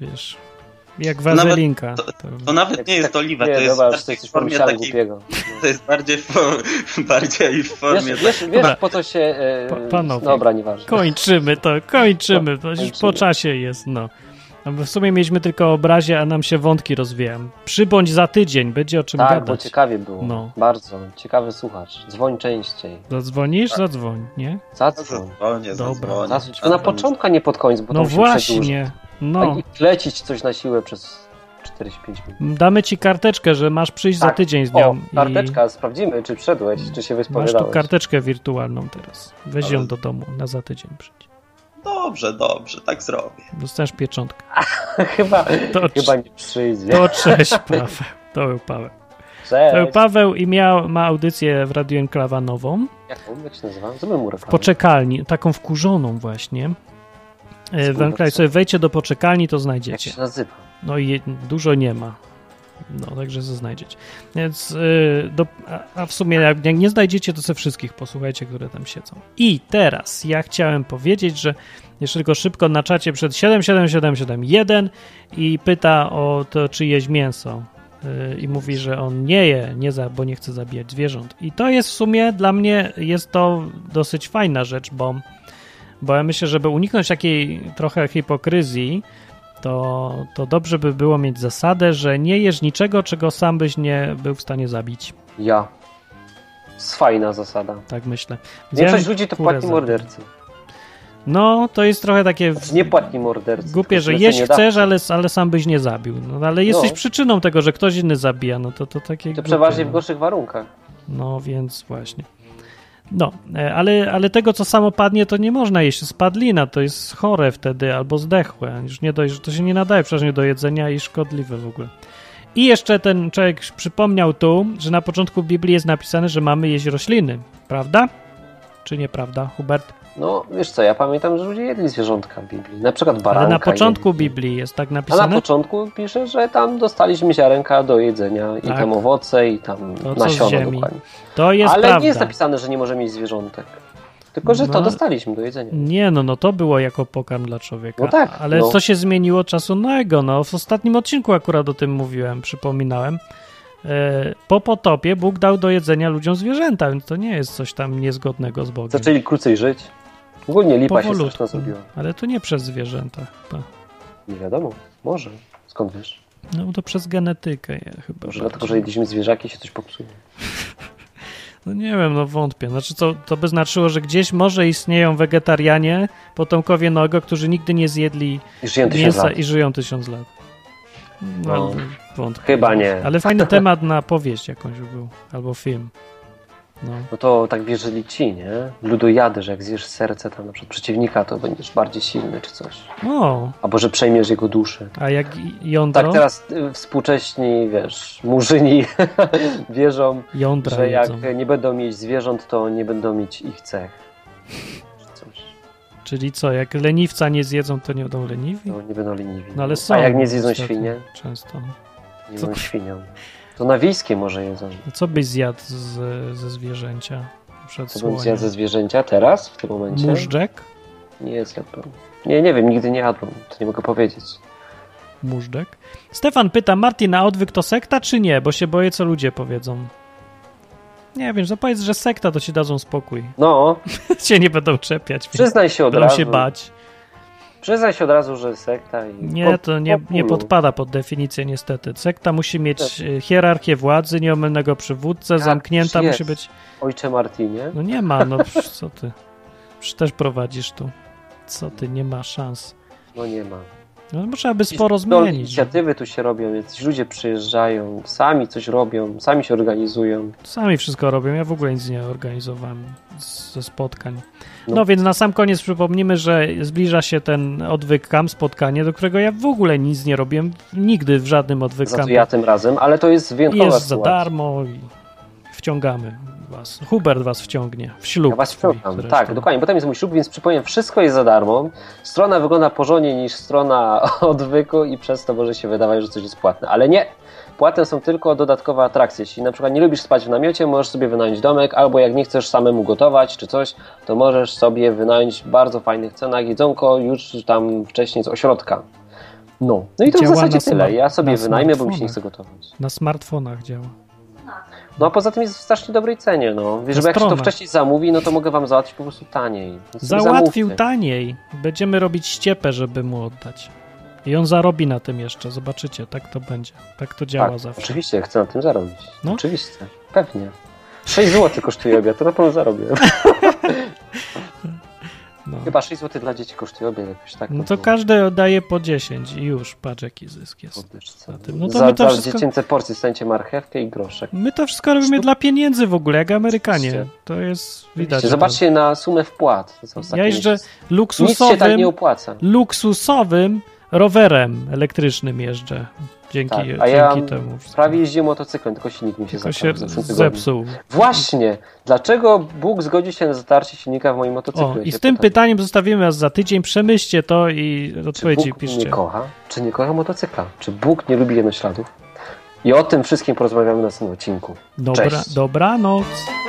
S1: wiesz, Jak wazelinka.
S4: To, to nawet nie jest oliwa, to jest
S2: dobra, już
S4: bardziej w
S2: coś
S4: formie
S2: pomyślałem
S4: takiej...
S2: głupiego.
S4: To jest bardziej w, [LAUGHS] bardziej w
S2: Wiesz,
S4: formie...
S2: wiesz,
S1: Dobra.
S2: wiesz po co się... e,
S1: Pa- panowie.
S2: Dobra, nieważne.
S1: Kończymy to, kończymy. To już po
S2: Kończymy.
S1: czasie jest, no. No bo W sumie mieliśmy tylko o obrazie, a nam się wątki rozwijają. Przybądź za tydzień, będzie o czym
S2: Tak, bo
S1: gadać.
S2: ciekawie było.
S1: No.
S2: Bardzo. Ciekawy słuchacz. Dzwoń częściej.
S1: Zadzwonisz?
S2: Tak.
S1: Zadzwoń,
S2: No
S1: nie?
S2: Zadzwoń.
S1: Dobra.
S4: Zadzwonię, zadzwonię.
S2: Zadzwoń. Tylko na
S4: Zadzwonię.
S2: początku, a nie pod koniec, bo
S1: No
S2: to Tak się przedłuży.
S1: właśnie, no.
S2: A I klecić coś na siłę przez 45 minut.
S1: Damy ci karteczkę, że masz przyjść za
S2: Tak.
S1: tydzień z
S2: O,
S1: nią. i
S2: karteczka, sprawdzimy, czy wszedłeś, czy się
S1: Masz tu
S2: wyspowiadałeś.
S1: karteczkę wirtualną teraz. Weź
S4: Ale-
S1: ją do domu, na za tydzień przyjdź.
S4: Dobrze, dobrze, tak zrobię.
S1: Dostaniesz pieczątkę.
S2: [LAUGHS] chyba,
S1: To-
S2: chyba nie przyjdzie.
S1: To cześć Paweł. To był Paweł. To był
S2: Cześć.
S1: Paweł i miał, ma audycję w Radio Enklawa nową.
S2: Jak, jak się nazywa? Zróbmy mu reklamę.
S1: Poczekalni, taką wkurzoną właśnie. E, W
S2: Skurwa,
S1: Enklawie
S2: co?
S1: sobie wejdźcie do poczekalni, to
S2: Jak
S1: znajdziecie.
S2: się nazywa?
S1: No i dużo nie ma. No, także ze znajdziecie. Więc, y, do, a, a w sumie jak, jak nie znajdziecie, to sobie wszystkich posłuchajcie, które tam siedzą. I teraz ja chciałem powiedzieć, że jeszcze tylko szybko na czacie przed 77771 i pyta o to czyjeś mięso. Y, I mówi, że on nie je, nie za, bo nie chce zabijać zwierząt. I to jest w sumie dla mnie jest to dosyć fajna rzecz, bo, bo ja myślę, żeby uniknąć takiej trochę hipokryzji, to, to dobrze by było mieć zasadę, że nie jesz niczego, czego sam byś nie był w stanie zabić.
S2: Ja. Jest Fajna zasada.
S1: Tak myślę.
S2: Większość
S1: Widziałem
S2: ludzi to
S1: kurę
S2: płatni
S1: za-
S2: mordercy.
S1: No, to jest trochę takie w-
S2: Znaczy nie płatni mordercy.
S1: głupie,
S2: tylko
S1: że
S2: zlecenie
S1: jeść chcesz,
S2: dawcy.
S1: ale, ale sam byś nie zabił. No, ale jesteś
S2: No.
S1: przyczyną tego, że ktoś inny zabija. No to, to takie
S2: To
S1: głupie,
S2: przeważnie
S1: no.
S2: w gorszych warunkach.
S1: No więc właśnie. No, e, ale, ale tego, co samo padnie, to nie można jeść. Spadlina to jest chore wtedy albo zdechłe. Już nie dość, że to się nie nadaje przecież nie do jedzenia i szkodliwe w ogóle. I jeszcze ten człowiek przypomniał tu, że na początku Biblii jest napisane, że mamy jeść rośliny. Prawda? Czy nieprawda, Hubert?
S2: No, wiesz co, ja pamiętam, że ludzie jedli zwierzątka w Biblii. Na przykład baranka
S1: ale na początku
S2: jedli.
S1: Biblii jest tak
S2: A No na
S1: napisane.
S2: początku pisze, że tam dostaliśmy ziarenka do jedzenia i
S1: Tak.
S2: tam owoce i tam
S1: To, co z
S2: nasiona
S1: ziemi.
S2: dokładnie.
S1: To jest
S2: Ale
S1: prawda.
S2: nie jest napisane, że nie możemy mieć zwierzątek. Tylko, że
S1: No.
S2: to dostaliśmy do jedzenia.
S1: Nie, no, no to było jako pokarm dla człowieka.
S2: No tak,
S1: Ale
S2: no.
S1: co się zmieniło od czasu Noego? No, w ostatnim odcinku akurat o tym mówiłem, przypominałem. E, Po potopie Bóg dał do jedzenia ludziom zwierzęta, więc to nie jest coś tam niezgodnego z Bogiem.
S2: Zaczęli krócej żyć. Ogólnie lipa Znaczy, się
S1: Powolutku.
S2: straszna zrobiła.
S1: Ale to nie przez zwierzęta chyba.
S2: Nie wiadomo, może. Skąd wiesz?
S1: No to przez genetykę je, chyba.
S2: Może
S1: bardziej.
S2: dlatego, że jedliśmy zwierzaki się coś popsuje.
S1: No nie wiem, no wątpię. Znaczy, to, to by znaczyło, że gdzieś może istnieją wegetarianie, potomkowie Noego, którzy nigdy nie zjedli
S2: I żyją tysiąc
S1: mięsa
S2: lat.
S1: i żyją tysiąc lat. No,
S2: No.
S1: wątpię.
S2: Chyba nie.
S1: Ale fajny temat na powieść jakąś by był, albo film. No.
S2: No to tak wierzyli ci, nie? Ludojady, że jak zjesz serce tam na przykład przeciwnika, to będziesz bardziej silny czy coś.
S1: O,
S2: Albo że przejmiesz jego duszę.
S1: a jak i- jądro?
S2: Tak teraz y, współcześni, wiesz, murzyni [LAUGHS] wierzą,
S1: Jądra
S2: że jak
S1: jedzą.
S2: nie będą mieć zwierząt, to nie będą mieć ich cech. Czy Coś.
S1: Czyli co, jak leniwca nie zjedzą, to nie będą leniwi?
S2: To nie będą leniwi.
S1: No ale są.
S2: A jak nie zjedzą
S1: niestety,
S2: świnie,
S1: Często.
S2: nie
S1: Co
S2: jedzą
S1: ty?
S2: świnią. To na wiejskie może jedzą.
S1: No Co byś zjadł z, ze zwierzęcia? Przed
S2: Co bym
S1: słoniem?
S2: zjadł ze zwierzęcia teraz, w tym momencie?
S1: Móżdżek?
S2: Nie jest jadłem. Nie, nie wiem, nigdy nie jadłem. To nie mogę powiedzieć.
S1: Móżdżek. Stefan pyta, Martin, a odwyk to sekta czy nie? Bo się boję, co ludzie powiedzą. Nie wiem, że powiedz, że sekta, to ci dadzą spokój. [LAUGHS]
S2: No,
S1: cię nie będą czepiać, więc [LAUGHS]
S2: przyznaj się od
S1: będą
S2: razu.
S1: się bać.
S2: Przyznaj się od razu, że sekta i...
S1: Nie, to nie, nie
S2: populu.
S1: podpada pod definicję niestety. Sekta musi mieć e, hierarchię władzy, nieomylnego przywódcę,
S2: Tak,
S1: zamknięta
S2: już
S1: musi
S2: jest.
S1: być.
S2: Ojcze Martinie.
S1: No nie ma, no psz, co ty? Przecież też prowadzisz tu. Co ty, nie ma szans.
S2: No nie ma.
S1: No bo trzeba by sporo
S2: Stąd
S1: zmienić.
S2: inicjatywy tu się robią, jacyś ludzie przyjeżdżają, sami coś robią, sami się organizują.
S1: Sami wszystko robią, ja w ogóle nic nie organizowałem z- ze spotkań. No,
S2: No.
S1: więc na sam koniec przypomnimy, że zbliża się ten odwyk kam spotkanie, do którego ja w ogóle nic nie robiłem, nigdy w żadnym odwyk
S2: Za
S1: kam.
S2: to ja tym razem, ale to jest wyjątkowa
S1: Jest za
S2: sytuacja.
S1: darmo i wciągamy was. Hubert was wciągnie w ślub.
S2: Ja was
S1: swój
S2: wciągam.
S1: zresztą.
S2: Tak, dokładnie, bo tam jest mój ślub, więc przypomnę, wszystko jest za darmo. Strona wygląda porządnie niż strona [LAUGHS] odwyku i przez to może się wydawać, że coś jest płatne. Ale nie! Płatne są tylko dodatkowe atrakcje. Jeśli na przykład nie lubisz spać w namiocie, możesz sobie wynająć domek, albo jak nie chcesz samemu gotować czy coś, to możesz sobie wynająć w bardzo fajnych cenach jedzonko już tam wcześniej z ośrodka. No, no i to
S1: Działa
S2: w zasadzie
S1: na
S2: tyle.
S1: smart-
S2: ja sobie
S1: na
S2: wynajmę, bo mi się nie
S1: smartfonach.
S2: chce gotować.
S1: Na smartfonach działa.
S2: No a poza tym jest w strasznie dobrej cenie, no. Wiesz,
S1: Na
S2: bo jak się to
S1: stronę.
S2: wcześniej zamówi, no to mogę wam załatwić po prostu taniej. Więc sobie
S1: Załatwił tak
S2: zamówcie.
S1: taniej. Będziemy robić ściepę, żeby mu oddać. I on zarobi na tym jeszcze, zobaczycie, tak to będzie. Tak to działa
S2: tak,
S1: zawsze.
S2: Oczywiście, chcę na tym zarobić.
S1: No.
S2: Oczywiście, pewnie. 6 zł kosztuje obiad, to na
S1: [LAUGHS]
S2: pewno zarobię.
S1: No.
S2: Chyba 6 zł dla dzieci kosztuje obiad jakoś tak.
S1: no to
S2: było.
S1: każdy oddaje po 10 i już, patrz jaki zysk jest.
S2: Podwyżce.
S1: na tym. No to
S2: za,
S1: my to
S2: za
S1: wszystko-
S2: dziecięce porcje staniecie marchewkę i groszek.
S1: My to wszystko robimy dla pieniędzy w ogóle, jak Amerykanie.
S2: Oczywiście.
S1: To jest widać. że to-
S2: Zobaczcie na sumę wpłat. To są ostatnie
S1: Ja jeżdżę
S2: miesiące. Nic się
S1: luksusowym,
S2: tak nie opłaca.
S1: luksusowym rowerem elektrycznym jeżdżę. Dzięki,
S2: Tak, a
S1: dzięki
S2: ja
S1: temu. wszystkiemu.
S2: prawie jeździłem motocyklem, tylko silnik mi się
S1: Tylko
S2: zepsuł.
S1: się
S2: w zeszłym tygodniu.
S1: zepsuł.
S2: Właśnie, dlaczego Bóg zgodził się na zatarcie silnika w moim motocyklu?
S1: O, i
S2: się
S1: z tym
S2: pytam.
S1: pytaniem zostawimy was za tydzień. Przemyślcie to i
S2: Czy
S1: odpowiedzi
S2: Bóg
S1: piszcie.
S2: nie kocha? Czy nie kocha motocykla? Czy Bóg nie lubi jednośladów? I o tym wszystkim porozmawiamy na następnym odcinku.
S1: Dobra,
S2: Cześć.
S1: dobranoc.